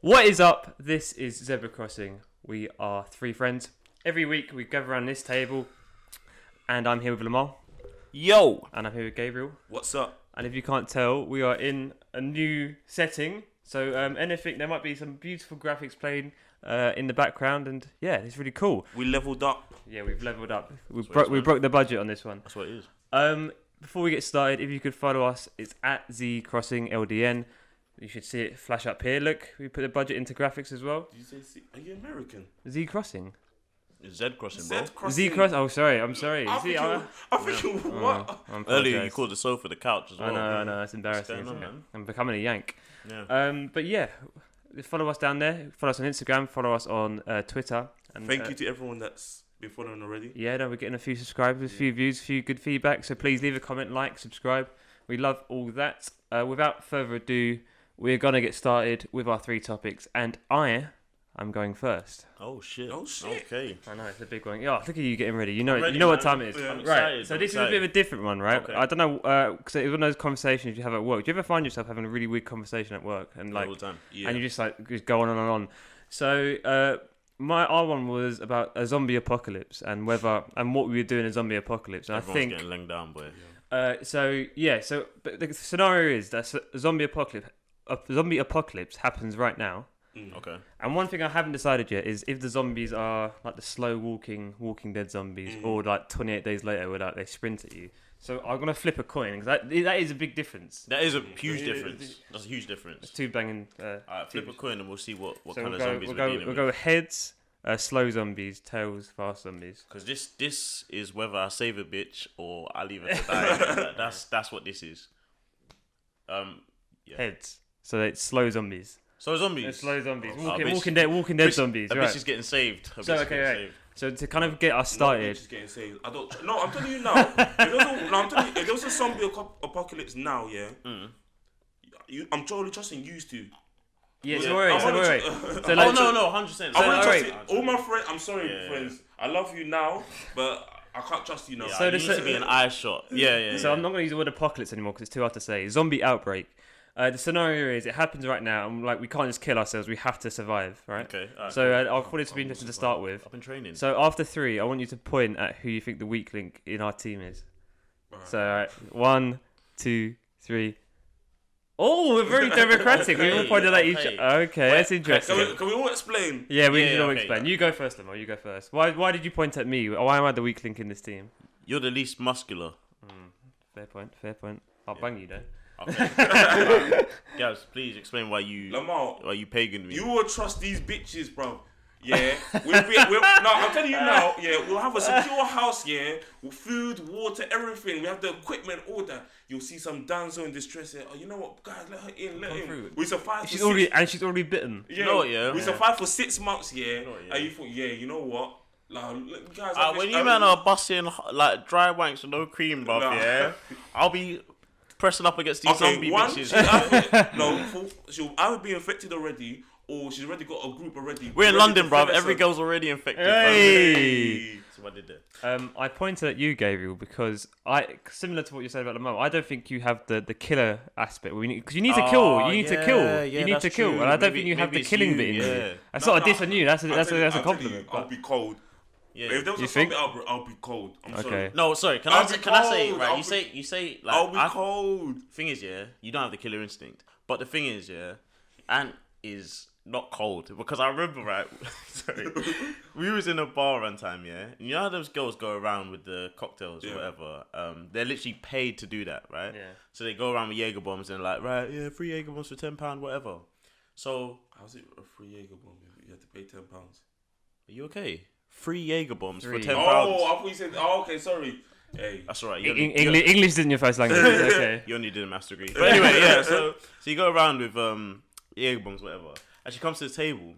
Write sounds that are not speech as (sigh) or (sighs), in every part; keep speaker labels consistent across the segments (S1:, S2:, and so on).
S1: What is up? This is Zebra Crossing. We are three friends. Every week we gather around this table, and I'm here with Lamar,
S2: Yo,
S1: and I'm here with Gabriel.
S2: what's up?
S1: And if you can't tell, we are in a new setting. So um, anything, there might be some beautiful graphics playing uh, in the background, and yeah, it's really cool.
S2: We leveled up.
S1: Yeah, we've leveled up. We
S2: Sweet,
S1: broke we
S2: sweet.
S1: broke the budget on this one.
S2: That's what it is.
S1: Um, before we get started, if you could follow us, it's at Z Crossing LDN. You should see it flash up here. Look, we put the budget into graphics as well.
S3: Did you say C- Are you American?
S1: Z Crossing.
S2: It's Z crossing, bro.
S1: Z Cross. Oh, sorry. I'm sorry.
S3: I
S1: See,
S3: think
S1: I-
S3: you- (laughs) I think you. What?
S1: Oh, I'm Oh,
S2: Earlier you
S1: apologise.
S2: called the sofa the couch as well.
S1: I know, I know. It's embarrassing.
S2: going
S1: isn't
S2: on,
S1: it?
S2: man?
S1: I'm becoming a yank.
S2: Yeah.
S1: Um, but yeah, follow us down there. Follow us on Instagram. Follow us on uh, Twitter. And,
S3: Thank
S1: uh,
S3: you to everyone that's been following already.
S1: Yeah, no, we're getting a few subscribers, a few views, a few good feedback. So please leave a comment, like, subscribe. We love all that. Uh, without further ado, we're gonna get started with our three topics, and I, I'm going first.
S2: Oh shit.
S3: Oh, shit.
S2: Okay.
S1: I know it's a big one. Yeah, look at you getting ready. You know,
S2: ready,
S1: you know what
S2: man.
S1: time it is.
S3: Yeah,
S1: right.
S3: I'm
S2: excited,
S1: So
S2: I'm
S1: this is a bit of a different one, right?
S2: Okay.
S1: I don't know because it was one of those conversations you have at work. Do you ever find yourself having a really weird conversation at work and like,
S2: All the time.
S3: Yeah.
S1: and you just like just go on and on and on? So uh, my our one was about a zombie apocalypse and whether and what we would do in a zombie apocalypse. And
S2: Everyone's
S1: I think
S2: getting langed down, boy.
S1: uh, so yeah, so but the scenario is that a zombie apocalypse, a zombie apocalypse happens right now.
S2: Okay.
S1: And one thing I haven't decided yet is if the zombies are like the slow walking Walking Dead zombies,
S2: Mm.
S1: or like 28 days later, where like they sprint at you. So I'm gonna flip a coin because that that is a big difference.
S2: That is a huge
S3: Yeah, yeah, yeah.
S2: difference. That's a huge difference.
S1: It's two banging. Uh,
S2: Alright, flip a
S1: teams.
S2: coin and we'll see what, what
S1: So
S2: kind
S1: we'll
S2: of
S1: go,
S2: zombies
S1: we'll
S2: we're
S1: go,
S2: dealing
S1: we'll
S2: with.
S1: go heads, uh, slow zombies, tails, fast zombies.
S2: Because this this is whether I save a bitch or
S1: (laughs)
S2: I leave her to die. That- that's that's what this is. Um. Yeah.
S1: Heads. So it's slow zombies.
S2: So zombies.
S1: It's slow zombies.
S2: Oh,
S1: Walking,
S2: bitch.
S1: Walking Dead, Walking Dead
S2: Bitch-
S1: zombies.
S2: A bitch
S1: Right.
S2: is getting saved. A bitch
S1: So
S2: is
S1: okay,
S2: getting
S1: right.
S2: saved.
S1: So to kind of get us
S3: You're
S1: started.
S3: just getting saved. I don't. No, I'm telling you now. if there was a, no, I'm telling you, if there was a zombie aco- apocalypse now, yeah.
S1: Mm.
S3: You, I'm totally trusting you to.
S1: Yeah.
S3: Yeah,
S1: So alright.
S3: I
S1: So
S2: (laughs)
S3: wanna
S1: alright.
S3: tr- (laughs)
S1: So
S3: I
S1: like,
S2: Oh no, no, hundred percent.
S3: I want
S1: all
S3: to trust
S1: right.
S3: it. all my friends. I'm sorry,
S2: Yeah, yeah,
S3: friends. I love you now, but I can't trust you now.
S2: Yeah,
S1: So
S2: so
S1: the
S2: this
S1: se-
S2: to be an eye shot. Yeah, yeah.
S1: So
S2: yeah.
S1: I'm not going to use the word apocalypse anymore because it's too hard to say. Zombie outbreak. Uh, the scenario is it happens right now, and like we can't just kill ourselves. We have to survive, right?
S2: Okay, alright,
S1: so uh, I thought this would be interesting to start with.
S2: I've been training.
S1: So after three, I want you to point at who you think the weak link in our team is. So alright, one, two, three. Oh, we're
S2: (laughs)
S1: very democratic. we all
S2: Okay,
S1: pointed at each.
S2: okay.
S1: Okay, that's interesting.
S3: Can we, can we all explain?
S1: yeah, we
S2: Yeah,
S1: need to
S2: yeah,
S1: know
S2: okay.
S1: explain. You go first, Lamar. You go first. Why? Why did you point at me? Why am I the weak link in this team?
S2: You're the least (laughs) muscular.
S1: Fair point. Fair point. I'll bang you though.
S2: Okay. (laughs) Gabs, please explain why you
S3: Lamar,
S2: why you pagan me.
S3: You will trust these bitches, bro. Yeah, we'll be. We'll, no, I'm telling you now. Yeah, we'll have a secure house. Yeah, with food, water, everything. We have the equipment, all that. You'll see some damsel in distress. Yeah, oh, you know what, guys, let her in. Let
S1: through.
S3: him. We survived.
S1: She's
S3: for
S1: already
S3: Six,
S1: and she's already bitten.
S3: yeah,
S2: know what, yeah?
S3: we
S2: Yeah.
S3: survived for six months. Yeah,
S2: know what, yeah?
S3: and you thought, yeah, you know what, like, look, guys.
S2: Uh,
S3: like,
S2: when
S3: uh,
S2: you man are busting like dry wanks with no cream, bruv,
S3: Nah. (laughs)
S2: yeah, I'll be pressing up against these
S3: Okay,
S2: zombie
S3: one, she's
S2: bitches. (laughs)
S3: either, no, for- she'll either be infected already, or she's already got a group already.
S2: We're in
S3: ready
S2: London,
S3: to
S2: bruv.
S3: feed
S2: Every
S3: herself.
S2: girl's already infected.
S1: Hey!
S2: Bruv. So what I did there.
S1: Um, I pointed at you, Gabriel, because I similar to what you said about the mom. I don't think you have the, the killer aspect. We need because you need to kill.
S2: Oh,
S1: you need to
S2: yeah,
S1: kill.
S2: yeah,
S1: you need to
S2: that's
S1: kill.
S2: true.
S1: And I don't
S2: Maybe-
S1: think you have
S2: maybe
S1: the
S2: it's
S1: killing
S2: you,
S1: bit in
S2: yeah.
S1: you. That's
S3: No,
S1: not a
S3: no,
S1: diss on you. That's a,
S3: I'll
S1: that's a,
S3: tell you-
S1: that's a
S3: I'll tell you,
S1: compliment.
S3: I'll
S1: but-
S3: be cold.
S2: Yeah.
S3: If there was
S1: You
S3: a zombie
S1: think?
S3: outbreak, I'll be cold. I'm
S1: Okay.
S3: sorry.
S2: No, sorry. Can
S3: I'll
S2: I
S3: be
S2: can I say
S3: cold,
S2: right?
S3: I'll
S2: you
S3: be-
S2: say you say like
S3: I'll be
S2: I-
S3: cold.
S2: thing is, yeah, you don't have the killer instinct. But the thing is, yeah, Ant is not cold because I remember right. (laughs) sorry, we was in a bar one time, yeah, and you know how those girls go around with the cocktails
S3: Yeah.
S2: or whatever. Um, they're literally paid to do that, right?
S1: Yeah.
S2: So they go around with Jaeger bombs and like, right, yeah, three Jaeger bombs for ten pound, whatever. So
S3: How's it a free Jaeger bomb? if You have to pay ten pounds.
S2: are you okay? Three Jaeger bombs
S1: Three.
S2: for ten
S3: Oh,
S2: pounds.
S3: I thought you said. Oh, okay, sorry. Hey,
S2: That's all right. You
S1: Eng-
S2: only,
S1: Eng-
S2: you,
S1: English, English isn't your first language.
S2: (laughs)
S1: it's okay.
S2: you only did a
S1: (laughs)
S2: maths degree. But anyway, yeah. So so you go around with um Jaeger bombs, whatever, and she comes to the table.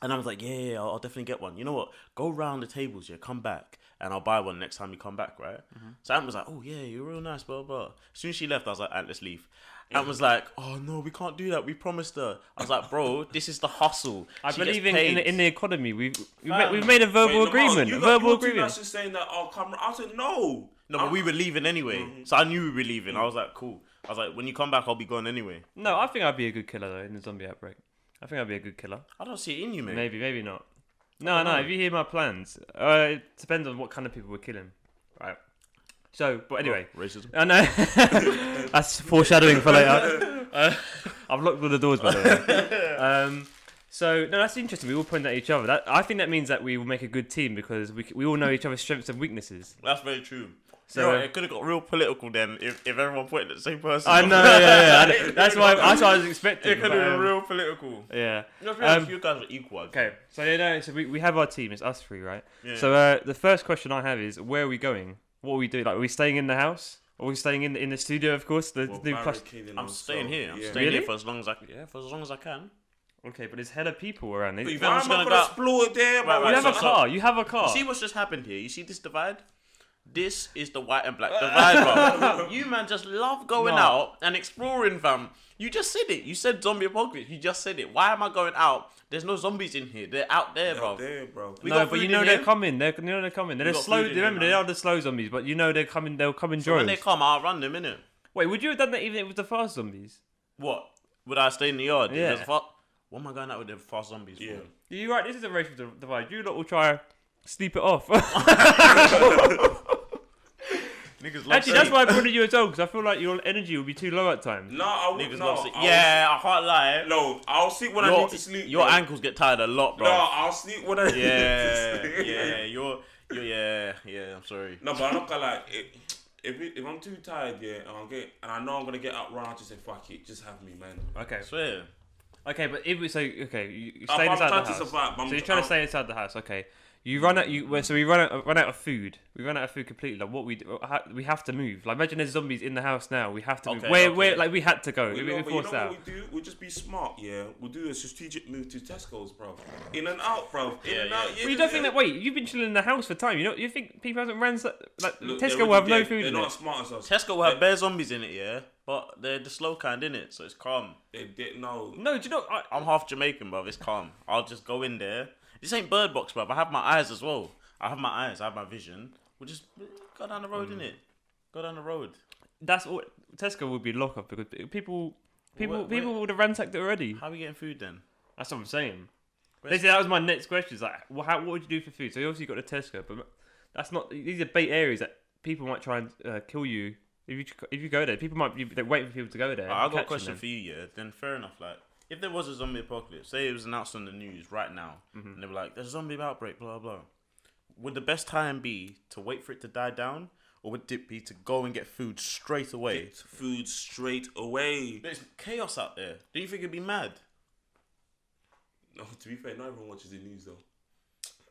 S2: And I was like, yeah, yeah, yeah, I'll, I'll definitely get one. You know what? Go round the tables, yeah, come back, and I'll buy one next
S1: Mm-hmm.
S2: time you come back, right? So Ant was like, oh, yeah, you're real nice, blah, blah. As soon as she left, I was like, Ant, let's leave. and was like, "Oh no, we can't do that. We promised her." I was like,
S1: (laughs)
S2: "Bro, this is the hustle."
S1: I
S2: She gets
S1: believe in, in,
S2: paid."
S1: the, in the economy. We've we've,
S2: Fam.
S1: made, we've made a verbal
S3: Wait, Lamar,
S1: agreement.
S3: You
S1: A
S3: got
S1: verbal
S3: your two
S1: agreement.
S3: lads just saying that, oh, camera. I said, no.
S2: no, but
S3: I'm-
S2: we were leaving anyway,
S1: Mm-hmm.
S2: so I knew we were leaving. I was like, "Cool." I was like, "When you come back, I'll be gone anyway."
S1: No, I think I'd be a good killer though in the zombie outbreak. I think I'd be a good killer.
S2: I don't see it in you, mate.
S1: Maybe, maybe not. No, no. If you hear my plans, uh, it depends on what kind of people we're killing, right? So, but anyway, (laughs)
S2: Racism.
S1: I know that's foreshadowing for
S2: (laughs)
S1: later. Uh, I've locked all the doors by the way. Um, so no, that's interesting. We all point at each other. That I think that means that we will make a good team because we c- we all know each other's strengths and
S2: (laughs)
S1: weaknesses.
S2: That's very true.
S1: So-
S2: So it could have got real political then if, if everyone pointed at the same person.
S1: I know. Yeah, yeah, yeah. I know. That's why. That's what I was expecting.
S2: (laughs) It could
S1: but,
S2: have been
S1: um,
S2: real political.
S1: Yeah.
S2: Let's be
S1: Um,
S2: honest, you guys were equal. I'd say.
S1: Okay, so you know, so we, we have our team. It's us three, right?
S2: Yeah.
S1: So uh, the first question I have is, where are we going? What are we doing? Like, are we staying in the house? Are we staying in the, in the studio? Of course, the
S3: Well,
S1: new plus.
S3: barricading
S2: I'm staying
S3: myself,
S2: here. I'm
S3: yeah.
S2: staying
S1: Really?
S2: here for as long as I yeah for as long as I can.
S1: Okay, but there's hella people around it.
S2: But
S1: You
S2: you've
S3: Why am I
S2: Everyone's
S3: gonna
S2: gonna go-
S3: explore there?
S2: Right,
S3: bro?
S2: right,
S1: have
S2: so-
S1: a car. You have a car.
S2: See what's just happened here? You see this divide? This is the white and black divide,
S3: (laughs)
S2: bro. you man just love going
S1: No.
S2: out and exploring, fam. You just said it. You said zombie apocalypse. You just said it. Why am I going out? There's no zombies in here. They're out there, bro.
S3: Out there, bro.
S2: We
S1: no,
S2: got
S1: but you
S2: food
S1: know
S2: in
S1: they're
S2: here.
S1: coming. They're you know they're coming. They're
S2: got
S1: slow.
S2: food in
S1: Remember,
S2: here,
S1: they
S2: man.
S1: are the slow zombies, but you know they're coming. They'll come in
S2: So when
S1: droves.
S2: they come, I'll run them innit?
S1: Wait, would you have done that even with the fast zombies?
S2: What? Would I stay in the yard?
S1: Yeah.
S2: There's Fa- what am I going out with the fast zombies? For?
S3: Yeah.
S1: You're right. This is a racial di- divide. You lot will try. Sleep it off.
S2: Niggas love
S1: Actually, that's why I brought you as well because I feel like your energy will be too low at times.
S3: No, I would
S2: Niggas
S3: no,
S2: love sleep.
S3: I'll-
S2: Yeah, I can't lie.
S3: No, I'll sleep when I
S2: your
S3: need to sleep.
S2: your
S3: bro.
S2: ankles get tired a lot, bro.
S3: No, I'll sleep when I need
S2: yeah,
S3: (laughs) to sleep.
S2: yeah, you're, you're, yeah, yeah. I'm sorry.
S3: No, but I'm not gonna lie. It, if, it, if I'm too tired, yeah, and I'm get, and I know I'm gonna get outrun, I just say fuck it, just have me, man.
S1: Okay.
S2: I swear.
S1: Okay, but if we so okay, you you
S3: I'm-
S1: stay
S3: I'm
S1: inside the
S3: trying to
S1: house.
S3: survive, but
S1: so
S3: I'm-
S1: you're trying
S3: I'm-
S1: to stay inside the house. Okay, you run out. You well, so we run out, run out of food. We run out of food completely. Like what we do, ha- we have to move. Like imagine there's zombies in the house now. We have to move.
S2: Okay,
S1: where
S2: okay.
S1: where like we had to go.
S3: We
S1: We,
S3: know,
S1: we
S3: but you know
S1: forced
S3: what
S1: out.
S3: we do? We'll just be smart, yeah. We'll do a strategic move to Tesco's, bro. In and out, bro. In
S2: Yeah,
S3: and
S2: yeah.
S3: out. Yeah,
S1: But you don't think that? Wait, you've been chilling in the house for time. You know, you think people haven't ran like
S3: Look, they're
S1: Tesco will have
S3: already
S1: no
S3: dead.
S1: food
S3: They're
S1: in
S3: not
S1: it.
S3: as smart as us.
S2: Tesco will have bare zombies in it, yeah, but they're the slow kind in it, so it's calm.
S3: They're dead. No,
S1: No, do you know? I,
S2: I'm half Jamaican, bruv. It's calm. I'll just go in there. This ain't Bird Box, bruv. I have my eyes as well. I have my eyes. I have my vision. We'll just go down the road
S3: Mm.
S2: in it. Go down the road.
S1: that's all. Tesco would be lock up because people people
S2: Where- where-
S1: people would have ransacked it already.
S2: How are we getting food then?
S1: That's what I'm saying. Basically, that was my next question. Is like, well, how, what would you do for food? So you obviously got the Tesco, but that's not. These are bait areas that people might try and uh, kill you if you if you go there. People might be they're waiting for people to go there. and
S2: I got a
S1: catch
S2: question
S1: them.
S2: for you, yeah. Then fair enough. Like, if there was a zombie apocalypse, say it was announced on the news right now,
S3: Mm-hmm.
S2: and they were like, "There's a zombie outbreak," blah blah. Would the best time be to wait for it to die down, or would it be to go and get food straight away?
S3: Get food straight away.
S2: There's chaos out there. Do you think it'd be mad?
S3: No, to be fair, not everyone watches the news though.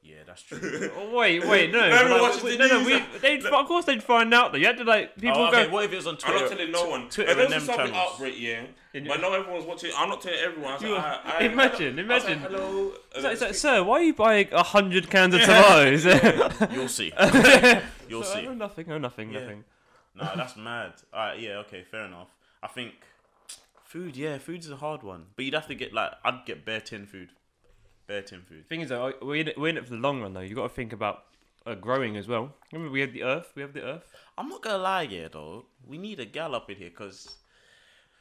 S2: Yeah, that's true.
S3: (laughs)
S1: Oh,
S2: (laughs)
S1: wait, wait, no,
S3: Remember
S1: but like,
S3: watching
S1: wait,
S3: the
S1: no, no,
S3: news
S1: we,
S3: and-
S1: they'd, of course they'd find out. Though you had to like people
S2: oh, okay,
S1: go.
S2: what if it was on Twitter?
S3: I'm not telling no one.
S2: Twitter
S3: if there's
S2: and
S3: a
S2: them
S3: zombie
S2: channels.
S3: outbreak, yeah,
S1: And-
S3: but no everyone's watching. I'm not telling everyone. I was
S1: You-
S3: like, I, I,
S1: imagine,
S3: I was like,
S1: imagine.
S3: hello.
S1: It's like, it's like,
S3: uh,
S1: sir, why are you buying a hundred cans of
S2: (laughs)
S1: tomatoes? (laughs)
S2: You'll
S3: (laughs)
S2: see. You'll
S1: So,
S2: see.
S1: oh, nothing, oh, nothing,
S2: Yeah.
S1: nothing.
S2: No, that's mad. All right, yeah, okay, fair enough. I think food, yeah, food's a hard one, but you'd have to get like I'd get bare tin food, bare tin food.
S1: Thing is, though, we're in, it, we're in it for the long run, though. You got to think about uh, growing as well. Remember, we had the earth. We have the earth.
S2: I'm not gonna lie, yeah, though. We need a gal up in here, cause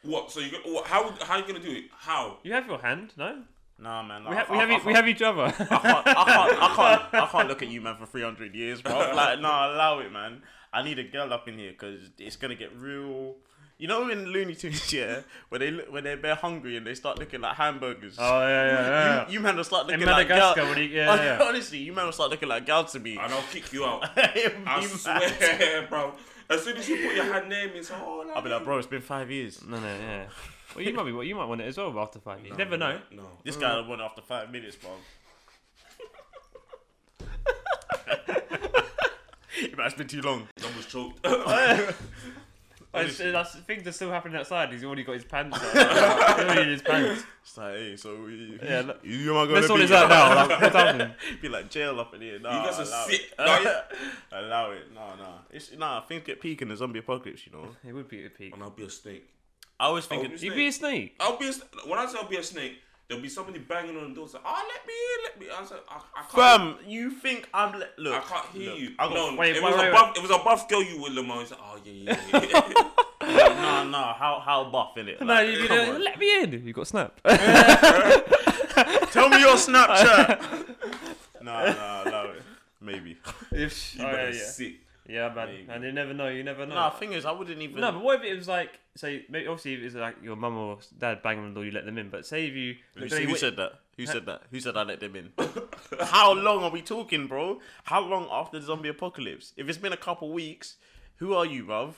S3: what? So you go- what, how how you gonna do it? How?
S1: You have your hand, no?
S2: nah, man.
S1: We
S2: I-
S1: have we
S2: I-
S1: have
S2: I
S1: e- we
S2: can't-
S1: have each other.
S2: I can't, I can't, I can't, I can't look at you, man, for 300 years, bro. Like, no, allow it, man. I need a girl up in here because it's gonna get real. You know, in Looney Tunes, (laughs) yeah, when they look, when they're bare hungry and they start looking like hamburgers.
S1: (laughs) Oh yeah, yeah, yeah.
S2: You, you man will start looking like
S1: Madagascar,
S2: gal-
S1: when he-
S2: (laughs)
S1: yeah, yeah, yeah.
S2: Honestly, you man will start looking like gal to me.
S3: And I'll kick
S2: (laughs)
S3: you out.
S2: It'd be
S3: I
S2: mad.
S3: swear, (laughs) bro. As soon as you put your hand near me, it's like, oh,
S2: I'll be like, bro, it's been five years.
S1: no, no, yeah. Well, you might be. Well, you might want it as well after five years. you never know.
S3: No.
S2: This guy won after five minutes, bro. it might have been too long.
S3: I was choked. (laughs)
S1: Oh, it's, that's things are still happening outside. He's already got his (laughs) pants. on. He's already in his pants.
S2: It's like, hey, so you,
S1: Yeah,
S2: yeah,
S1: let-
S2: you, you am I gonna
S1: Let's sort
S2: be?
S1: this out now.
S2: (laughs)
S1: Like, what's happening?
S2: be like jail up in here. Nah,
S3: You guys are
S2: allow
S3: sick.
S2: It.
S3: No, yeah.
S2: (laughs) allow it. Nah, nah. It's nah. Things get peak in the zombie apocalypse, you know.
S1: It would be a peak.
S3: and I'll be a snake.
S2: I was thinking,
S3: Obviously.
S1: You'd be a snake.
S3: I'll be a, s- when I say I'll be a snake, there'll be somebody banging on the door. Say, oh, let me in, let me. in." I said, I, I can't.
S2: fam, you think I'm le- look?
S3: I can't hear
S2: look,
S3: you.
S2: I got
S3: no,
S1: wait,
S3: it
S1: wait,
S3: was
S1: wait,
S3: a buff. It was a buff girl you with Lamar. He's like, oh yeah,
S2: (laughs)
S3: yeah, (laughs) yeah.
S2: no, no. How how buff in it?
S1: No, you'd be like, (laughs) let me in. You got snap.
S2: Tell me your Snapchat. no, no, no. Maybe.
S1: (laughs) If-
S3: You
S1: oh, yeah,
S3: better
S1: yeah.
S3: sick.
S1: Yeah,
S2: There you
S1: man.
S2: go.
S1: And you never know. You never know.
S2: No, thing is, I wouldn't even.
S1: No, but what if it was like, say, maybe obviously if it's like your mum or dad banging on the door, you let them in. But say if you,
S2: Who,
S1: say
S2: who
S1: wait-
S2: said that? Who said that? Who said I let them in? (laughs) How long are we talking, bro? How long after the zombie apocalypse? If it's been a couple weeks, who are you, bruv?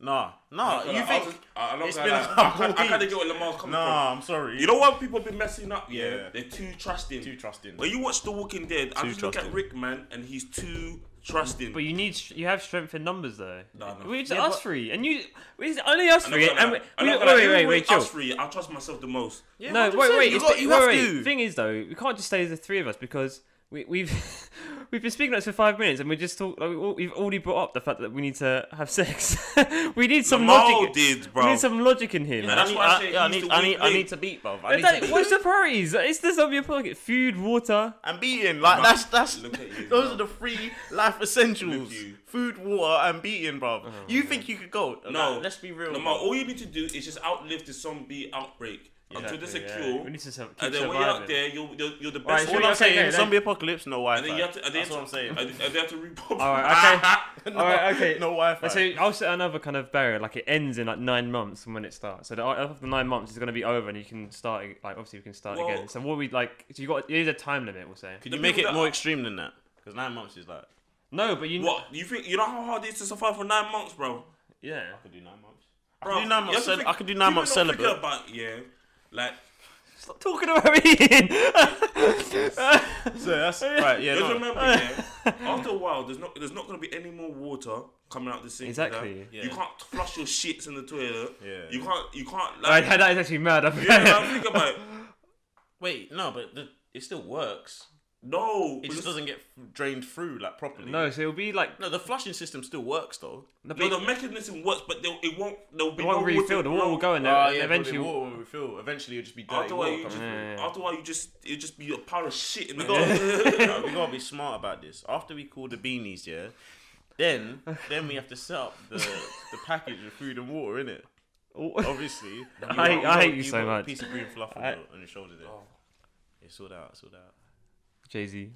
S2: Nah, nah.
S3: But
S2: you
S3: like, I
S2: think?
S3: was- I, I'm not
S2: it's
S3: gonna
S2: been
S3: lie.
S2: a
S3: I,
S2: couple
S3: can't- I kind of
S2: weeks.
S3: get where Lamar's coming
S2: nah, I'm sorry.
S3: from. You know what people been messing up? Yeah,
S2: Yeah.
S3: they're too trusting.
S2: too trusting.
S3: When you watch The Walking Dead, I
S2: Too
S3: just look
S2: trusting.
S3: at Rick, man, and he's too trusting.
S1: But you need, str- you have strength in numbers though.
S3: No, no.
S1: We just
S2: Yeah,
S1: us
S2: but-
S1: three, and you, we just only us
S3: I'm
S1: three,
S3: not gonna
S1: and we,
S3: lie. I'm
S1: we,
S3: not
S1: wait,
S3: gonna lie.
S1: wait,
S3: Even
S1: wait,
S3: with
S1: wait, chill.
S3: Us three, I trust myself the most.
S2: Yeah,
S1: No,
S2: 100%,
S1: wait, wait.
S2: You,
S1: it's
S2: got,
S1: the-
S2: you
S1: wait,
S2: have
S1: wait.
S2: to.
S1: Thing is, though, we can't just stay as the three of us because we, we've (laughs) we've been speaking about this for five minutes and we just talk. Like, we all, we've already brought up the fact that we need to have sex. (laughs) we need some
S3: Lamar
S1: logic.
S3: did,
S1: We
S3: bro.
S1: need some logic in here, man.
S3: that's
S2: I need,
S3: why I
S2: I,
S3: say
S2: yeah, I
S3: he's
S2: need,
S3: the
S2: I
S3: weak
S2: need, I
S3: link.
S2: need to beat, bruv. I need to
S1: Like,
S2: beat.
S1: what's the priorities? It's the zombie apocalypse. Food, water.
S2: and beating. Like that's that's
S3: Look at you,
S2: those
S3: bro.
S2: are the three life essentials:
S3: Look you.
S2: food, water, and beating, bro. you think you could go?
S3: No,
S2: Like, let's be real.
S3: Lamar,
S2: bruv.
S3: all you need to do is just outlive the zombie outbreak until there's a
S1: Exactly, yeah.
S3: cure.
S1: We need to sur- keep
S3: and then when you're
S1: surviving.
S3: out there, you're, you're, you're the
S1: Alright,
S3: best.
S1: so
S2: All
S1: you're
S2: I'm
S1: saying,
S2: saying
S1: yeah,
S2: is
S1: like-
S2: zombie apocalypse, no Wi-Fi.
S3: and then you have to, and they
S2: That's
S3: have
S2: what
S3: to,
S2: I'm saying.
S3: And
S1: (laughs)
S3: and they have to repop.
S1: All
S3: (laughs)
S1: right,
S2: (laughs)
S1: okay.
S2: No-
S1: All right, okay.
S2: No Wi-Fi.
S1: So I'll set another kind of barrier, like it ends in like nine months from when it starts. So the, after the nine months, it's going to be over, and you can start. it- Like obviously, we can start
S3: Well-
S1: again. So what we like? So you got there's a time limit, we'll say.
S2: Could
S3: the
S2: you make it
S3: people that-
S2: more extreme than that? Because nine months is like.
S1: No, but you
S3: What you think? You know how hard it is to survive for nine months, bro.
S1: yeah.
S2: I could do nine months.
S3: Bro,
S2: I could do nine
S3: you have
S2: months.
S3: to
S2: cel-
S3: think-
S2: I could do nine
S3: people
S2: months
S3: don't think
S2: celibate.
S3: About yeah, like
S1: Stop talking about (laughs) me. Ian.
S2: So that's (laughs) right. Yeah.
S3: just
S2: no.
S3: remember, yeah,
S1: (laughs)
S3: after a while, there's not there's not gonna be any more water coming out the sink. you know?
S1: Exactly.
S2: Yeah.
S3: You can't flush your shits in the toilet.
S2: Yeah.
S3: You can't. You can't.
S1: Right,
S3: Like,
S1: yeah, that is actually mad. (laughs) I'm
S3: yeah, like, think about it.
S2: Wait, no, but the, it still works.
S3: No,
S2: It just doesn't get drained through like properly.
S1: no, so it'll be like
S2: No, the flushing system still works though.
S1: the
S3: No,
S1: big,
S3: the mechanism works, but there, it won't. There'll be
S1: it won't
S3: no
S1: refill.
S3: Water,
S1: The water will go in there.
S2: Ah,
S1: and
S2: yeah,
S1: eventually,
S2: eventually, water will refill. Eventually, it'll just be dirty
S3: After a while,
S2: water.
S3: you just,
S2: coming
S1: yeah, yeah.
S3: after a while, you just it just be a pile of shit. And we (laughs)
S2: gotta- (laughs) Nah, we gotta be smart about this. After we call the beanies, yeah, then then we have to set up the, the package of food and water in it. Obviously, you
S1: I hate- I hate you so
S2: got
S1: much.
S2: A piece of green fluff on,
S1: I- Oh.
S2: your, on your shoulder there.
S3: Oh.
S2: It's all out. It's all out.
S1: Jay Z.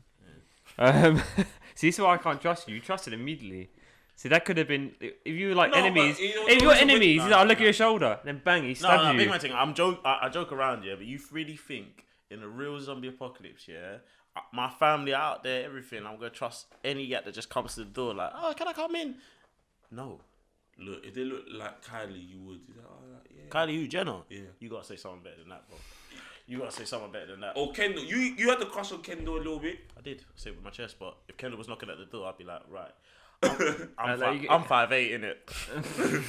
S1: Um, (laughs) see, this is why I can't trust you. You trusted immediately. See, that could have been if you were like
S3: No, but
S1: enemies.
S3: you know,
S1: if
S3: there
S1: you're
S3: was a wit-
S1: enemies,
S2: No,
S1: he's like, I
S2: no,
S1: look at
S2: no.
S1: your shoulder, then bang, he
S2: No,
S1: stabbed
S2: no,
S1: you.
S2: big man thing. I'm joke. I, I joke around, yeah. But you really think in a real zombie apocalypse, yeah, uh, my family out there, everything. I'm gonna trust any gat that just comes to the door, like, oh, can I come in? No,
S3: Look, if they look like Kylie, you would. You're like, "Oh, yeah.
S2: Kylie, who Jenner?
S3: Yeah.
S2: you gotta say something better than that, bro. You gotta say something better than that.
S3: Or Kendall, you you had the crush on Kendall a little bit.
S2: I did say it with my chest, but if Kendall was knocking at the door, I'd be like, right.
S1: (laughs)
S2: I'm, I'm,
S1: like,
S2: fi-
S1: you-
S2: I'm five
S1: (laughs)
S2: eight in it. (laughs)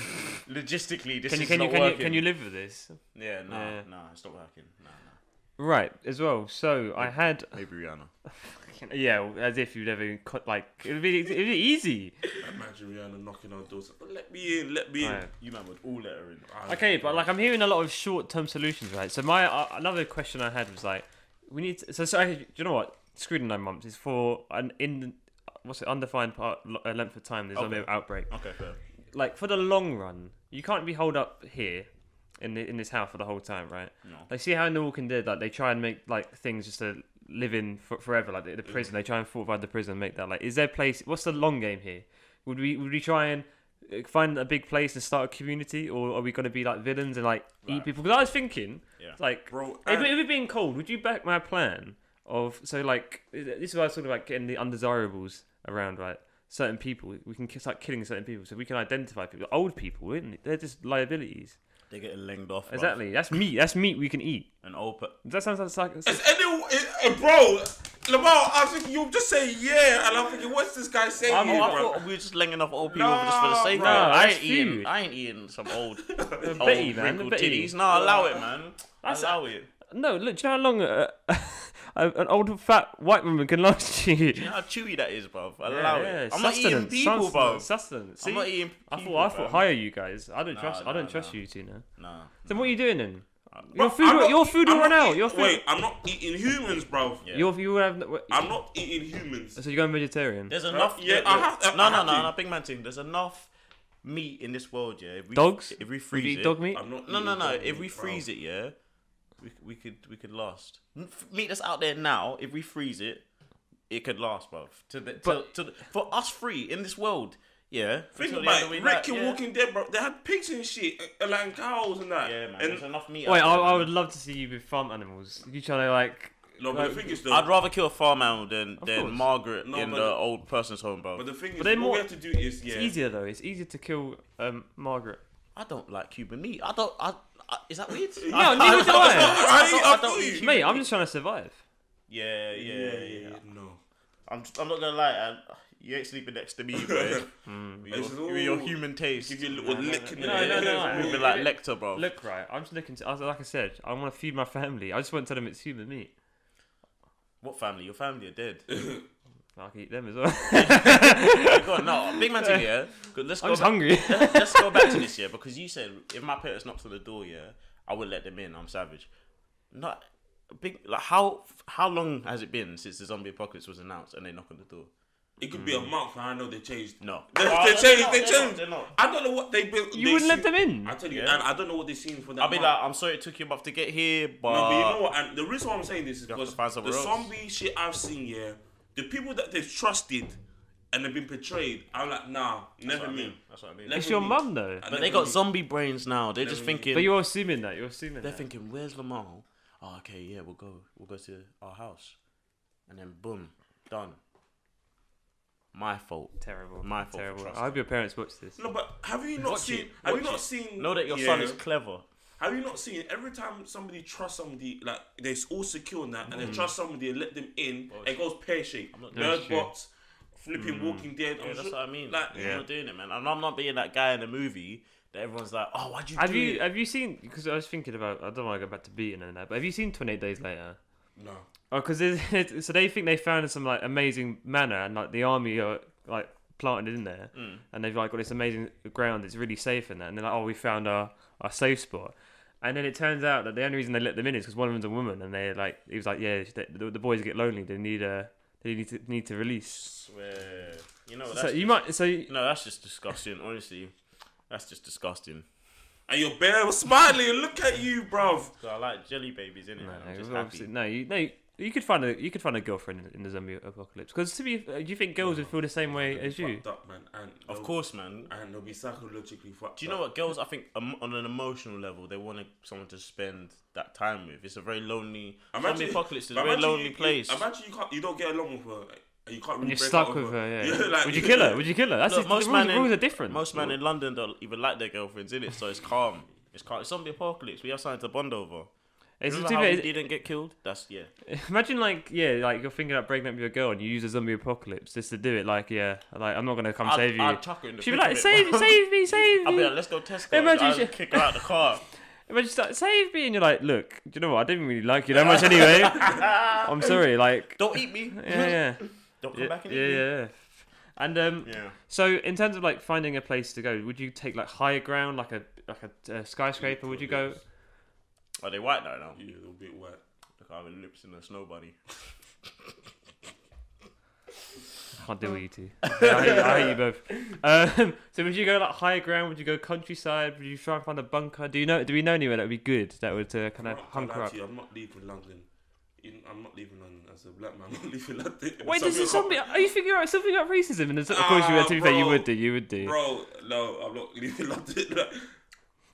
S2: Logistically, this
S1: Can you
S2: is
S1: can you
S2: not
S1: can you
S2: working.
S1: can you live with this?
S2: Yeah, no, nah,
S1: Yeah.
S2: no, nah, it's not working. No, no.
S1: Right, as well. So I had
S2: Maybe Rihanna.
S1: yeah, well, as if you'd ever cut like it'd be, it'd be easzy.
S3: Imagine Rihanna knocking on doors. Let me in. Let me in.
S1: Right.
S2: You man would all let her in.
S1: Okay, but like I'm hearing a lot of short-term solutions, right? So my uh, another question I had was like, we need to, so so I, do you know what? Screw the nine months. It's for an in what's it undefined part lo- uh, length of time. There's
S2: Okay.
S1: no outbreak.
S2: Okay, fair.
S1: like for the long run, you can't be holed up here in the, in this house for the whole time, right?
S2: No.
S1: Like see how in The Walking Dead, like they try and make like things just to live in for, forever, like the, the
S2: Mm.
S1: prison. They try and fortify the prison, and make that like. Is there place? What's the long game here? Would we would we try and uh, find a big place and start a community, or are we going to be like villains and like eat
S2: Right.
S1: people? Because I was thinking,
S2: Yeah.
S1: like,
S3: Bro,
S1: if,
S3: I-
S1: it- if it being cold, would you back my plan of so like this is what I was talking about getting the undesirables around, right? Certain people, we can ki- start killing certain people, so we can identify people. Old people, isn't it? They're just liabilities.
S2: They're getting lenged off. bruv.
S1: Exactly. That's meat. That's meat we can eat.
S2: An old per-
S1: Does that sound like like-
S3: Is any, is, uh, bro, Lamar, I think you just say yeah, and I'm thinking, what's this guy saying?
S2: Oh,
S3: here,
S2: I
S3: bro?
S2: thought we were just lenging off old people
S3: Nah,
S2: just for the sake
S1: bro.
S2: of it. I
S1: That's
S2: ain't eating.
S1: food.
S2: I ain't eating some
S1: (laughs)
S2: old, old
S1: Betty, man,
S2: wrinkled
S1: Betty.
S2: titties. No, allow it, man.
S1: That's-
S2: allow it.
S1: No, look. Do you know how long? Uh, (laughs) a, an old fat white woman can last (laughs) you.
S2: You know how chewy that is, bruv. Allow
S1: Yeah,
S2: it. I'm not eating
S1: sustenance,
S2: people,
S1: sustenance,
S2: bruv.
S1: Sustenance. See,
S2: I'm not eating people.
S1: I thought I thought
S2: bruv.
S1: hire you guys. I don't trust.
S2: Nah,
S1: I don't
S2: nah,
S1: trust
S2: nah. Uh,
S1: you two now.
S2: Nah.
S1: Then what are you doing then?
S3: Bro,
S1: Your food,
S3: I'm
S1: will-
S3: not
S1: your
S3: eat-
S1: food will
S3: I'm
S1: run
S3: not
S1: out.
S3: eat-
S1: Your food.
S3: Wait, I'm not eating humans, bro.
S2: Yeah.
S1: Your you would have. no-
S3: I'm not eating humans.
S1: So you're going vegetarian.
S2: There's enough.
S3: yeah,
S2: look,
S3: I
S2: look.
S3: have to-
S2: No,
S3: I
S2: no,
S3: have
S2: no,
S3: to.
S2: no. Big man thing. There's enough meat in this world, yeah. If we,
S1: Dogs.
S2: If we
S1: Would
S2: freeze
S1: you
S2: it.
S1: eat dog meat.
S3: I'm not.
S2: No, no,
S3: eating
S2: no.
S3: dog
S2: If
S3: meat,
S2: we
S3: bro.
S2: freeze it, yeah, we, c- we could we could last. M- f- Meat that's out there now. If we freeze it, it could last, bruv. To the, to,
S1: But-
S2: to the, for us free in this world, yeah.
S3: Think
S2: until the
S3: about
S2: end of
S3: it.
S2: the
S3: Rick
S2: night,
S3: and
S2: yeah.
S3: Walking Dead, bro. They had pigs and shit, and- and like cows and that.
S2: Yeah, man.
S3: And,
S2: there's enough meat.
S1: Wait, I,
S2: out there,
S1: I
S2: man.
S1: would love to see you with farm animals. You trying to like?
S3: no, but the thing is though.
S2: I'd rather kill a farm animal than, than
S1: course.
S2: Margaret
S3: No,
S2: in
S3: but
S2: the
S3: the-
S2: old person's home, bro.
S3: but the thing is,
S1: they're
S3: what
S1: more-
S3: we have to do is yeah.
S1: It's easier though. It's easier to kill um, Margaret.
S2: I don't like Cuban meat. I don't. I, I, is that
S1: (laughs)
S2: weird? (laughs)
S3: Yeah,
S2: (laughs) I,
S1: neither do I.
S3: I- (laughs) I feel
S2: eat
S3: you.
S2: Cuban
S1: Mate, I'm
S2: meat.
S1: just trying to survive.
S2: Yeah, yeah, yeah.
S3: No.
S2: I'm. Just, I'm not gonna lie. I'm, you ain't sleeping next
S3: (laughs)
S2: to me, bro. with,
S3: It's
S2: your, Mm, with your
S3: all-
S2: human taste.
S3: Give you a little lick in
S1: no,
S3: the
S1: no, no, no,
S3: head.
S1: no.
S2: Moving like Lecter, bro.
S1: Look, right. I'm just looking to. as- Like I said, I want to feed my family. I just won't tell them it's human meat.
S2: What family? Your family are dead.
S3: (laughs)
S1: I can eat them as well.
S2: God, no. Big man thing,
S3: (laughs)
S2: yeah. Good,
S1: (laughs)
S2: Let's
S1: I'm
S2: go
S1: just
S2: back-
S1: hungry. (laughs)
S2: let's, let's go back to this year because you said if my parents knocked on the door, yeah, I would let them in. I'm savage. Not big. Like how how long has it been since the zombie apocalypse was announced and they knock on the door?
S3: (coughs) It could be a month. I know they changed.
S2: No,
S3: (laughs) They,
S2: Oh,
S3: they
S2: they're
S3: changed.
S2: not,
S3: They
S2: they're
S3: changed.
S2: not, they're not.
S3: I don't know what they built.
S1: You wouldn't let them in.
S3: I tell you,
S2: Yeah.
S3: and I don't know what they've seen for that.
S2: I'll be
S3: month.
S2: like, I'm sorry it took you a month to get here, but
S3: No, but you know what? And the reason why I'm saying this is
S2: have
S3: because
S2: to find
S3: the
S2: somewhere else.
S3: zombie shit I've seen, yeah, the people that they've trusted and they've been betrayed, I'm like, nah,
S2: That's
S3: never
S2: what I
S3: me.
S2: mean. That's what I mean.
S3: Never
S1: It's your
S3: me.
S1: mum though.
S3: I
S2: but
S3: never
S2: they got
S3: me.
S2: zombie brains now. They're just
S3: me.
S2: thinking.
S1: But you're assuming that. You're assuming
S2: they're
S1: that.
S2: thinking, where's Lamar? Oh, okay, yeah, we'll go. We'll go to our house, and then boom, done. My fault.
S1: terrible.
S2: My fault for
S1: Terrible. I
S2: trusting.
S1: hope your parents watch this.
S3: No, but have you not
S2: Watch
S3: seen?
S2: it,
S3: Have you
S2: watch
S3: not
S2: it.
S3: seen?
S2: Know that your
S3: yeah,
S2: son is clever.
S3: Have you not seen? Every time somebody trusts somebody, like they're all secure now, and they
S2: Mm.
S3: trust somebody and let them in, it goes pear shaped.
S1: That's
S3: Nerd
S1: true.
S3: bots, flipping Walking Dead. I'm
S2: Mm. Yeah, that's
S3: sure-
S2: what I mean.
S3: Like,
S2: I'm not doing it, man. And I'm not being that guy in the movie that everyone's like, "Oh, why'd you
S1: Have
S2: do
S1: you
S2: it?"
S1: have you seen? Because I was thinking about. I don't want to go back to beating and that. But have you seen Twenty Eight Days Later?
S3: no.
S1: Oh, because (laughs) so they think they found some like amazing manor, and like the army are like planted in there,
S2: Mm.
S1: and they've like got this amazing ground that's really safe in there, and they're like, oh, we found our our safe spot. And then it turns out that the only reason they let them in is because one of them's a woman, and they like he was like, yeah, they, the, the boys get lonely, they need a they need to need to release.
S2: Swear. You know, that's
S1: So you
S2: just-
S1: might so you-
S2: No, that's just disgusting. Honestly, that's just disgusting.
S3: And your bear was smiling. Look at you, bruv.
S2: 'Cause I like jelly babies, innit?
S1: no,
S2: I'm just
S1: obviously-
S2: happy.
S1: no, you no. You, you could find a you could find a girlfriend in, in the zombie apocalypse because to be uh, do you think girls would feel the same way as you?
S3: Fucked up, man. And
S2: Of
S3: they'll-
S2: course, man.
S3: and they'll be psychologically fucked.
S2: Do you know what girls? I think um, on an emotional level, they want someone to spend that time with. It's a very lonely. zombie apocalypse is a very lonely place.
S3: Imagine you can't, you don't get along with her, and you can't. Really
S1: You're
S3: break
S1: stuck
S3: up
S1: with
S2: (laughs)
S1: her, yeah.
S3: (laughs) like-
S1: Would you kill her? Would you kill her? That's
S2: Look,
S1: just-
S2: most
S1: the rules,
S2: men
S1: the
S2: in,
S1: rules are different.
S2: Most men in London don't even like their girlfriends, in it, so it's calm. It's calm. It's zombie apocalypse. We have something to bond over.
S1: It's just
S2: Remember how we
S1: too bad-
S2: didn't get killed? That's yeah.
S1: (laughs) Imagine like yeah, like you're thinking about breaking up with your girl and you use a zombie apocalypse just to do it. Like yeah, like I'm not gonna come
S2: I'd-
S1: save you.
S2: I'd chuck her in the
S1: She'd be
S2: thick of
S1: like,
S2: it.
S1: save, save me, save
S2: (laughs) I'll
S1: me.
S2: be like, let's go test her.
S1: Imagine
S2: I'll
S1: she-
S2: kick her out
S1: (laughs)
S2: the car.
S1: Imagine she's like, save me, and you're like, look, do you know what? I didn't really like you that much
S2: (laughs)
S1: anyway. I'm sorry, like
S2: Don't eat me.
S1: yeah, yeah,
S2: Don't come
S1: yeah,
S2: back
S1: yeah,
S2: and eat me.
S1: yeah. And um,
S2: Yeah.
S1: so in terms of like finding a place to go, would you take like higher ground, like a like a uh, skyscraper? Would you go?
S2: Are Oh, they white now? now?
S3: Yeah, a little bit wet.
S2: Look, I have lips in a snow
S1: (laughs)
S2: bunny.
S1: Can't deal with you two. I hate, I hate you both. Um, so would you go like higher ground? Would you go countryside? Would you try and find a bunker? Do you know? Do we know anywhere that would be good? That would uh, kind
S3: I'm
S1: of
S3: not, can't
S1: hunker
S3: lie
S1: up.
S3: to you, I'm not leaving London. You- I'm not leaving London as a black man. (laughs) I'm not leaving London.
S1: Wait, this is
S3: Zombie
S1: something. Are you figuring out something about racism? And it's- of course, you
S3: Ah,
S1: would. To be fair, you
S3: bro.
S1: would do. You would do.
S3: Bro, no, I'm not leaving London. (laughs) no,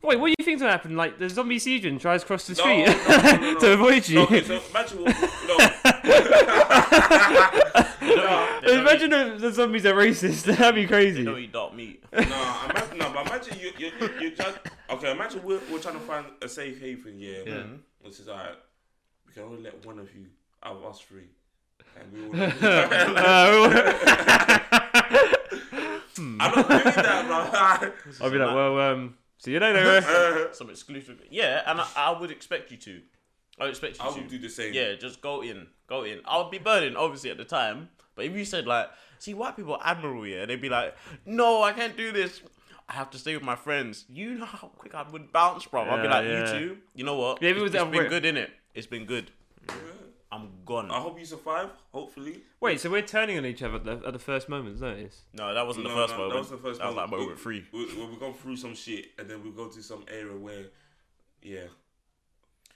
S1: Wait, what do you think's gonna happen? Like the zombie Cedron tries to cross the
S3: no,
S1: (laughs) street
S3: no, no, no.
S1: to avoid you.
S3: No, okay, so imagine what, no,
S2: They don't eat-
S1: (laughs) Imagine if the zombies are racist. (laughs) That'd be
S2: they
S1: crazy.
S2: don't eat dark meat.
S3: no, imagine, no, but imagine you, you, you, you try, okay, imagine we're, we're trying to find a safe haven, yeah. yeah.
S2: Mm.
S3: This is alright. We can only let one of you out of us three. And
S1: (laughs)
S3: we all
S2: Um,
S1: Uh,
S3: I'm not doing that, bro.
S2: (laughs)
S1: I'll be
S3: (laughs)
S1: like, well, um, see you later.
S2: Some exclusive. Yeah, and I, I would expect you to. I would expect you
S3: I
S2: to.
S3: would do the same.
S2: Yeah, just go in, go in. I would be burning, obviously, at the time. But if you said like, see, white people are admirable, yeah, they'd be like, no, I can't do this. I have to stay with my friends. You know how quick I would bounce, bro. I'd be
S1: Yeah,
S2: like,
S1: yeah.
S2: you two, you know what?
S1: Yeah, if it
S2: it's,
S1: was
S2: it's
S1: that
S2: been
S1: way-
S2: good, innit? It's been good. I'm gone.
S3: I hope you survive. Hopefully.
S1: Wait, so we're turning on each other at the, at the first moments, notice?
S2: No, that wasn't
S3: No,
S2: the first
S3: no,
S2: moment.
S3: That was the first
S2: That was like
S3: moment.
S2: moment three.
S3: We, we, we gone through some shit, and then we go to some area where, yeah.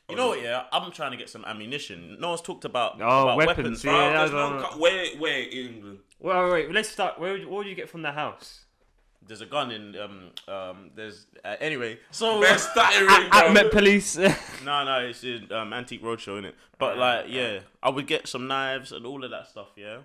S3: Oh,
S2: You know what? Yeah, I'm trying to get some ammunition. No one's talked about,
S1: Oh,
S2: about
S1: weapons,
S2: weapons.
S1: yeah.
S3: Bro,
S1: that
S3: there's
S1: was
S3: no,
S1: on-
S3: cu- where, where
S1: (laughs)
S3: in England?
S1: Well, wait, wait, let's start. Where, would- what do you get from the house?
S2: There's a gun in um um. There's uh, anyway. So
S3: Best that area, bro.
S1: Met police.
S2: No, no, it's in um, Antique Roadshow, innit? But, like, yeah, I would get some knives and all of that stuff, yeah?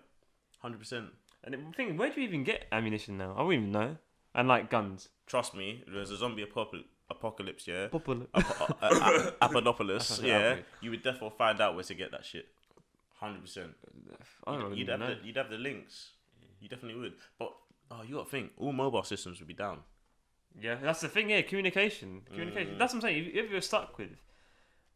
S2: 100%.
S1: and I'm thinking, where do you even get ammunition now? I wouldn't even know. And like guns.
S2: Trust me, there's a zombie apocalypse, apocalypse yeah?
S1: Popol-
S2: Ap- uh, uh, Apanopolis,
S1: Apanopolis.
S2: yeah? You would definitely find out where to get that shit. 100%.
S1: I don't even
S2: You'd have,
S1: know.
S2: the, you'd have the links. You definitely would. But, oh, you gotta think, all mobile systems would be down.
S1: Yeah, that's the thing. Yeah, communication, communication. That's what I'm saying. If, if you're stuck with,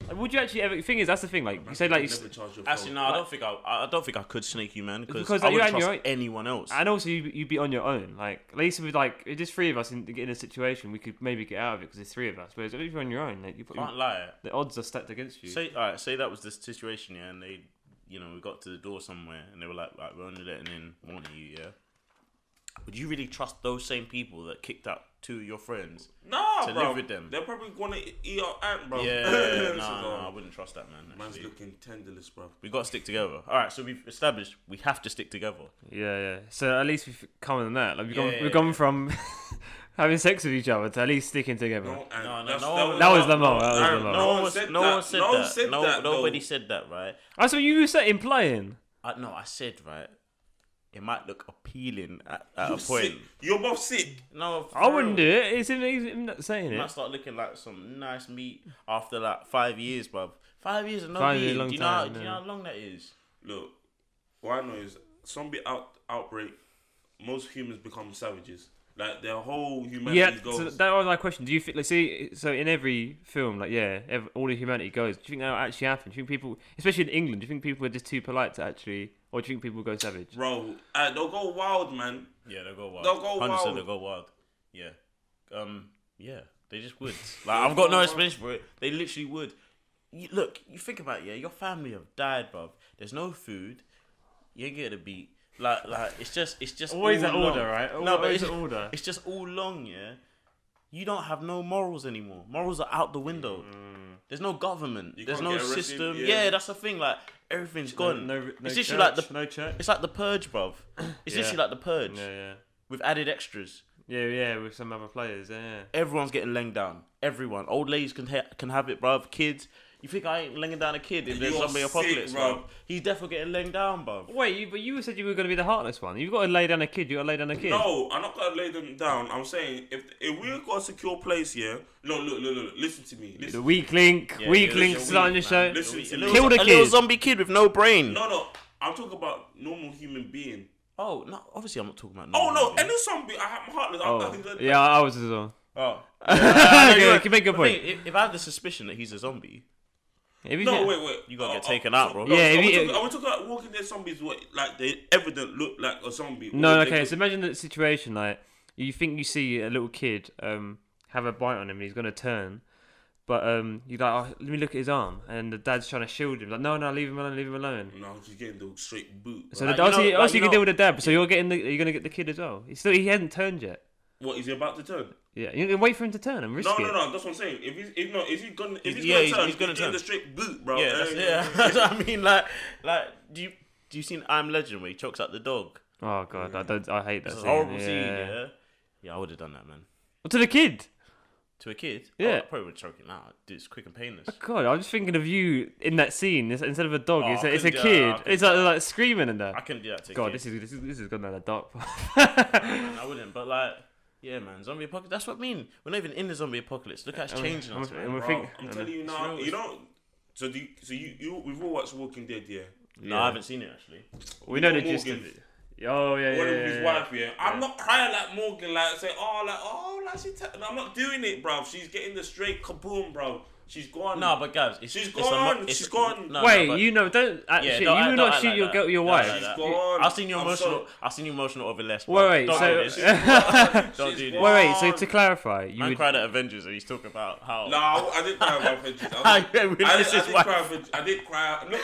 S1: like, would you actually ever? The thing is, that's the thing. Like you say, like,
S3: never charge your
S2: Actually,
S3: phone.
S2: no, I don't think I, I don't think I could snake you, man, because
S1: Because
S2: I
S1: you
S2: wouldn't
S1: and
S2: trust
S1: your-
S2: anyone else.
S1: and also you you'd be on your own. Like at least with like if just three of us in in a situation, we could maybe get out of it because there's three of us. Whereas if you're on your own, like, you put,
S2: Can't lie.
S1: the odds are stacked against you.
S2: Say, all right, say that was the situation, yeah, and they, you know, we got to the door somewhere, and they were like, right, we're only letting in one of you, yeah. Would you really trust those same people that kicked out two of your friends?
S3: Nah,
S2: to
S3: bro.
S2: live with them.
S3: They're probably gonna eat our aunt, bro. (laughs)
S2: Yeah,
S3: So,
S2: nah, nah, I
S3: bro,
S2: wouldn't trust that man.
S3: Man's
S2: actually.
S3: looking tenderless, bro.
S2: We got to stick together. All right, so we've established we have to stick together.
S1: Yeah, yeah. So at least we've come on that. Like we've
S2: Yeah,
S1: gone,
S2: yeah,
S1: we've gone from (laughs) having sex with each other to at least sticking together.
S3: No, aunt.
S2: no,
S3: That's-
S2: no,
S1: that was
S3: no,
S1: Lamar. That was
S3: no,
S1: Lamar.
S2: No, one was,
S3: said
S2: no
S3: that.
S2: one said
S3: no
S2: that.
S3: One said
S2: no,
S3: that, though.
S2: nobody said that, right?
S1: That's what you were saying, implying.
S2: I, no, I said right. It might look appealing at, at a
S3: You're
S2: point.
S3: sick. You're both sick.
S2: No, for
S1: I wouldn't
S2: real.
S1: do it. It's him, he's him not saying
S2: You
S1: it.
S2: might start looking like some nice meat after like five years, bruv. Five years of no
S1: Five
S2: meat.
S1: years, long
S2: do you know, how,
S1: time,
S2: do you
S1: yeah.
S2: know how long that is?
S3: Look, what I know is zombie out outbreak. Most humans become savages. Like their whole humanity
S1: Yeah,
S3: goes.
S1: so that was my question. Do you think, like, see, so in every film, like, yeah, ev all of humanity goes. Do you think that will actually happen? Do you think people, especially in England, do you think people are just too polite to actually, or do you think people go savage?
S3: Bro, uh, they'll go wild, man.
S2: Yeah, they'll go wild.
S3: They'll go
S2: 100%
S3: wild.
S2: They'll go wild. Yeah. Um. Yeah. They just
S3: (laughs)
S2: would. Like I've got no
S3: go
S2: explanation for it. They literally would. You, look, you think about it, yeah. Your family have died, bruv. There's no food. You ain't getting a beat. Like, like it's just, it's just
S1: Always
S2: all
S1: an order,
S2: long.
S1: right?
S2: no, but
S1: Always
S2: it's,
S1: an order.
S2: It's just all long, yeah. You don't have no morals anymore. Morals are out the window.
S1: Mm.
S2: The's no government.
S3: You
S2: There's
S3: can't
S2: no
S3: get arrested,
S2: system.
S3: yeah.
S2: Yeah. that's the thing. Like everything's gone.
S1: No, no, no
S2: it's
S1: church,
S2: literally like the
S1: no church.
S2: it's like the purge, bruv. It's
S1: Yeah.
S2: literally like the purge
S1: Yeah, yeah.
S2: with added extras.
S1: Yeah, yeah, with some other players, yeah. yeah.
S2: Everyone's getting lenged down. Everyone, old ladies can ha- can have it, bruv. Kids, you think I ain't lenging down a kid in the
S3: You're
S2: zombie
S3: sick,
S2: apocalypse,
S3: bruv.
S2: bruv? He's definitely getting lenged down, bruv.
S1: Wait, you, but you said you were going to be the heartless one. You've got to lay down a kid. You got to lay down a kid.
S3: No, I'm not gonna lay them down. I'm saying if if we got a secure place here, no, look, look, look, look, listen to me.
S1: The
S3: Listen,
S1: weak link.
S2: Yeah,
S1: weak
S2: you're
S1: link.
S2: just a
S1: Sit on your
S2: weak
S1: show.
S2: man.
S3: Listen
S2: You're
S3: to
S2: a
S3: me.
S2: little-
S1: Kill the
S2: A little
S1: kid.
S2: zombie kid with no brain.
S3: no, no, I'm talking about normal human being.
S2: Oh no! Obviously, I'm not talking about.
S3: Oh no,
S2: normal
S3: any zombie, I have my heartless.
S1: (laughs) Oh,
S3: I'm,
S1: yeah, I was as well.
S2: people. Oh.
S1: (laughs) okay,
S2: Yeah,
S1: you make your
S2: but
S1: point.
S2: think, if, if I have the suspicion that he's a zombie,
S1: If you
S3: No,
S1: get-
S3: wait, wait.
S2: You gotta get
S3: Oh,
S2: taken
S3: oh,
S2: out,
S3: so-
S2: bro.
S3: No,
S1: Yeah,
S3: yeah,
S1: if
S3: are, we
S1: you-
S3: talking, are we talking about walking dead zombies? What, like they evident look like a zombie? or
S1: No,
S3: they
S1: okay.
S3: could-
S1: So imagine that situation. Like you think you see a little kid um, have a bite on him, and he's gonna turn, but um, you're like, oh, let me look at his arm, and the dad's trying to shield him. Like, no, no, leave him alone, leave him alone.
S3: no, he's getting the straight boot.
S1: So
S2: Like,
S1: the,
S2: you
S1: also,
S2: know-
S1: you-
S2: like,
S1: also
S2: you
S1: you can
S2: know-
S1: deal with the dad. So you're getting the, you're gonna get the kid as well. He's still he hasn't turned yet.
S3: what is he about to turn?
S1: Yeah, you can wait for him to turn and risk
S3: No,
S1: it.
S3: no, no. That's what I'm saying. If he's if no, if he's gonna if he's
S2: yeah,
S3: gonna
S2: he's-
S3: turn,
S2: he's gonna
S3: getting
S2: turn.
S3: the straight boot, bro.
S2: yeah, that's, yeah. (laughs) That's what I mean, like, like, do you do you seen I'm Legend where he chokes out the dog?
S1: Oh god, I don't. I hate that.
S2: It's a
S1: Scene.
S2: horrible
S1: yeah.
S2: scene. Yeah, yeah, I would have done that, man.
S1: Well, to the kid.
S2: To a kid, Oh,
S1: Yeah.
S2: I probably would choke him out. Dude, it's quick and painless.
S1: God, I'm just thinking of you in that scene. It's- Instead of a dog,
S2: Oh,
S1: it's,
S2: I
S1: a, it's a
S2: couldn't do that. I
S1: kid.
S2: couldn't
S1: It's like, like screaming and
S2: I
S1: that.
S2: couldn't do that to a
S1: God,
S2: kid.
S1: this is this is this is gone down a dark path. (laughs)
S2: Man, I wouldn't, but like, yeah, man, zombie apocalypse. That's what I mean. We're not even in the zombie apocalypse. Look how it's changing
S1: I'm-
S2: us, man.
S1: I'm-
S3: Bro,
S1: think-
S3: I'm telling you
S2: it's
S3: now.
S2: real.
S3: You know, so do you, so you you we've all watched Walking Dead, yeah.
S2: No, I haven't seen it actually.
S1: We know the
S3: Morgan.
S1: gist of it. Oh yeah, yeah,
S3: One of
S1: yeah,
S3: his
S1: yeah.
S3: wife, yeah. I'm not crying like Morgan, like say, oh, like oh, like she. Ta-. No, I'm not doing it, bro. She's getting the straight kaboom, bro. She's gone.
S2: No, but guys, it's,
S3: She's
S2: it's
S3: gone,
S2: A, mo- it's,
S3: she's gone.
S2: No, no,
S1: Wait,
S2: but-
S1: you know, don't act
S2: Yeah,
S1: shit.
S2: don't
S1: you
S2: act-
S1: will
S2: don't
S1: not
S2: act
S1: shoot
S2: like
S1: your
S2: that.
S1: girl, your
S2: Don't
S1: wife.
S2: act like that.
S3: She's gone.
S2: I've seen you
S3: I'm
S2: emotional.
S3: sorry.
S2: I've seen you emotional over less.
S1: Wait, wait,
S2: Don't
S1: so-
S2: do this.
S3: She's
S2: Man
S3: gone.
S2: Don't
S3: She's
S2: do this.
S1: (laughs)
S3: gone.
S1: Wait, wait. So to clarify, you would.
S2: cried at Avengers and he's talking about how.
S3: No, I I didn't cry about Avengers.
S1: (laughs)
S2: I
S3: I, was-
S2: agree with
S3: I,
S2: this
S3: did, I
S2: is
S3: did
S2: why.
S3: cry. For, I did cry. Look,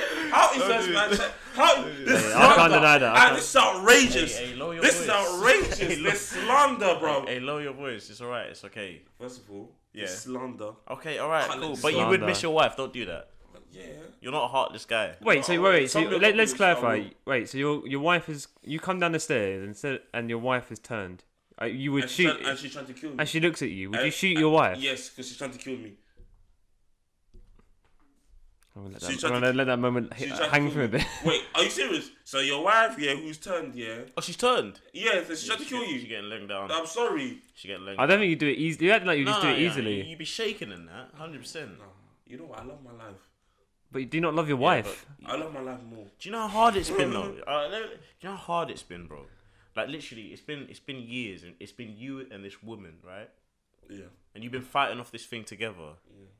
S1: (laughs)
S3: how is
S2: Don't
S3: this
S2: do
S3: man?
S2: this.
S3: How this is
S1: I can't
S3: slander.
S1: deny that, I
S3: Ah,
S1: can't-
S3: this is outrageous.
S2: Hey, hey, lower your
S1: (laughs)
S3: this is
S2: voice.
S3: outrageous.
S2: Hey, lower-
S3: this slander, bro.
S2: Hey, lower your voice. It's alright. It's okay.
S3: First of all,
S2: Yeah.
S3: it's slander.
S2: Okay, alright,
S3: Can't let
S2: cool.
S3: this
S2: But you
S1: go
S2: would
S1: on,
S2: miss
S1: though.
S2: your wife. Don't do that.
S3: But yeah.
S2: You're not a heartless guy.
S1: Wait, so
S3: No,
S1: wait, so
S3: some little
S1: let, let's
S3: things I
S1: clarify.
S3: will-
S1: Wait, so your your wife is you come down the stairs and said, and your wife is turned. Uh, You would
S3: And, she's
S1: shoot,
S3: trying, and she's trying to kill me.
S1: and she looks at you. Would you
S3: And-
S1: shoot
S3: and-
S1: your wife?
S3: Yes, because she's trying to kill me.
S1: I'm gonna let
S3: She
S1: that,
S3: tried
S1: I'm
S3: to-
S1: gonna let that moment hi-
S3: She's trying to
S1: hang
S3: kill
S1: for a
S3: me.
S1: bit.
S3: Wait, are you serious? So your wife, yeah, who's turned, yeah,
S2: Oh, she's turned.
S3: yeah, so she's trying to kill
S2: She's
S3: you.
S2: getting linked down.
S3: I'm sorry.
S2: She's getting
S1: (laughs)
S2: linked.
S1: I don't think you do it easily. You act like you just do it easily,
S2: You'd be shaking in that, hundred percent.
S3: No, you know what? I love my life.
S1: but you do not love your wife.
S3: I love my life more.
S2: Do you know how hard it's been
S3: (laughs)
S2: though? Uh, do you know how hard it's been, bro? Like literally, it's been it's been years, and it's been you and this woman, right?
S3: Yeah.
S2: And you've been fighting off this thing together.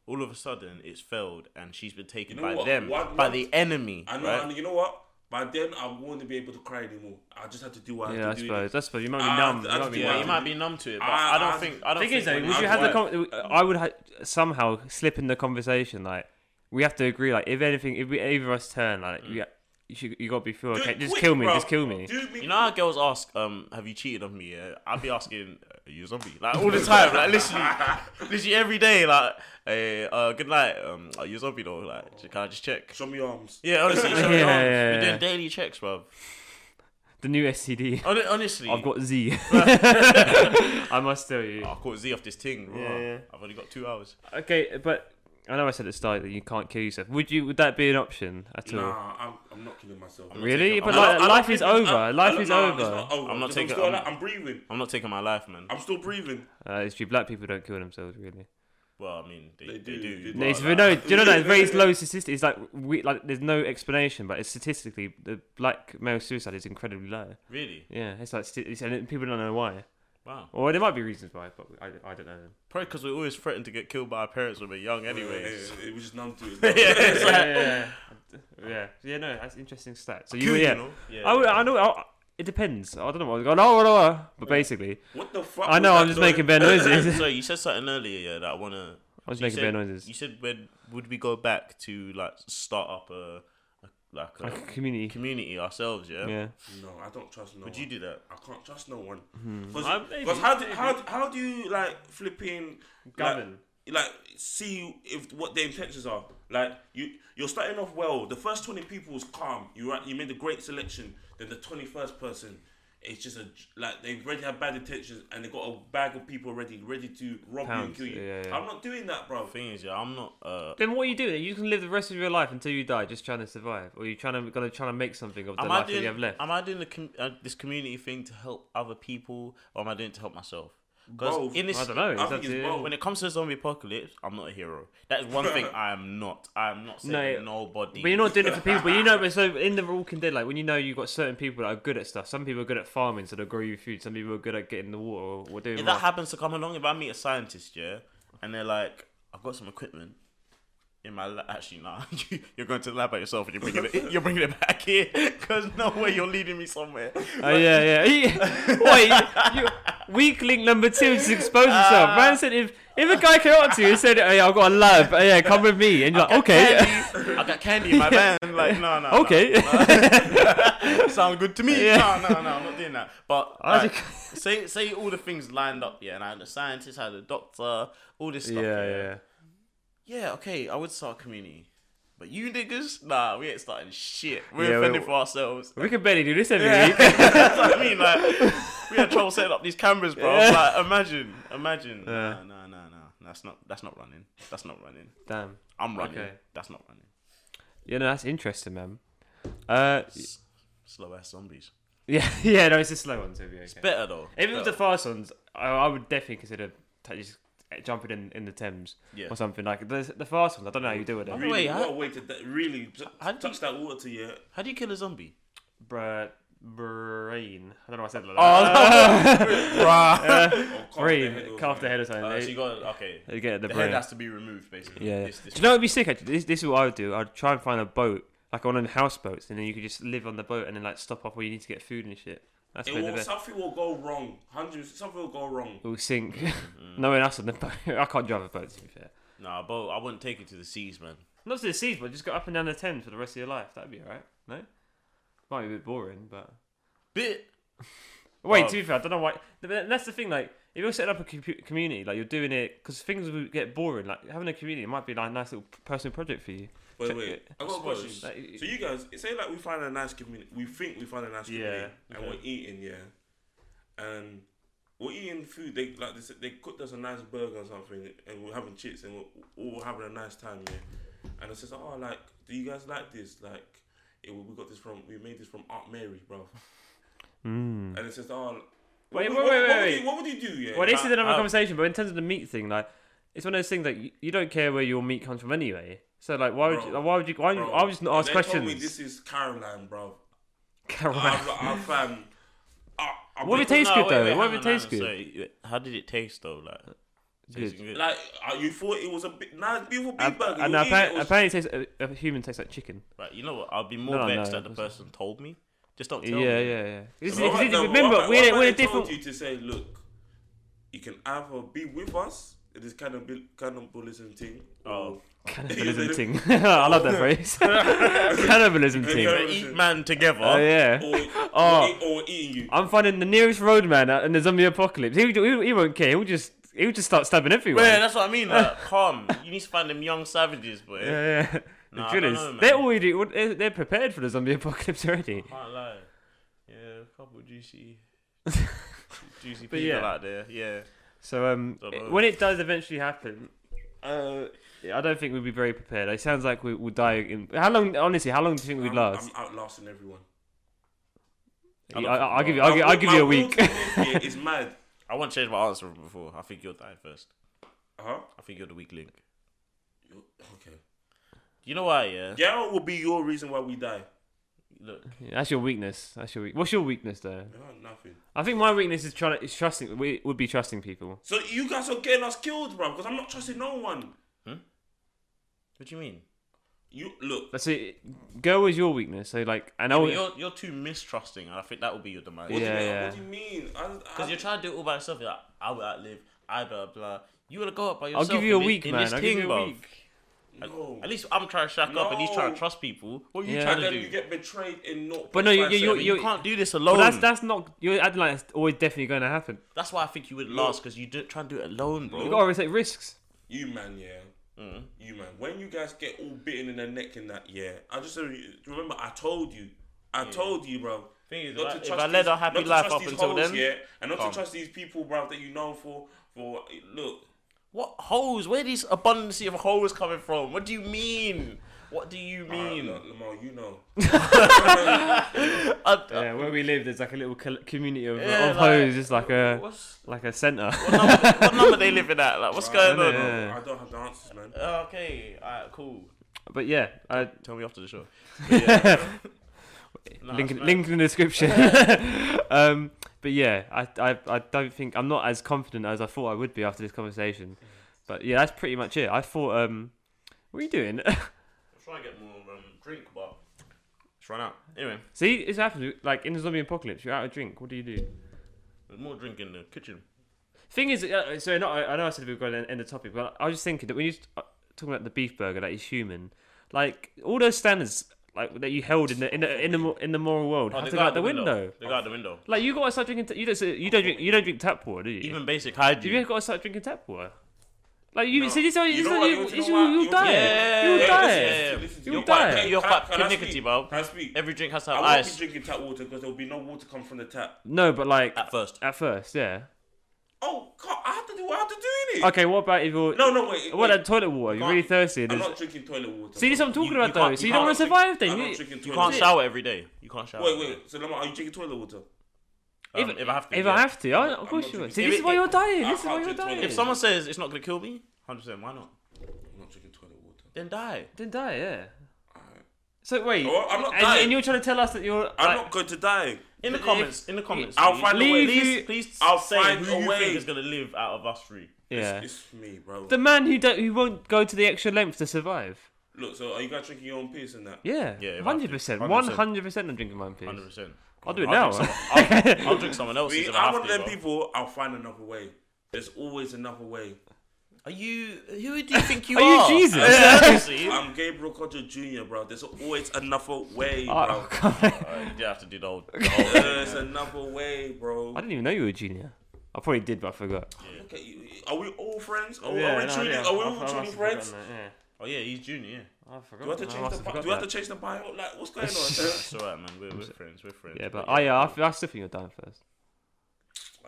S2: All of a sudden, it's failed, and she's been taken
S3: You know
S2: by
S3: what?
S2: them,
S3: What-
S2: by
S3: what-
S2: the enemy,
S3: I know,
S2: right?
S3: and you know what? By then, I won't be able to cry anymore. I just have to do what I
S1: Yeah, I
S3: have to do.
S1: suppose. I suppose you might be
S3: Ah,
S1: numb.
S3: that's
S1: You might be
S3: the
S2: Yeah,
S1: numb.
S2: you might be numb to it, but I,
S3: I-
S2: don't
S3: I-
S2: think I don't
S1: thing
S2: think
S1: is, though,
S2: when
S1: would
S2: you-
S1: you have the
S3: I'd
S1: con- I would ha- somehow slip in the conversation like we have to agree like if anything if we either of us turn like we, you should, you gotta be feel
S3: Mm. Do
S1: okay
S3: it
S1: just
S3: quick,
S1: kill me
S3: bro.
S1: just kill me
S3: Do me. (laughs)
S2: You know how girls ask, um, have you cheated on me? Yeah? I'd be asking, are you a zombie? Like all the time, like
S3: (laughs)
S2: literally, literally every day, like, hey, uh, good night, um, are you a zombie though? Like, j- can I just check?
S3: Show me your arms.
S2: Yeah, honestly, yeah,
S1: (laughs) Yeah,
S2: yeah,
S1: yeah,
S2: We're
S1: yeah.
S2: doing daily checks, bruv.
S1: the new STD
S2: Hon-
S1: (laughs)
S2: Honestly, oh,
S1: I've got Z
S3: (laughs)
S1: I must tell you
S2: I caught Z off this thing. bruh.
S1: Yeah, yeah.
S2: I've only got two hours.
S1: okay but I know I said at the start that you can't kill yourself would you would that be an option at all
S3: Nah, I'm, I'm not killing myself.
S2: I'm
S1: really
S2: taking-
S1: but
S2: I'm
S1: like,
S3: I don't
S1: life
S3: think
S1: is
S3: it's-
S1: over
S3: I- I
S1: life
S3: don't-
S1: is
S3: nah,
S1: over
S3: It's not over.
S2: I'm not
S3: because
S2: taking-
S3: I'm, still
S2: I'm-
S3: alive. I'm breathing.
S2: I'm not taking my life, man.
S3: I'm still breathing.
S1: uh, it's true black people don't kill themselves really
S2: Well, I mean, they, they,
S3: They
S2: do.
S3: do, they do.
S1: No,
S2: but,
S1: it's
S2: like,
S1: no, do you know that it's (laughs) very low statistic. It's like we like there's no explanation, but it's statistically the black male suicide is incredibly low.
S2: Really?
S1: Yeah, it's like sti- it's, and people don't know why,
S2: Wow.
S1: or there might be reasons why, but I, I don't know. Them.
S2: Probably because we always threatened to get killed by our parents when we we're young, anyways.
S3: it was just numb to it.
S1: (laughs)
S2: yeah, (laughs) it's like,
S1: (laughs) yeah, yeah, (laughs) yeah. Yeah, No, that's interesting stat. So you,
S2: Cool,
S1: yeah,
S2: know? yeah.
S1: I, would- I know. I, it depends. I don't know what I'm going. Oh, oh, oh. but basically,
S3: What the fuck?
S1: I
S3: was
S1: know
S3: that
S1: I'm just
S3: noise?
S1: making (laughs) bare noises.
S2: (laughs) so you said something earlier yeah, that I wanna.
S1: I was
S2: you
S1: making
S2: said,
S1: bare noises. (laughs)
S2: You said when would we go back to like start up a, a like a
S1: Like a community.
S2: community ourselves? Yeah?
S1: Yeah.
S3: No, I don't trust no
S2: Would
S3: one.
S2: you do that?
S3: I can't trust no one.
S1: Uh,
S3: Because
S1: maybe,
S3: how, do,
S1: maybe.
S3: how, how do you like flipping like-
S1: Govern.
S3: Like, see if what their intentions are. Like you, you're starting off well. The first twenty people was calm. You ra- you made a great selection. Then the twenty first person, it's just a j- like they already have bad intentions and they got a bag of people already ready to rob
S1: Pounds,
S3: you and kill you.
S1: yeah, yeah.
S3: I'm not doing that, bro.
S2: The thing is, yeah, I'm not. Uh,
S1: Then what are you doing? You can live the rest of your life until you die, just trying to survive, or you're trying to gonna try to make something of the
S2: am I
S1: life that
S2: doing?
S1: you have left.
S2: Am I doing the com- uh, this community thing to help other people, or am I doing it to help myself? 'Cause
S3: Both.
S2: in this,
S1: I don't know.
S3: I
S1: It's up
S3: think
S1: to
S3: it's
S1: you.
S3: both.
S2: When it comes to the zombie apocalypse, I'm not a hero. That is one thing I am not. I am not saving nobody.
S1: But you're not doing it for people. But you know, but so in the Walking Dead, like when you know you've got certain people that are good at stuff. Some people are good at farming, so they'll grow you food. Some people are good at getting the water or, or doing.
S2: If
S1: work.
S2: that happens to come along, if I meet a scientist, yeah, and they're like, I've got some equipment in my lab. Actually, nah, (laughs) you, you're going to the lab by yourself and you're bringing it, you're bringing it back here because no way you're leading
S1: (laughs)
S2: me somewhere.
S1: oh yeah, (laughs) yeah. He- Wait, you, weak link number two to expose yourself. Man said if if a guy came up to you and said, "Hey, I've got a lab. Hey, yeah, come with me," and you're like,
S2: (laughs)
S1: "Okay,
S2: Candy, I got candy
S1: (laughs)
S2: in my van. Like, no, no. no.
S1: okay."
S2: (laughs) Sound good to me.
S1: Yeah.
S2: No, no, no, I'm not doing that. But
S1: I
S2: like,
S1: think-
S2: say say all the things lined up, yeah, and I had a scientist, I had a doctor, all this
S1: yeah,
S2: stuff.
S1: yeah.
S2: Yeah, okay, I would start a community. But you niggas, nah, we ain't starting shit. We're
S1: Yeah,
S2: offended
S1: we-
S2: for ourselves.
S1: We (laughs) can barely do this every week.
S2: (laughs) That's what I mean. Like, we had trouble setting up these cameras, bro.
S1: Yeah.
S2: Like, imagine, imagine.
S1: Yeah.
S2: No, no, no, no. That's not. That's not running. That's not running.
S1: Damn.
S2: I'm running.
S1: Okay.
S2: That's not running.
S1: You know that's interesting, man. Uh, (laughs)
S2: S- slow ass zombies.
S1: yeah, yeah. No, it's a slow one, so it'll be okay.
S2: Better though.
S1: Even with the
S2: Better.
S1: fast ones, I, I would definitely consider t- just eh, jumping in, in the Thames
S2: Yeah.
S1: or something like the, the fast ones. I don't know how you do it,
S2: By
S1: then.
S2: the way,
S3: Really,
S2: how-
S3: what a way to d- really t-
S2: how do
S3: touch that water to you.
S2: How do you kill a zombie?
S1: bruh. brain. I don't know why I said it like
S2: Oh,
S1: that.
S3: Or
S1: Uh,
S3: cough the head
S1: (laughs) brain,
S3: or
S1: calf the
S3: something.
S1: head or something.
S2: uh,
S1: They-
S2: so you got okay.
S1: they get the
S2: The head
S1: brain.
S2: has to be removed, basically.
S1: Yeah.
S2: This- this-
S1: Do you know it'd be sick? Actually, this, this is what I would do. I'd try and find a boat, like one of them houseboats, and then you could just live on the boat and then like stop off where you need to get food and shit. That's
S3: It
S1: probably the
S3: will,
S1: best.
S3: something will go wrong. Hundreds. Something will go wrong.
S1: We'll sink. (laughs) Knowing us on the boat, I can't drive a boat. To be fair,
S2: Nah, but I wouldn't take it to the seas, man.
S1: not to the seas, but just go up and down the Thames for the rest of your life. That'd be alright. No, might be a bit boring, but
S2: Bit.
S1: Wait,
S2: Oh.
S1: to be fair, I don't know why. but that- That's the thing, like, if you're setting up a compu community, like, you're doing it because things will get boring. Like, having a community might be like a nice little p- personal project for you.
S3: Wait,
S1: Check
S3: wait.
S1: it.
S3: I got a
S2: Suppose.
S3: question.
S1: Like,
S3: So you guys say like we find a nice community. We think we find a nice
S1: Yeah,
S3: community, and
S1: okay.
S3: we're eating, yeah, and we're eating food. They like they, said- they cooked us a nice burger or something, and we're having chips, and we're all having a nice time, yeah. And I says, oh, like, do you guys like this? Like, it, we got this from we made this from Aunt Mary, bro.
S1: mm.
S3: And it says, oh.
S1: Wait,
S3: what,
S1: wait, wait,
S3: what- what
S1: wait,
S3: would
S1: wait.
S3: You, what would you do? Yeah.
S1: Well, this is
S2: I-
S1: another
S3: uh,
S2: I-
S1: conversation, but in terms of the meat thing, like, it's one of those things that you, you don't care where your meat comes from anyway. So, like, why would
S3: Bro,
S1: you, like, why would you, why would you,
S3: Bro,
S1: I was just not ask
S3: they
S1: questions.
S3: Told
S1: (laughs)
S3: me this is Caroline, bro.
S1: Caroline.
S3: (laughs) I'm, I'm, fam. um, I, I,
S1: What if it tastes
S2: No,
S1: good,
S2: wait,
S1: though?
S2: wait,
S1: what if
S2: hang
S1: it
S2: on,
S1: tastes
S2: hang
S1: good?
S2: on. So, how did it taste though? Like, tasting good?
S3: Like uh, you thought it was a big, nice, beautiful big
S1: And,
S3: burger.
S1: and
S3: you
S1: apparently,
S3: eat it, it was-
S1: apparently it tastes, a, a human tastes like chicken.
S2: Right, you know what? I'll be more
S1: No, no,
S2: vexed
S1: no,
S2: that the
S1: that's
S2: person told me. Just don't tell
S1: yeah,
S2: me.
S1: yeah, yeah. This is,
S3: Well,
S1: this is-
S3: no, but
S1: remember,
S3: what
S1: we're, in a- we're in
S3: about-
S1: a
S3: what about
S1: different.
S3: they told you to say, look, you can either be with us in this cannibal, cannibalism thing. or- (laughs)
S2: Oh.
S1: Cannibalism ting. (laughs) I love that phrase. Cannibalism ting.
S2: We're gonna eat man together.
S1: Oh (laughs) yeah.
S3: Or, or,
S1: Oh.
S3: eat- or eating you.
S1: I'm finding the nearest roadman out in the zombie apocalypse. He, he, he won't care. He'll just he'll just start stabbing everyone.
S2: Man, that's what I mean. Like, calm. You need to find them young savages, boy.
S1: yeah, yeah. (laughs) The
S2: Nah, I don't
S1: drillers.
S2: know, man.
S1: they're already they're, they're prepared for the zombie (laughs) apocalypse already.
S2: Can't lie. Yeah, a couple
S1: (laughs)
S2: juicy, juicy people
S1: But yeah.
S2: out there. Yeah.
S1: So um,
S2: Don't know.
S1: when it does eventually happen, uh, I don't think we'll be very prepared. It sounds like we, we'll die. In, how long? Honestly, how long do you think we'd
S3: I'm,
S1: last?
S3: I'm outlasting everyone.
S1: i
S2: I'm-
S1: will give you. I'll,
S3: My
S1: give, I'll
S3: will-
S1: give
S3: my
S1: you a (laughs)
S3: will
S1: week.
S3: to live here is mad.
S2: I won't change my answer from before. I think you'll die first.
S3: Huh?
S2: I think you're the weak link.
S3: Okay.
S2: You know why? Yeah.
S3: Yeah, what will be your reason why we die?
S2: Look,
S1: That's your weakness. That's your. Weak. What's your weakness though?
S3: No, nothing.
S1: I think my weakness is trying to, is trusting we- would be trusting people.
S3: So you guys are getting us killed, bro, because I'm not trusting no one.
S2: what do you mean?
S3: You look.
S1: That's it. Go is your weakness. So like, and I
S2: But
S1: would,
S2: you're you're too mistrusting, and I think that will be your demise.
S3: What,
S1: Oh, Yeah,
S3: do, you,
S1: yeah.
S3: what do you mean? I, I,
S2: Because you're trying to do it all by yourself. You're like, I will outlive. I blah blah. You wanna go up by
S1: I'll
S2: yourself.
S1: give you a
S2: in thi-
S1: week,
S2: in
S1: man.
S2: This
S1: I'll
S2: thing,
S1: give you a
S2: bruv.
S1: week.
S3: no.
S2: At least I'm trying to shack up, and he's trying
S3: No.
S2: to trust people. What are you
S1: Yeah.
S2: trying
S3: and
S2: to
S3: then
S2: do?
S3: you get betrayed in not.
S1: But no, you- you-
S2: But you can't do this
S1: But
S2: alone.
S1: that's
S2: That's,
S1: that's not. You're acting like it's always definitely going to happen.
S2: why I think you would last because you do, try and do it alone, bro.
S1: You got to take risks.
S3: You man, yeah. You man, when you guys get all bitten in the neck in that, yeah. I just uh, remember I told you, I told you, bro.
S2: Thing is,
S3: not
S2: if I-
S3: to
S2: if
S3: trust
S2: I led
S3: these-
S2: a happy
S3: not to
S2: life
S3: trust
S2: up
S3: these
S2: until
S3: hoes,
S2: then,
S3: yeah, and not
S2: calm.
S3: to trust these people, bro, that you know for for look.
S2: What hoes? Where these abundance of hoes coming from? What do you mean? What do you
S1: Uh,
S2: mean?
S3: Uh, look, Lamar, you know.
S2: I- I-
S1: Yeah, where we live, there's like a little col- community of,
S2: Yeah,
S1: of
S2: like-
S1: hoes, just like a
S2: what's,
S1: like a centre.
S2: what, number, what number they living at? Like, what's going on? Uh,
S1: yeah.
S3: I don't have the answers, man.
S2: Okay, alright, cool.
S1: (laughs) but yeah, I,
S2: Tell me after the show.
S1: (laughs)
S2: Nah,
S1: link
S2: it's mad.
S1: link in the
S2: (laughs)
S1: description. (laughs) um, but yeah, I, I I don't think I'm not as confident as I thought I would be after this conversation. But yeah, that's pretty much it. I thought, um, what are you doing? (laughs)
S2: I'm trying to get more um, drink, but it's run out. Anyway,
S1: See, it's happened. Like in the zombie apocalypse, you're out of drink. What do you do?
S2: there's more drink in the kitchen.
S1: Thing is, uh, so not, I I know I said we were going to end the topic, but I was just thinking that when you're uh, talking about the beef burger, that is human, like all those standards like that you held in the in the in the, mo- in the moral
S2: Oh,
S1: world have to go out the window.
S2: They go out the window.
S1: Like you got to start drinking. T- you don't. say- You don't drink. You don't drink tap water, do you?
S2: Even basic hygiene.
S1: you got to start drinking tap water. Like you
S3: No.
S1: see, this is how-
S3: You
S1: this is
S3: know
S1: how
S3: what,
S1: you
S3: you- you
S1: this is
S3: know
S1: how
S3: what,
S1: you'll
S3: you-
S1: die.
S2: Yeah,
S1: You'll
S2: yeah,
S1: die.
S2: yeah, yeah.
S3: Listen to
S1: You'll
S3: me. Can-
S1: die.
S3: can-
S2: You're
S3: can-
S2: quite
S3: can I
S2: pernickety,
S3: speak?
S2: bro.
S3: Can I speak?
S2: Every drink has to
S3: I
S2: have
S3: won't be
S2: ice
S3: drinking tap water because there will be no water come from the tap.
S1: No, but like
S2: at first.
S1: at first, yeah.
S3: Oh, God, I have to do what I have to do in it.
S1: Okay, what about if you're
S3: No, no, wait.
S1: what
S3: wait.
S1: about toilet water? You're
S3: can't-
S1: really thirsty. and
S3: I'm
S1: there's-
S3: not drinking toilet water.
S1: See, this is
S3: bro.
S1: what I'm talking
S2: you
S1: about though.
S2: can't-
S1: So
S2: you
S1: you don't want to
S3: can't
S1: survive
S3: I'm
S1: then.
S3: not
S1: You-
S3: drinking
S2: You
S3: toilet
S2: can't
S3: water.
S2: shower every day. You can't shower.
S3: Wait,
S2: every day.
S3: wait. So, Lamar, are you drinking toilet water?
S2: Um, if I have to.
S1: If
S2: yeah.
S1: I have to, I,
S3: I'm
S1: of course
S3: not
S1: you would.
S3: drinking-
S1: See,
S3: If
S1: this is
S2: it-
S1: why you're dying.
S3: I
S1: This is why
S3: can't
S1: you're
S3: drink toilet.
S1: dying.
S2: If someone says it's not gonna kill me, hundred percent. Why not?
S3: I'm not drinking toilet water.
S2: Then die.
S1: then die, yeah. So wait,
S3: Oh, I'm not
S1: and,
S3: dying.
S1: and you're trying to tell us that you're
S3: I'm
S1: like,
S3: not going to die.
S2: In the comments, in the comments,
S3: I'll
S2: please-
S3: find a way.
S2: please,
S1: Leave you-
S2: please
S3: I'll
S2: say
S3: find
S2: who
S3: a
S2: you
S3: way.
S2: think is gonna live out of us three.
S1: Yeah.
S3: It's, it's me, bro.
S1: The man who don't who won't go to the extra length to survive.
S3: Look, so are you guys drinking your own piss and that?
S1: Yeah.
S2: Yeah, if I have to.
S1: Hundred percent.
S2: 100%.
S1: One hundred percent. I'm drinking my own piss.
S2: Hundred percent.
S1: I'll do it now.
S2: I'll
S1: (laughs)
S2: drink I'll, I'll drink someone else's.
S3: See,
S2: if I
S3: I'm
S2: have
S3: one of
S2: to,
S3: them
S2: bro.
S3: people. I'll find another way. There's always another way.
S2: Are you? Who do you think you
S1: Are
S2: are?
S1: you Jesus? (laughs)
S2: (laughs) Yeah, obviously.
S3: I'm Gabriel Codger Jr., bro. There's always another way,
S1: Oh, (laughs)
S3: bro.
S1: God.
S2: Uh, you do have to do the whole. The whole
S3: There's another way, bro.
S1: I didn't even know you were a junior. I probably did, but I forgot.
S3: Oh, Okay, are we all friends? Are, we- are we truly, are oh, we all truly friends?
S1: Yeah.
S2: oh yeah, he's junior. Yeah.
S1: I forgot.
S3: Do I have to change the bio? Do I have to change the bio? Like, what's
S1: (laughs)
S3: going on?
S2: It's alright, man. We're, we're friends. We're friends.
S1: Yeah, but I, yeah, I, f- I still think you're dying first.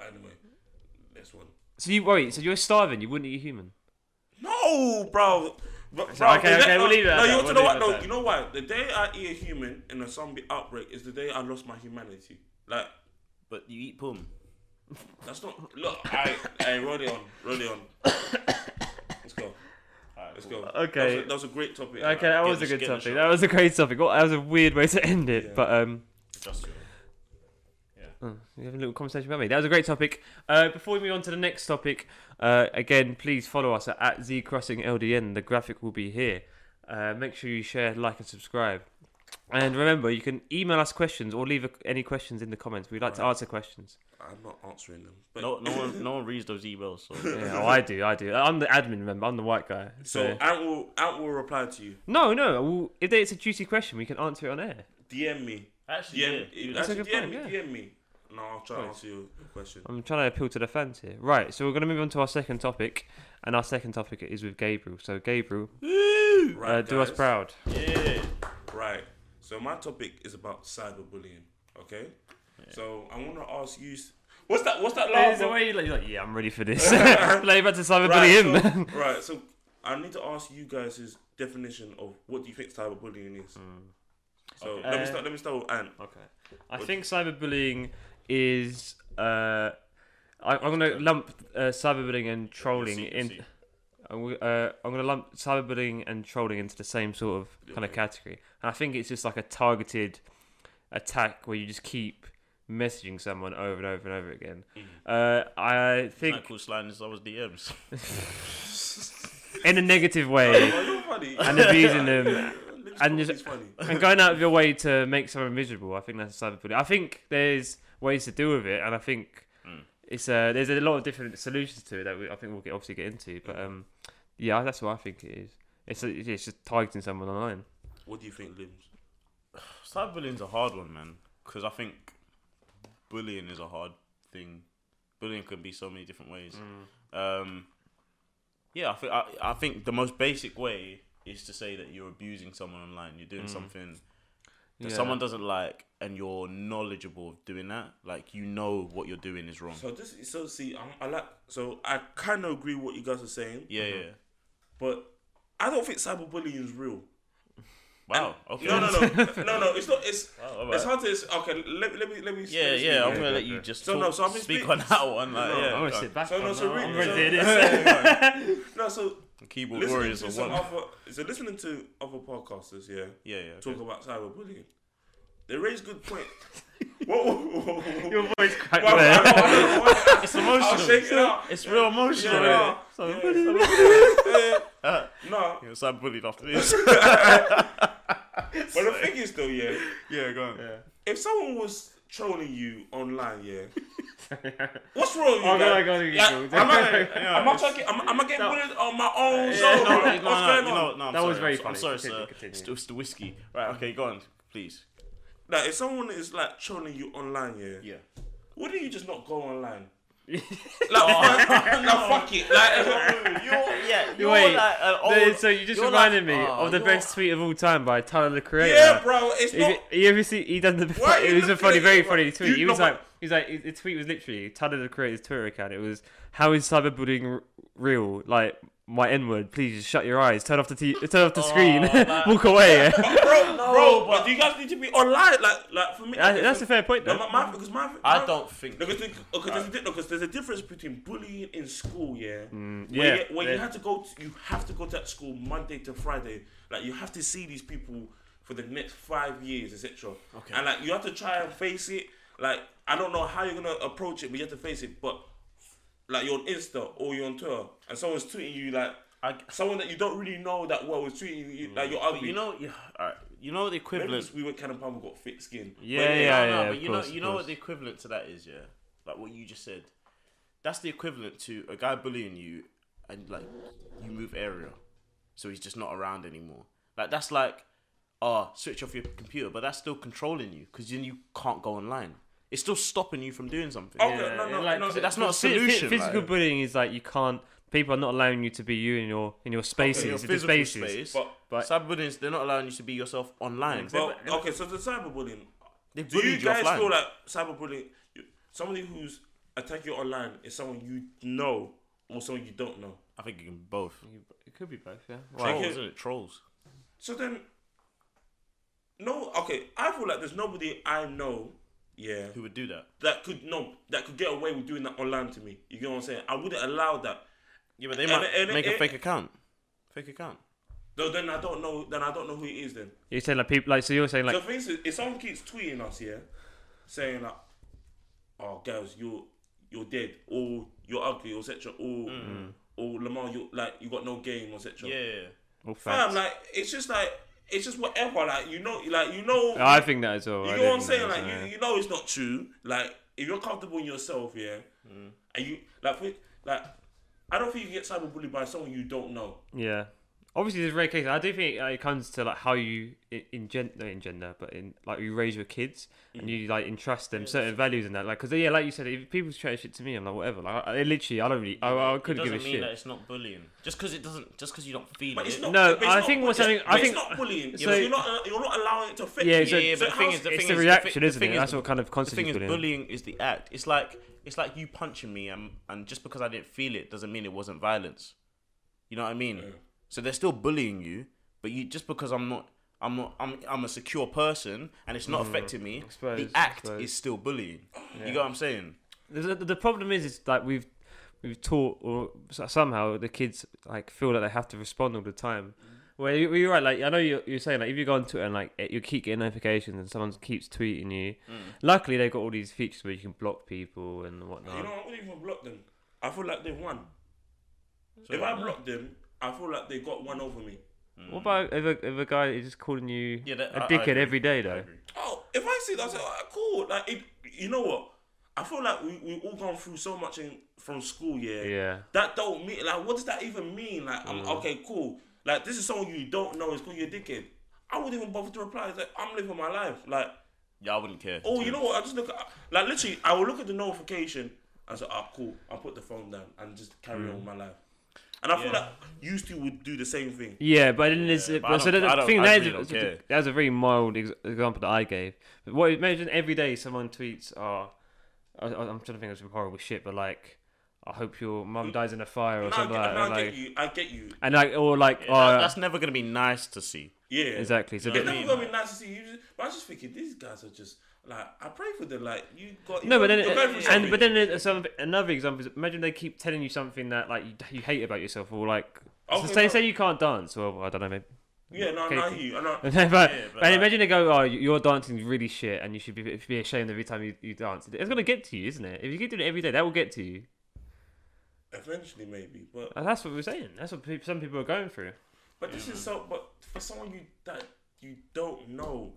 S3: anyway, this one.
S1: So you wait. So you're starving. You wouldn't eat a human.
S3: No, bro. But,
S1: So,
S3: bro,
S1: okay,
S3: the-
S1: okay,
S3: no,
S1: we'll leave it at
S3: No,
S1: that,
S3: you
S1: we'll
S3: you know
S1: leave
S3: what?
S1: it
S3: No,
S1: at
S3: you know what? The day I eat a human in a zombie outbreak is the day I lost my humanity. Like,
S2: But you eat pum.
S3: that's not. Look, (coughs) I, I roll it on, roll it on. (coughs) Let's go. Let's go.
S1: Okay.
S3: That was a, that was a great topic.
S1: Okay, that was
S2: the-
S1: a good
S2: get the
S1: topic.
S2: shot.
S1: That was a great topic. Well, That was a weird way to end it,
S3: Yeah.
S1: but um.
S2: Just your-
S1: Oh, you having a little conversation about me. That was a great topic. Uh, before we move on to the next topic, uh, again, please follow us at, at Z Crossing LDN. The graphic will be here. Uh, make sure you share, like, and subscribe. And remember, you can email us questions or leave a, any questions in the comments. We'd like to answer questions.
S3: I'm not answering them. But
S2: No, no one, no one reads those emails. So
S3: (laughs)
S1: Yeah, oh, I do, I do. I'm the admin, remember? I'm the white guy. So
S3: So Ant will Ant will reply to you.
S1: no, no. Well, if it's a juicy question, we can answer it on air.
S3: DM me.
S2: actually,
S3: DM,
S2: yeah.
S1: That's a
S3: actually,
S1: good
S3: DM
S1: point,
S3: me.
S1: yeah.
S3: DM me. No, I'll try to
S1: Right.
S3: answer your question.
S1: I'm trying to appeal to the fans here. Right, so we're going to move on to our second topic, and our second topic is with Gabriel. So Gabriel,
S3: Right,
S1: uh, do us
S3: guys?
S1: proud.
S2: yeah.
S3: Right. So my topic is about cyberbullying. Okay. So I want to ask you. s- What's that? What's that
S1: There's
S3: laugh?
S1: a way you're like, you're like, yeah, I'm ready for (laughs) this. like, about to cyberbully (laughs) him.
S3: so, (laughs) right. So I need to ask you guys his definition of what do you think cyberbullying is.
S1: Hmm.
S3: So let
S1: Uh,
S3: me start. Let me start with Ant.
S1: (laughs) okay. I think cyberbullying is. Uh, I, I'm going to lump uh, cyberbullying and trolling
S2: See,
S1: in.
S2: see.
S1: I'm go- Uh, I'm going to lump cyberbullying and trolling into the same sort of kind of
S3: Okay.
S1: category. And I think it's just like a targeted attack where you just keep messaging someone over and over and over again. Uh, I
S2: It's
S1: think
S2: not Mm-hmm. cool sliding into someone's DMs.
S1: in a negative way
S3: Oh, you're funny.
S1: (laughs) and
S3: (laughs)
S1: abusing
S2: (laughs)
S1: them (laughs)
S3: Lips
S1: and
S3: talk
S1: just-
S3: is funny.
S1: (laughs) and going out of your way to make someone miserable, I think that's cyberbullying. I think there's ways to deal with it, and I think
S2: Mm.
S1: it's uh, there's a lot of different solutions to it that we, I think we'll get, obviously get into.
S2: Mm.
S1: But um, yeah, that's what I think it is. It's it's just targeting someone online.
S3: What do you think, Limbs?
S2: Cyberbullying's a hard one, man, because I think bullying is a hard thing. Bullying could be so many different ways.
S3: Mm.
S2: Um, yeah, I think I, I think the most basic way is to say that you're abusing someone online. You're
S3: Mm.
S2: doing something
S1: Yeah.
S2: that someone doesn't like, and you're knowledgeable of doing that. Like you know what you're doing is wrong.
S3: So this, is so see, I'm, I like, so I kind of agree with what you guys are saying,
S2: yeah, yeah.
S3: Mm-hmm. but I don't think cyberbullying is real.
S2: Wow. Okay. (laughs)
S3: No, no, no, no, no. It's not. It's
S2: alright.
S3: it's hard to. It's, okay, let, let me let me.
S2: Yeah,
S3: let me speak,
S2: yeah. I'm gonna
S1: yeah,
S2: let
S1: yeah.
S2: you just
S3: So,
S2: talk-
S3: no, so I've been
S2: speak
S3: speak-
S2: on that one. Like,
S3: No,
S2: yeah,
S1: I want to
S2: go.
S1: sit back.
S3: So
S1: on
S3: no, so
S1: that.
S3: read.
S1: I'm
S3: so,
S1: ready to do this.
S3: (laughs) yeah, yeah.
S2: (laughs)
S3: no, so
S2: Keyboard
S3: listening
S2: warriors
S3: to
S2: are
S3: some
S2: one.
S3: other, so listening to other podcasters, yeah,
S2: Yeah, yeah. okay.
S3: talk about cyberbullying. They raise good
S2: (laughs)
S3: point. Whoa, whoa, whoa, whoa. Your voice (laughs)
S1: cracked
S2: (laughs) It's
S3: I'll shake it
S2: emotional. (laughs)
S3: out.
S2: It's real
S3: Yeah,
S2: emotional.
S3: no,
S1: Cyberbullying.
S3: yeah,
S2: Uh,
S3: yeah. no,
S2: Yeah, so I'm bullied after this.
S3: but the thing is though, yeah,
S2: yeah, go on.
S3: if someone was trolling you online, yeah, what's wrong with you?
S1: Oh,
S3: guys?
S1: no, I gotta get
S3: Like,
S1: Googled. (laughs)
S3: am I,
S2: Yeah,
S3: am I talking? Am, am I getting bullied on my own?
S2: No,
S3: show?
S2: no, no, no, no,
S3: What's going
S2: you
S3: on?
S2: know, no, I'm
S1: That was
S2: sorry,
S1: very
S2: I'm
S1: funny.
S2: sorry,
S1: Continue,
S2: sir.
S1: continue.
S2: It's, the- it's the whiskey. Right, okay, go on, please.
S3: Like, if someone is like trolling you online, yeah,
S2: Yeah.
S3: wouldn't you just not go online? like,
S2: Oh. (laughs)
S3: fuck, no, fuck it. Like,
S2: You're,
S3: (laughs)
S2: (laughs) yeah,
S1: you're Wait, like (laughs) so you just reminded me of the best tweet of all time by Tyler the Creator.
S3: "Oh, yeah, bro, it's
S1: He,
S3: not.
S1: he obviously he done the.
S3: Why
S1: (laughs)
S3: are
S1: it
S3: you
S1: was a
S3: looking
S1: funny,
S3: at
S1: very
S3: it?
S1: funny tweet.
S3: You-
S1: he
S3: no,
S1: was
S3: but-
S1: like, he was like, his- his tweet was literally Tyler the Creator's Twitter account. It was, "How is cyberbullying r- real? Like my N word. Please just shut your eyes, turn off the t- turn off the screen,
S3: Oh,
S1: (laughs) walk
S3: (laughs)
S1: away."
S3: Bro, bro, but do you guys need to be online? Like, like for me,
S1: That- that's a fair point
S3: No,
S1: though.
S3: my, my, because my,
S2: I
S3: my-
S2: don't think.
S3: Because there's, okay, there's, a, di- because there's a difference between bullying in school, yeah.
S1: Mm, yeah,
S3: Where, you, where you
S1: yeah.
S3: have to go, to, you have to go to that school Monday to Friday. Like you have to see these people for the next five years, etc.
S2: Okay.
S3: And like you have to try and face it. Like I don't know how you're gonna approach it, but you have to face it. But like you're on Insta or you're on Twitter, and someone's tweeting you like
S2: I,
S3: someone that you don't really know that well is tweeting
S1: Mm.
S3: you like you're ugly.
S2: you know, yeah, alright, you know what the
S3: Maybe
S2: equivalent.
S3: it's we went Cannon Palmer got thick skin.
S1: Yeah, yeah,
S2: no,
S1: yeah,
S2: but
S1: of
S2: you
S1: course,
S2: know,
S1: of
S2: you know what
S1: course.
S2: the equivalent to that is, yeah. Like what you just said, that's the equivalent to a guy bullying you, and like you move area, so he's just not around anymore. Like that's like, oh, switch off your computer, but that's still controlling you because then you can't go online. It's still stopping you from doing something.
S3: Okay,
S1: Yeah,
S3: Oh, no, no,
S1: like,
S3: no,
S1: so
S2: that's not a
S1: Phy- phy-
S2: solution.
S1: Physical
S2: like,
S1: bullying is like you can't. People are not allowing you to be you in your in your spaces,
S2: in your
S1: in the
S2: physical
S1: spaces.
S2: space,
S3: but-
S1: but-
S2: cyberbullying, they're not allowing you to be yourself online.
S3: Well, okay, so the cyberbullying.
S2: they
S3: Do you
S2: bullied you
S3: guys
S2: offline.
S3: feel like cyberbullying? you- Somebody who's attacking you online is someone you know or someone you don't know.
S2: I think you can both.
S1: It could be both, yeah.
S2: Trolls,
S3: it-
S2: isn't it? Trolls.
S3: So then, no, okay. I feel like there's nobody I know, yeah,
S2: Who would do that?
S3: that could no, that could get away with doing that online to me. You get what I'm saying? I wouldn't allow that.
S2: Yeah, but they
S3: And-
S2: might
S3: and-
S2: make a
S3: and-
S2: fake account. Fake account.
S3: No, then I don't know. Then I don't know who it is. Then
S1: You're saying like people like so you're saying like
S3: the thing is, if someone keeps tweeting us, yeah, saying like, "Oh, girls, you're you're dead," or "You're ugly," or etc., or
S1: Mm.
S3: or Lamar, you like you got no game, or etc.
S2: Yeah.
S1: all
S3: Fam,
S1: oh, facts.
S3: like it's just like it's just whatever. Like you know, like you know,
S1: I think that as well.
S3: you
S1: I
S3: know what I'm
S1: don't think
S3: saying?
S1: that
S3: Like
S1: as well,
S3: you, you know, it's not true. Like if you're comfortable in yourself, yeah,
S1: Mm.
S3: and you like for, like. I don't think you get cyberbullied by someone you don't know.
S1: Yeah. Obviously, there's rare cases. I do think uh, it comes to like how you i- engender, not engender, but in like you raise your kids and you like entrust them certain values and that. Like, because yeah, like you said, if people chat shit to me, I'm like whatever. Like, I, I literally, I don't really, I, I couldn't give a shit.
S2: it's not bullying. Just because it doesn't, just because you don't feel
S3: But it's not.
S1: No,
S3: but it's
S1: I
S3: not
S1: think what's
S3: bullying.
S1: happening- I
S3: But
S1: think-
S3: it's not bullying.
S1: so-
S3: So you're not. uh, You're not allowing it to affect
S1: Yeah,
S3: you.
S1: so-
S2: yeah, yeah,
S1: (laughs)
S2: but the thing
S3: how's-
S2: is, the
S1: it's
S2: thing
S1: the
S2: is,
S1: reaction,
S2: the
S1: isn't
S2: thing
S1: it?
S2: is-
S1: That's what kind of
S2: The thing
S1: constitutes
S2: is,
S1: bullying.
S2: bullying is the act. It's like it's like you punching me, and and just because I didn't feel it doesn't mean it wasn't violence. You know what I mean? So they're still bullying you, but you just because I'm not. I'm, not, I'm I'm a secure person and it's
S1: Hmm.
S2: not affecting me.
S1: suppose,
S2: the
S1: I
S2: act
S1: suppose.
S2: is still bullying. You know what I'm saying?
S1: The, the, the problem is, is like we've we've taught or so- somehow the kids like feel that they have to respond all the time.
S2: Mm-hmm.
S1: Well, you, you're right. Like I know you're, you're saying like if you go on Twitter and like eh, you keep getting notifications and someone keeps tweeting you.
S2: Mm.
S1: Luckily, they've got all these features where you can block people and whatnot.
S3: You know, I wouldn't even block them. I feel like they won. if I block them, I feel like they got one over me.
S1: What about if a, if a guy is just calling you
S2: Yeah, that-
S1: a
S2: I- I
S1: dickhead
S2: agree.
S1: every day
S2: I
S1: though?
S2: agree.
S3: Oh, if I see that, I say, "Alright, cool. Like, it, you know what? I feel like we we all gone through so much in from school. Yeah.
S1: Yeah.
S3: That don't mean like what does that even mean? Like, I'm okay, cool. Like this is someone you don't know. It's called your dickhead. I wouldn't even bother to reply. It's like I'm living my life. Like.
S2: Yeah, I wouldn't care.
S3: Oh, you know what? I just look at like literally. I will look at the notification. I say, "Ah, cool." I will put the phone down and just carry on with my life. And I feel like used to would do the same thing.
S1: Yeah, but then there's
S2: but I
S1: but so
S2: don't-
S1: the
S2: I don't-
S1: thing
S2: I
S1: that
S2: really
S1: is
S2: don't care.
S1: that was a very mild ex- example that I gave. But what imagine every day someone tweets, "Oh, I, I- I'm trying to think of some horrible shit," but like, "I hope your
S2: Mm.
S1: mum dies in a fire" or
S3: And I,
S1: something
S3: get,
S1: like
S3: and
S1: that.
S3: I
S1: and,
S3: get
S1: Like,
S3: you. I get you.
S1: and like, or like,
S2: Yeah, that-
S1: "Oh,
S2: that's never gonna be nice to see.
S3: Yeah,
S1: exactly." So,
S3: It's
S1: but,
S3: never gonna be nice to see you. But I was just thinking, these guys are just like I pray for them. Like you got
S1: no, but then
S3: you're going through
S1: and
S3: something.
S1: but then there's some another example is imagine they keep telling you something that like you, you hate about yourself or like.
S2: Oh,
S3: Okay,
S1: so say,
S3: no.
S1: say you can't dance. Well, I don't know. Maybe
S3: yeah, no, no, I hear you. I know.
S1: (laughs) but, but
S2: like-
S1: imagine they go, oh, your dancing's really shit, and you should be, you should be ashamed every time you, you dance. It's gonna get to you, isn't it? If you keep doing it every day, that will get to you.
S3: Eventually, maybe, but
S1: And that's what we're saying. That's what peop some people are going through.
S3: but this is so. But for someone you that you don't know,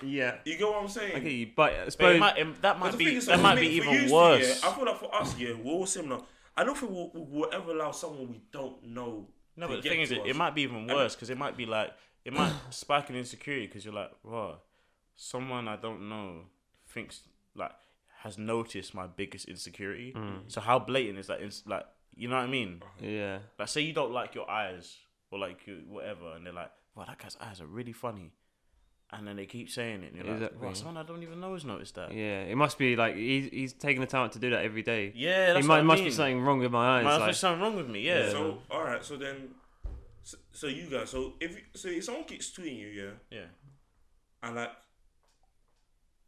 S1: Yeah.
S3: you get what I'm saying?
S1: Okay, but I
S2: But
S1: suppose
S2: it might, it- that might
S3: But the
S2: be
S3: thing is,
S2: that
S3: for
S2: might be
S3: me- for you
S2: even
S3: two,
S2: worse.
S3: Yeah, I feel like for us, yeah, we're all similar. I don't think we'll, we'll ever allow someone we don't know.
S2: No,
S3: to
S2: but the
S3: get
S2: thing is,
S3: to
S2: it,
S3: us.
S2: it might be even worse because it might be like it might spike an insecurity because you're like, wow, someone I don't know thinks like has noticed my biggest insecurity. So how blatant is that? Ins- like, you know what I mean?
S1: yeah.
S2: Like, say you don't like your eyes or like you, whatever, and they're like, wow, that guy's eyes are really funny, and then they keep saying it. And you're like, wow,
S1: Exactly.
S2: someone I don't even know has noticed that. Yeah,
S1: Yeah, it must be like he's, he's taking the time out to do that every day.
S2: that's
S1: it
S2: what
S1: might,
S2: I
S1: must
S2: mean.
S1: be something wrong with my eyes.
S2: Might as well
S1: like-
S2: something wrong with me. Yeah,
S3: So all right, so then, so, so you guys, so if you, so if someone keeps tweeting you, yeah,
S2: yeah.
S3: and like,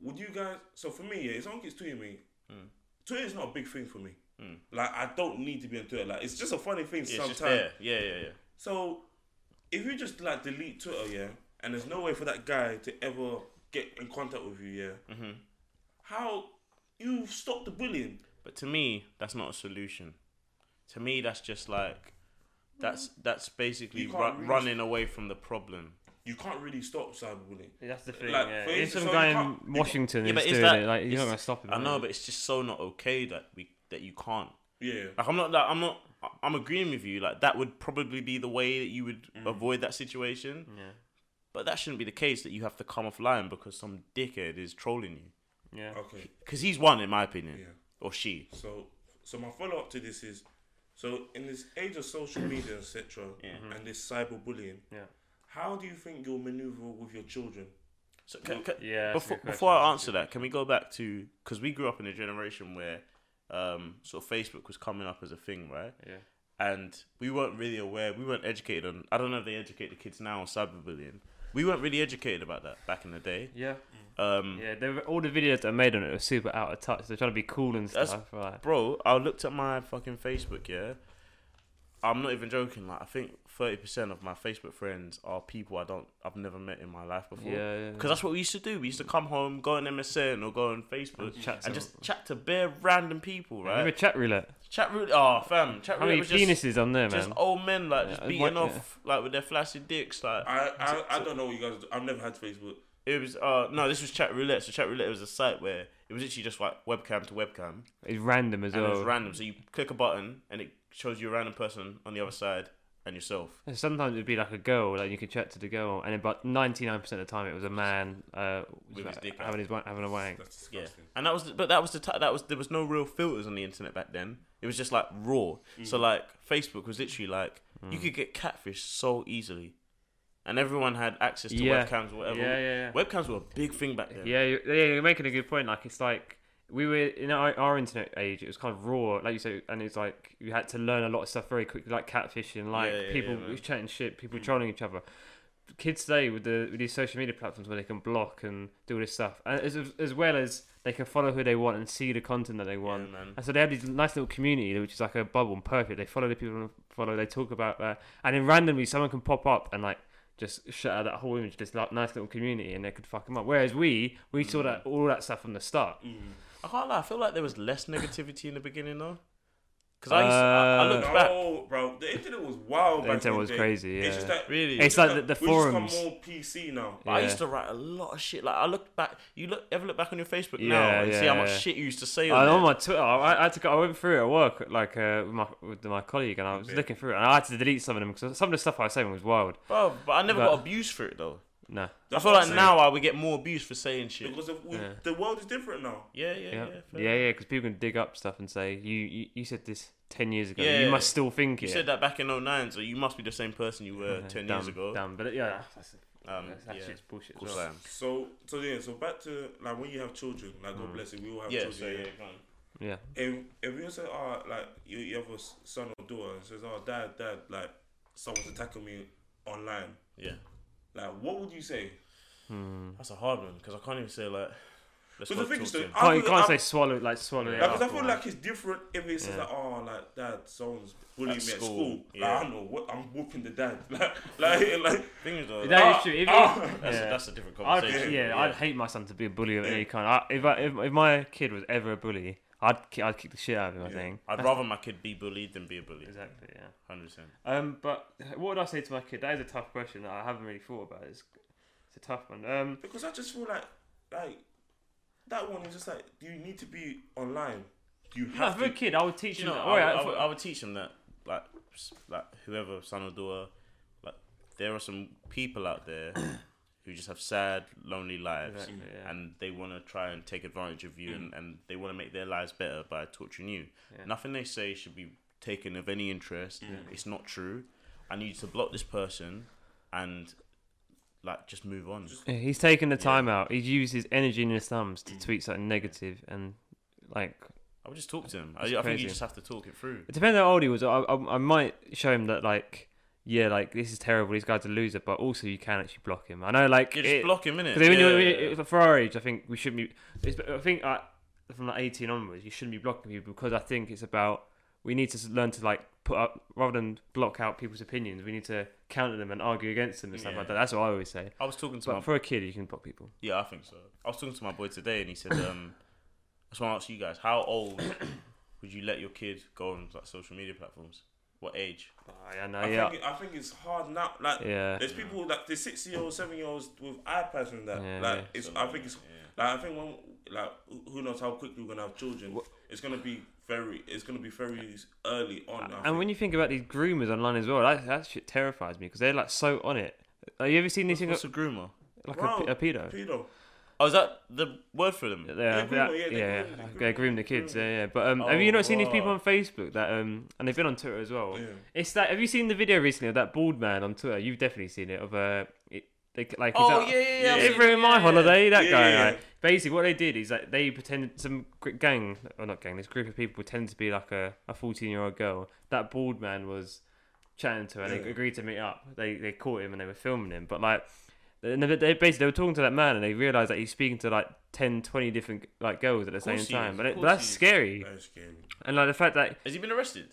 S3: would you guys? So for me, yeah, if someone keeps tweeting me,
S2: Hmm.
S3: Twitter is not a big thing for me. Like I don't need to be on Twitter. Like it's just a funny thing
S2: Yeah, it's
S3: sometimes.
S2: just there. Yeah, yeah, yeah.
S3: So if you just like delete Twitter, yeah, and there's no way for that guy to ever get in contact with you, yeah, mm-hmm. how you stop the bullying.
S2: But to me, that's not a solution. To me, that's just like that's that's basically
S3: You
S2: ru-
S3: can't really-
S2: running away from the problem.
S3: You can't really stop cyberbullying.
S1: That's the thing.
S3: Like,
S1: yeah.
S3: for
S1: There's
S3: instance,
S1: some
S3: so
S1: guy
S3: you can't-
S1: in Washington
S2: Yeah,
S1: who's
S2: but is
S1: doing
S2: that
S1: it. Like you're
S2: is-
S1: not gonna stop him.
S2: I know,
S1: are you?
S2: but it's just so not okay that we that you can't.
S3: Yeah.
S2: Like I'm not like I'm not. I- I'm agreeing with you. Like that would probably be the way that you would
S3: Mm.
S2: avoid that situation.
S1: yeah,
S2: But that shouldn't be the case. That you have to come offline because some dickhead is trolling you.
S1: yeah.
S3: Okay.
S2: Because he's one, in my opinion,
S3: Yeah.
S2: or she.
S3: So, so my follow up to this is, so in this age of social media, etc., and this cyberbullying,
S1: Yeah.
S3: how do you think you'll maneuver with your children?
S2: So can, can,
S1: Yeah, that's a
S2: Before,
S1: good
S2: before
S1: question.
S2: I answer that, can we go back to because we grew up in a generation where um, sort of Facebook was coming up as a thing, right?
S1: Yeah.
S2: And we weren't really aware. We weren't educated on. I don't know if they educate the kids now on cyberbullying. We weren't really educated about that back in the day.
S1: Yeah,
S2: Um,
S1: yeah. There were, all the videos that are made on it are super out of touch. They're trying to be cool and
S2: That's-
S1: stuff. Right?
S2: Bro, I looked at my fucking Facebook. Yeah, I'm not even joking. Like, I think thirty percent of my Facebook friends are people I don't, I've never met in my life before.
S1: Yeah, yeah,
S2: Because that's what we used to do. We used to come home, go on MSN or go on Facebook,
S1: And
S2: and,
S1: chat to-
S2: just chat to bare random people, right?
S1: Remember chat roulette?
S2: Chat room. Oh, fam. Chat
S1: How
S2: room
S1: many
S2: was
S1: penises
S2: just,
S1: on there, man?
S2: just old men like
S1: Yeah,
S2: just
S1: what-
S2: beating
S1: yeah.
S2: off like with their flaccid dicks. Like
S3: I, I, I don't know what you guys. Do. I've never had Facebook.
S2: it was. Uh, no, this was chat roulette. So chat roulette was a site where it was literally just like webcam to webcam,
S1: it's random as
S2: and it
S1: well.
S2: was random. So you click a button and it shows you a random person on the other side and yourself.
S1: And Sometimes it'd be like a girl, like you could chat to the girl, and about ninety nine percent of the time it was a man uh,
S2: With his dick out.
S1: having his wa- having a wank.
S3: That's
S2: Yeah,
S3: disgusting.
S2: and that was, the, but that was the ti that was there was no real filters on the internet back then. It was just like raw.
S3: Mm.
S2: So like Facebook was literally like
S1: Mm.
S2: you could get catfish so easily, and everyone had access to
S1: Yeah.
S2: webcams or whatever.
S1: Yeah, yeah, yeah.
S2: Webcams were a big thing back then.
S1: Yeah, you're, yeah, you're making a good point. Like it's like we were in our, our internet age. It was kind of raw, like you said, and it's like you had to learn a lot of stuff very quickly, like catfishing, like
S2: Yeah, yeah,
S1: people
S2: yeah, man. Mm.
S1: chatting shit, people trolling each other. Kids today with the with these social media platforms where they can block and do all this stuff, and as as well as they can follow who they want and see the content that they want.
S2: man.
S1: And so they have this nice little community, which is like a bubble and perfect. They follow the people they follow. They talk about that, and then randomly someone can pop up and like just shut out that whole image, this like, nice little community, and they could fuck them up. Whereas we, we saw that all that stuff from the start.
S2: Mm. I can't lie. I feel like there was less negativity in the beginning though, because I, used to- I, I
S1: Uh,
S2: looked back.
S3: No, bro, the internet was wild.
S1: The
S3: back
S1: internet
S3: in
S1: was
S3: day.
S1: crazy,
S3: It's
S1: yeah.
S3: just that
S2: Really?
S3: it's
S1: It's
S3: just
S1: like
S3: that
S1: the- the
S3: we just got
S1: forums.
S3: more PC now.
S2: I
S1: Uh, Yeah.
S2: used to write a lot of shit. Like I looked back. You look ever look back on your Facebook now
S1: Yeah,
S2: and see
S1: yeah,
S2: how much
S1: yeah.
S2: shit you used to say.
S1: I
S2: On
S1: on
S2: there.
S1: my Twitter, I, I had to go, I went through it at work, like uh, with my with my colleague, and I was
S3: Yeah.
S1: looking through it, and I had to delete some of them because some of the stuff I was saying was wild.
S2: Bro, but I never
S1: But-
S2: got abused for it though.
S1: No,
S2: I
S3: That's
S2: feel
S3: what I'm
S2: like
S3: saying.
S2: now I would get more abuse for saying shit.
S3: because of, we,
S1: Yeah.
S3: the world is different now.
S2: Yeah, yeah, yeah.
S1: yeah,
S2: fair.
S1: yeah, yeah, because people can dig up stuff and say you you, you said this ten years ago,
S2: Yeah.
S1: you must still think
S2: You
S1: it.
S2: said that back in 09, so you must be the same person you were
S1: Yeah,
S2: 10
S1: dumb,
S2: years ago.
S1: Dumb, but yeah, that's,
S2: Um,
S1: that's,
S2: yeah,
S1: that shit's bullshit.
S2: of
S1: as
S2: course
S1: well.
S2: I am.
S3: So, so yeah. So back to like when you have children, like God bless you, we all have
S2: Mm. Yeah,
S3: children.
S2: so
S3: yeah.
S2: yeah, go on.
S1: Yeah,
S3: if if you say, oh, like you, you have a s- son or daughter and says, oh, dad, dad, like someone's attacking me online,
S2: yeah.
S1: Mm-hmm.
S3: like what would you say?
S2: That's a hard one because I can't even say, like, let's
S3: But
S2: not
S3: the thing
S2: talk
S3: is
S2: to
S3: that
S2: him.
S3: I
S1: can't, you
S3: would-
S1: can't
S3: I-
S1: say swallow like swallow it.
S3: Like, 'cause
S1: up,
S3: I feel
S1: or-
S3: like it's different if it says
S1: Yeah.
S3: like, oh, like dad, someone's bullying
S2: At
S3: me at
S2: school,
S3: school.
S2: yeah.
S3: Like I know what I'm whooping the dad. (laughs) Like, like, like
S2: thing is, though,
S1: That is
S3: Ah,
S1: true. If
S3: ah.
S1: it-
S2: that's,
S1: yeah.
S2: A, that's a different
S1: I'd,
S2: conversation.
S1: yeah, I'd hate my son to be a bully of any kind. I, if, I, if if my kid was ever a bully, I'd ki- I'd kick the shit out of him. I think
S2: I'd rather my kid be bullied than be a bully.
S1: exactly. Yeah.
S2: 100%.
S1: Um, but what would I say to my kid? That is a tough question that I haven't really thought about. It's it's a tough one. Um,
S3: because I just feel like like that one is just like you need to be online. You
S1: no,
S3: have
S1: for a
S3: to.
S1: kid, I would teach
S2: You
S1: him.
S2: know,
S1: that.
S2: I,
S1: Alright,
S2: would, I,
S1: if-
S2: would, I would teach them that, like, s- like whoever, son or daughter, like, there are some people out
S1: (coughs)
S2: there who just have sad, lonely lives.
S1: Exactly, yeah. Mm.
S2: and they want to try and take advantage of you and, and they want to make their lives better by torturing you.
S1: Yeah.
S2: Nothing they say should be taken of any interest. It's not true. I need you to block this person and like just move on.
S1: Yeah, He's taken the time out. He's used his energy in his thumbs
S2: Mm.
S1: to tweet something negative and like
S2: I would just talk to him. I,
S1: It's
S2: I think
S1: crazy.
S2: you just have to talk it through.
S1: It depends how old he was. I, I, I might show him that, like, yeah, like, this is terrible. This guy's a loser, but also you can actually block him. I know, like,
S2: You just
S1: it-
S2: block him in it.
S1: Because when you're, when you for our age, I think we shouldn't be. It's, I think uh, from like 18 onwards, you shouldn't be blocking people because I think it's about we need to s- learn to like put up rather than block out people's opinions. We need to counter them and argue against them and stuff like that.
S2: Yeah.
S1: That's what I always say.
S2: I was talking to my
S1: But for a kid, you can block people.
S2: yeah, I think so. I was talking to my boy today and he said um So I ask you guys, how old (coughs) would you let your kid go on like social media platforms? What age?
S1: I I know,
S3: I,
S1: yeah.
S3: think, I think it's hard now. Like,
S1: Yeah.
S3: there's people like the six year olds, seven year olds with iPads and that.
S1: Yeah,
S3: like,
S1: yeah.
S3: it's. I think it's. Like, I think when like who- who knows how quickly we're gonna have children. It's gonna be very. It's gonna be very early on. I
S1: And
S3: think.
S1: when you think about these groomers online as well, that, that shit terrifies me because they're like so on it. Have you ever seen these things
S2: What's a groomer?
S1: like
S3: Bro,
S1: a, a pedo?
S3: pedo.
S2: Oh, is that the word for them?
S1: Yeah,
S3: They groom
S1: yeah,
S3: them, yeah,
S1: yeah,
S3: they
S1: yeah.
S3: groom them,
S1: They
S3: they groom
S1: groom the kids, yeah, yeah. But um, have
S2: Oh,
S1: you not seen these people
S2: wow.
S1: on Facebook that um, and they've been on Twitter as well?
S3: Yeah.
S1: It's that. Have you seen the video recently of that bald man on Twitter? You've definitely seen it of uh, it, they, like he's
S2: Oh,
S1: out-
S2: yeah, yeah, yeah, I've
S1: It
S2: seen
S1: ruined
S2: it,
S1: my
S2: yeah,
S1: holiday. That
S3: yeah.
S1: guy.
S3: Yeah, yeah,
S1: right?
S3: yeah.
S1: Basically, what they did is like they pretended some gr- gang or not gang. This group of people pretended to be like a a fourteen year old girl. That bald man was chatting to her. and They
S3: Yeah.
S1: agreed to meet up. They they caught him and they were filming him. But like, and they, they basically they were talking to that man and they realized that he's speaking to like 10, 20 different like girls at the same
S2: course he is,
S1: time.
S2: of
S1: But, it, but
S2: course
S1: that's
S2: he is.
S1: scary.
S3: That is scary.
S1: And like the fact that
S2: Has he been arrested?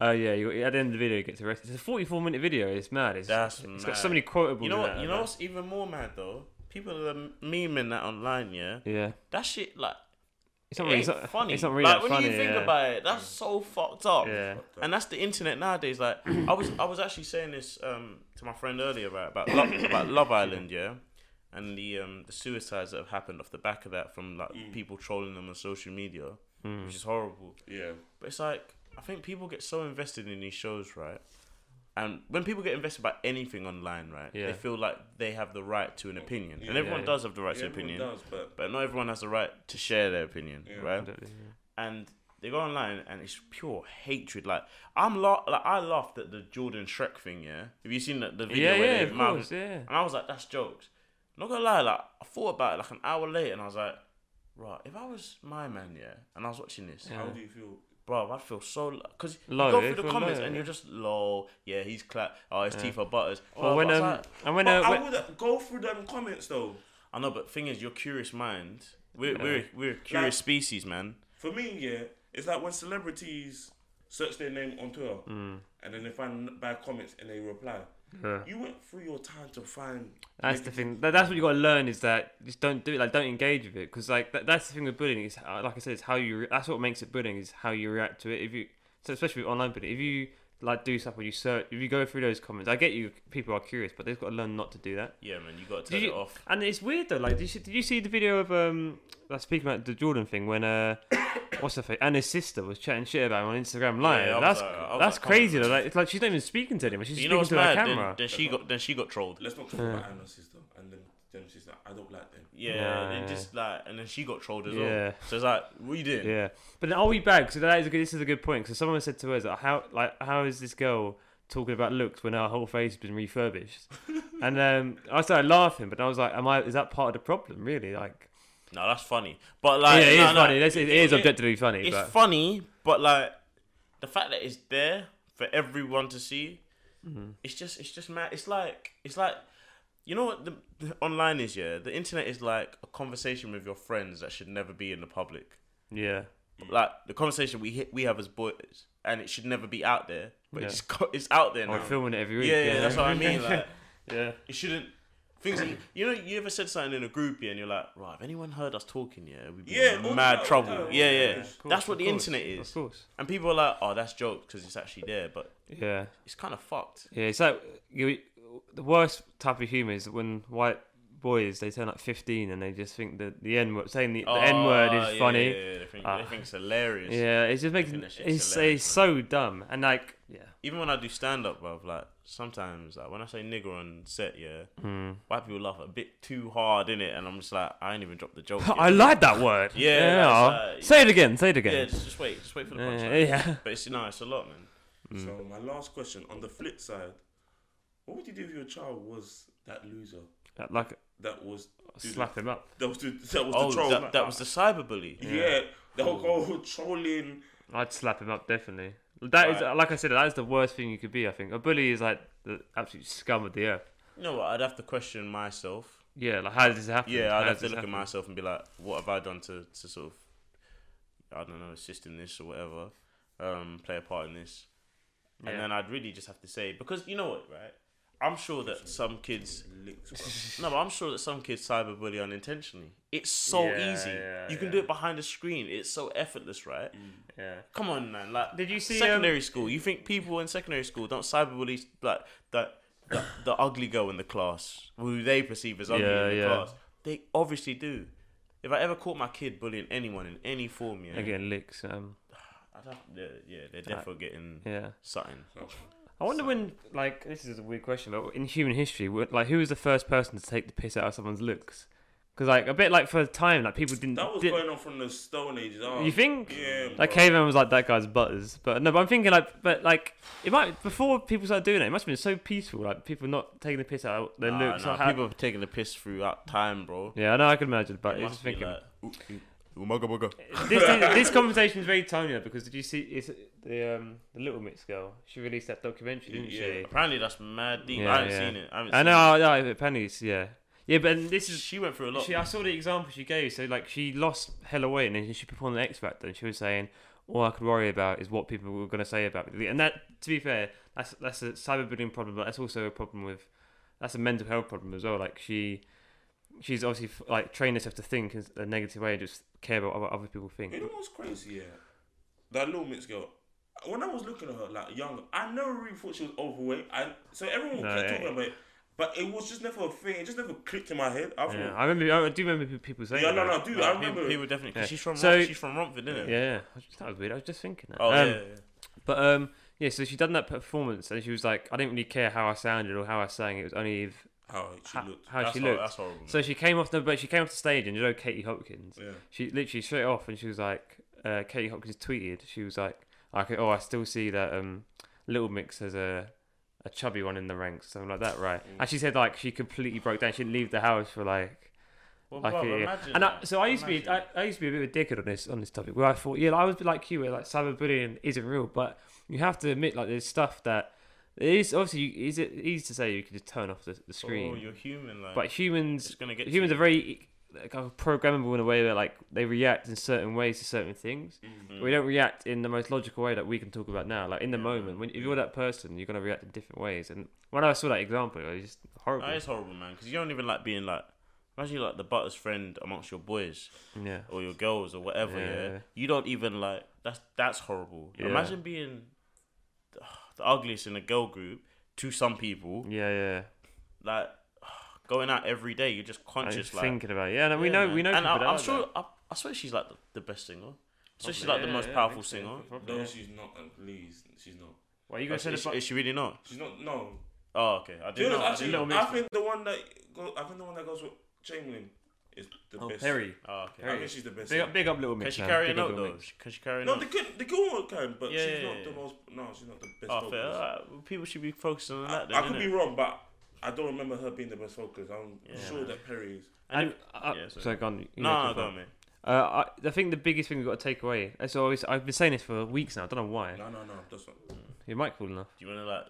S1: oh yeah, you, at the end of the video he gets arrested. It's a forty four minute video. It's mad. It's
S2: That's
S1: it's got so
S2: mad.
S1: many quotables.
S2: You know
S1: in
S2: what?
S1: that,
S2: You know
S1: like-
S2: what's even more mad though? People are memeing that online, yeah.
S1: Yeah.
S2: That shit like
S1: It's not
S2: it
S1: really
S2: ain't
S1: it's not,
S2: funny.
S1: It's not really
S2: like
S1: that
S2: when
S1: funny.
S2: you think
S1: yeah.
S2: about it, that's so fucked up.
S1: Yeah.
S3: uh,
S2: And that's the internet nowadays.
S3: (clears throat)
S2: Like I was I was actually saying this um to my friend earlier right, about Love, about Love Island, yeah, and the um the suicides that have happened off the back of that from like
S3: Mm.
S2: people trolling them on social media,
S1: Hmm.
S2: which is horrible.
S3: Yeah.
S2: But it's like I think people get so invested in these shows, right? And when people get invested by anything online, right,
S1: Yeah.
S2: they feel like they have the right to an opinion, and
S3: Yeah,
S2: everyone
S1: yeah.
S2: does have the right
S3: yeah
S2: to
S3: everyone
S2: opinion,
S3: does, but
S2: but not everyone has the right to share their opinion,
S3: Yeah.
S2: right?
S1: Absolutely, yeah.
S2: And they go online, and it's pure hatred. Like I'm la- like I laughed at the Jordan Shrek thing. Yeah, have you seen the, the video?
S1: Yeah,
S2: where
S1: yeah,
S2: they
S1: of
S2: mount-
S1: course, yeah.
S2: And I was like, that's jokes. Not gonna lie, like I thought about it like an hour later, and I was like, right, if I was my man, yeah, and I was watching this,
S3: how do you feel?
S2: Bro, I feel so because you
S1: Low,
S2: go
S1: you
S2: through the
S1: feel
S2: comments
S1: low,
S2: and
S1: yeah.
S2: you're just lol. Yeah, he's clap. Oh, his teeth are butters.
S1: But when
S2: I, was
S1: um
S2: like-
S1: and when
S3: But
S1: uh,
S3: I
S1: when-
S3: would go through them comments though.
S2: I know, but thing is, your curious mind. We're we're we're a
S3: Like-
S2: curious species, man.
S3: For me, yeah, it's like when celebrities search their name on Twitter and then they find bad comments and they reply.
S1: Mm. Yeah.
S3: You went through your time to find.
S1: That's the thing. That, that's what you got to learn is that just don't do it. Like don't engage with it because like that, that's the thing with bullying is uh, like I said, it's how you. Re- that's what makes it bullying is how you react to it. If you so especially with online bullying, if you like do stuff or you search, if you go through those comments, I get you. People are curious, but they've got to learn not to do that.
S2: Yeah, man, you got to
S1: Did
S2: turn
S1: you,
S2: it off.
S1: And it's weird though. Like, did you, see- did you see the video of um? Like speaking about the Jordan thing when uh, (coughs) what's her face? And his sister was chatting shit about him on Instagram Live.
S2: I was
S1: that's
S2: like- I was
S1: that's
S2: like, come on,
S1: crazy though.
S2: man.
S1: Like, it's like she's not even speaking to anyone. She's
S2: You
S1: speaking
S2: know what's
S1: to her
S2: mad? Then,
S1: camera.
S2: then she got then she got trolled.
S3: Let's not talk about Anna's sister and them, them sister. I don't like them.
S2: Yeah,
S1: Yeah,
S2: and
S1: yeah.
S2: just like and then she got trolled as
S1: Yeah.
S2: well. So it's like, what you doing?
S1: Yeah, but then are we back? So that is a good, this is a good point because someone said to us like, how like how is this girl talking about looks when her whole face has been refurbished? and um, I started laughing, but I was like, am I? Is that part of the problem? Really? Like,
S2: No, that's funny, but like,
S1: yeah, it is
S2: Uh, no, no,
S1: funny. That's- it is
S2: it-
S1: objectively funny.
S2: it's
S1: But
S2: funny, but like the fact that it's there for everyone to see,
S1: Mm-hmm.
S2: it's just it's just mad. It's like it's like you know what the, the online is. Yeah, the internet is like a conversation with your friends that should never be in the public.
S1: yeah,
S2: Like the conversation we hit, we have as boys, and it should never be out there. But
S1: Yeah.
S2: it's (laughs) co- it's out there
S1: we're
S2: now.
S1: filming it every week.
S2: yeah, yeah, that's what I mean. Like
S1: (laughs) yeah.
S2: it shouldn't. Things that you, you know, you ever said something in a group, yeah, and you're like, right, if anyone heard us talking, yeah, we'd be
S3: Yeah, all
S2: in mad
S3: the-
S2: trouble.
S3: all the-
S2: yeah,
S3: yeah,
S2: yeah.
S3: of
S1: Of
S2: That's
S1: course,
S2: what the
S1: of course,
S2: internet is.
S1: Of course.
S2: And people are like, oh, that's joke because it's actually there, but
S1: Yeah.
S2: it's kind of fucked.
S1: Yeah, it's like you, the worst type of humor is when white boys they turn up 15 and they just think that the n word saying the, the n word
S2: Oh,
S1: is
S2: yeah,
S1: funny.
S2: Yeah, yeah, They, think,
S1: Ah.
S2: they think it's hilarious.
S1: Yeah, it just makes
S2: think that shit's
S1: it's,
S2: hilarious,
S1: it's so dumb and like yeah.
S2: Even when I do stand up, bruv, like sometimes like, when I say nigger on set, yeah,
S1: Hmm.
S2: white people laugh a bit too hard in it, and I'm just like, I ain't even dropped
S1: (laughs)
S2: the joke. yet.
S1: I like that word.
S2: Yeah, that's, uh,
S1: say it again. Say it
S2: Yeah,
S1: again.
S2: just, just wait, just wait for the
S1: Yeah,
S2: punchline.
S1: yeah.
S2: But it's no, it's a lot, man.
S1: Mm.
S3: So my last question on the flip side, what would you do if your child was that loser?
S1: (laughs) Like
S3: That was dude,
S1: slap him up.
S3: That was the, that was
S2: Oh,
S3: the troll.
S2: that, that was the cyberbully.
S3: yeah. the whole whole (laughs) trolling.
S1: I'd slap him up definitely. That is
S2: Right.
S1: like I said. That is the worst thing you could be. I think a bully is like the absolute scum of the earth.
S2: You know what? I'd have to question myself.
S1: Yeah, like how does this happen?
S2: Yeah,
S1: How
S2: I'd
S1: does
S2: have to
S1: this
S2: look at
S1: happen?
S2: myself and be like, what have I done to, to sort of, I don't know, assist in this or whatever, um, play a part in this.
S1: Yeah.
S2: And then I'd really just have to say, because you know what, right? I'm sure that some kids.
S3: Licked, bruv.
S2: No, but I'm sure that some kids cyberbully unintentionally. It's so
S1: Yeah,
S2: easy.
S1: yeah,
S2: you can
S1: yeah.
S2: do it behind a screen. It's so effortless, right?
S1: Yeah.
S2: Come on, man. Like,
S1: Did you see, um,
S2: secondary school? You think people in secondary school don't cyberbully like that? The, the ugly girl in the class, who they perceive as ugly
S1: Yeah,
S2: in the
S1: yeah.
S2: class, they obviously do. If I ever caught my kid bullying anyone in any form, yeah,
S1: Again, licks. Um,
S2: I'd have, yeah, yeah, they're definitely getting
S1: yeah.
S2: something.
S1: I wonder when, like, this is a weird question, but in human history, wh- like, who was the first person to take the piss out of someone's looks? Because, like, a bit like for a time, like, people didn't.
S3: That was
S1: did-
S3: going on from the Stone Ages. Oh,
S1: you think?
S3: Yeah.
S1: Like
S3: bruv.
S1: caveman was like that guy's butters, but no. But I'm thinking like, but like, it might before people started doing it. It must have been so peaceful, like people not taking the piss out of their
S2: Nah,
S1: looks.
S2: nah,
S1: or how-
S2: people have taken the piss throughout time, bro.
S1: Yeah, I know, I can imagine, but
S2: It
S1: it's
S2: must
S1: just
S2: be
S1: thinking.
S2: like, ooh, ooh, ooh, mugga, mugga.
S1: this, this
S2: (laughs)
S1: this conversation is very timely because did you see it's the um the Little Mix girl? She released that documentary, didn't
S3: Yeah.
S1: she?
S2: Apparently, that's mad deep.
S1: Yeah,
S2: I haven't
S1: yeah.
S2: seen it. I haven't
S1: I
S2: seen
S1: know,
S2: it.
S1: I know, apparently, it's- yeah, yeah. But and this is
S2: She went through a lot.
S1: She, I saw the example she gave. So like she lost hella weight, and then she performed an X Factor, and she was saying, "All I could worry about is what people were going to say about me." And that, to be fair, that's that's a cyberbullying problem, but that's also a problem with that's a mental health problem as well. Like she, she's obviously f- like trained herself to think in a negative way and just care about what other people think.
S3: You know what's crazy? Yeah, that little mix girl. When I was looking at her like young, I never really thought she was overweight. I so everyone
S1: No,
S3: kept
S1: yeah.
S3: talking about it, but it was just never a thing. It just never clicked in my head. I
S1: Yeah,
S3: thought,
S1: I remember. I do remember people saying.
S3: yeah, no,
S1: that.
S3: no, dude,
S2: Nah,
S3: I
S2: people,
S3: remember.
S2: people definitely. Cause
S1: Yeah.
S2: she's from
S1: So-
S2: Rom- she's from Romford, isn't it?
S1: Yeah, yeah. I just- that was weird. I was just thinking that.
S2: Oh
S1: Um,
S2: yeah, yeah.
S1: But um, yeah. So she done that performance, and she was like, "I didn't really care how I sounded or how I sang. It was only if,
S3: how she
S1: how,
S3: looked.
S1: how
S2: that's
S1: she
S2: hor-
S1: looked."
S2: That's horrible.
S1: So she came off the but she came off the stage and you know Katie Hopkins.
S3: Yeah.
S1: She literally straight off and she was like, uh, Katie Hopkins tweeted. She was like, I could, oh, I still see that um, Little Mix as a a chubby one in the ranks, something like that, right?
S2: Mm.
S1: And she said like she completely broke down. She didn't leave the house for like.
S2: well,
S1: Like
S2: bruv,
S1: a year.
S2: imagine
S1: and I,
S2: that.
S1: so I used to be, I,
S2: Imagine.
S1: I used to be a bit of a dickhead on this on this topic, where I thought, yeah, like, I was like you, where like cyberbullying isn't real, but you have to admit, like, there's stuff that it is obviously you, is it easy to say you can just turn off the, the screen,
S2: Oh, you're human, like.
S1: but humans
S2: it's gonna get
S1: humans
S2: to
S1: are
S2: you.
S1: very like, are programmable in a way that like they react in certain ways to certain things.
S2: Mm.
S1: We don't react in the most logical way that we can talk about now. Like in the moment, when if you're that person, you're gonna react in different ways. And when I saw that example, it was just horrible.
S2: That is horrible, man. Because you don't even like being like. Imagine you're like the butter's friend amongst your boys
S1: yeah,
S2: or your girls or whatever. Yeah.
S1: Yeah.
S2: You don't even like. That's that's horrible.
S1: Yeah.
S2: Imagine being (sighs) the, the ugliest in a girl group to some people.
S1: yeah, yeah.
S2: Like (sighs) going out every day, you're just
S1: I'm
S2: conscious.
S1: just
S2: Like
S1: thinking about it. yeah. No, we
S2: Yeah,
S1: know,
S2: man.
S1: we know.
S2: And
S1: people
S2: I,
S1: that
S2: I'm
S1: are
S2: swear,
S1: there.
S2: I, I swear she's like the, the best singer. So she's
S1: Probably.
S2: like the
S1: Yeah,
S2: most
S1: yeah, I
S2: powerful
S1: think so.
S2: singer.
S1: Probably,
S3: No,
S1: yeah.
S3: she's not. uh, Please, she's not.
S1: What you gonna
S2: Is,
S1: say?
S2: is,
S1: about-
S2: she- is she really not?
S3: She's not. No.
S2: Oh, okay. I
S3: Do you
S2: didn't
S3: know,
S2: know. I
S3: actually,
S2: didn't know.
S1: Little
S3: I
S1: Mix.
S3: think the one that go, I think the one that goes with Chamberlain is the
S1: Oh,
S3: best.
S1: Perry.
S2: Oh,
S3: I
S2: okay.
S1: Perry.
S3: think she's the best.
S1: Big up, big up, little
S2: Can
S1: mix.
S2: she
S1: man.
S2: carry a
S1: Big up,
S2: note
S1: Little
S2: though?
S1: Mix.
S2: Can she carry a
S3: no,
S2: note?
S3: the good, the good one can, but
S2: Yeah,
S3: she's
S2: yeah,
S3: not
S2: yeah.
S3: the most. No, she's not the best.
S2: Oh, fair.
S3: vocalist.
S2: Alright, People should be focusing on that.
S3: I
S2: Then,
S3: could be
S2: innit?
S3: wrong, but I don't remember her being the best vocalist. I'm sure that Perry is.
S1: And uh,
S2: yeah, sorry.
S1: sorry, go on. you know,
S2: Nah,
S1: keep
S2: go
S1: on.
S2: on, mate.
S1: Uh, I, I think the biggest thing we've got to take away, as always, I've been saying this for weeks now, I don't know why.
S3: No, no, no, that's not.
S1: Your mic cool enough.
S2: Do you want to like?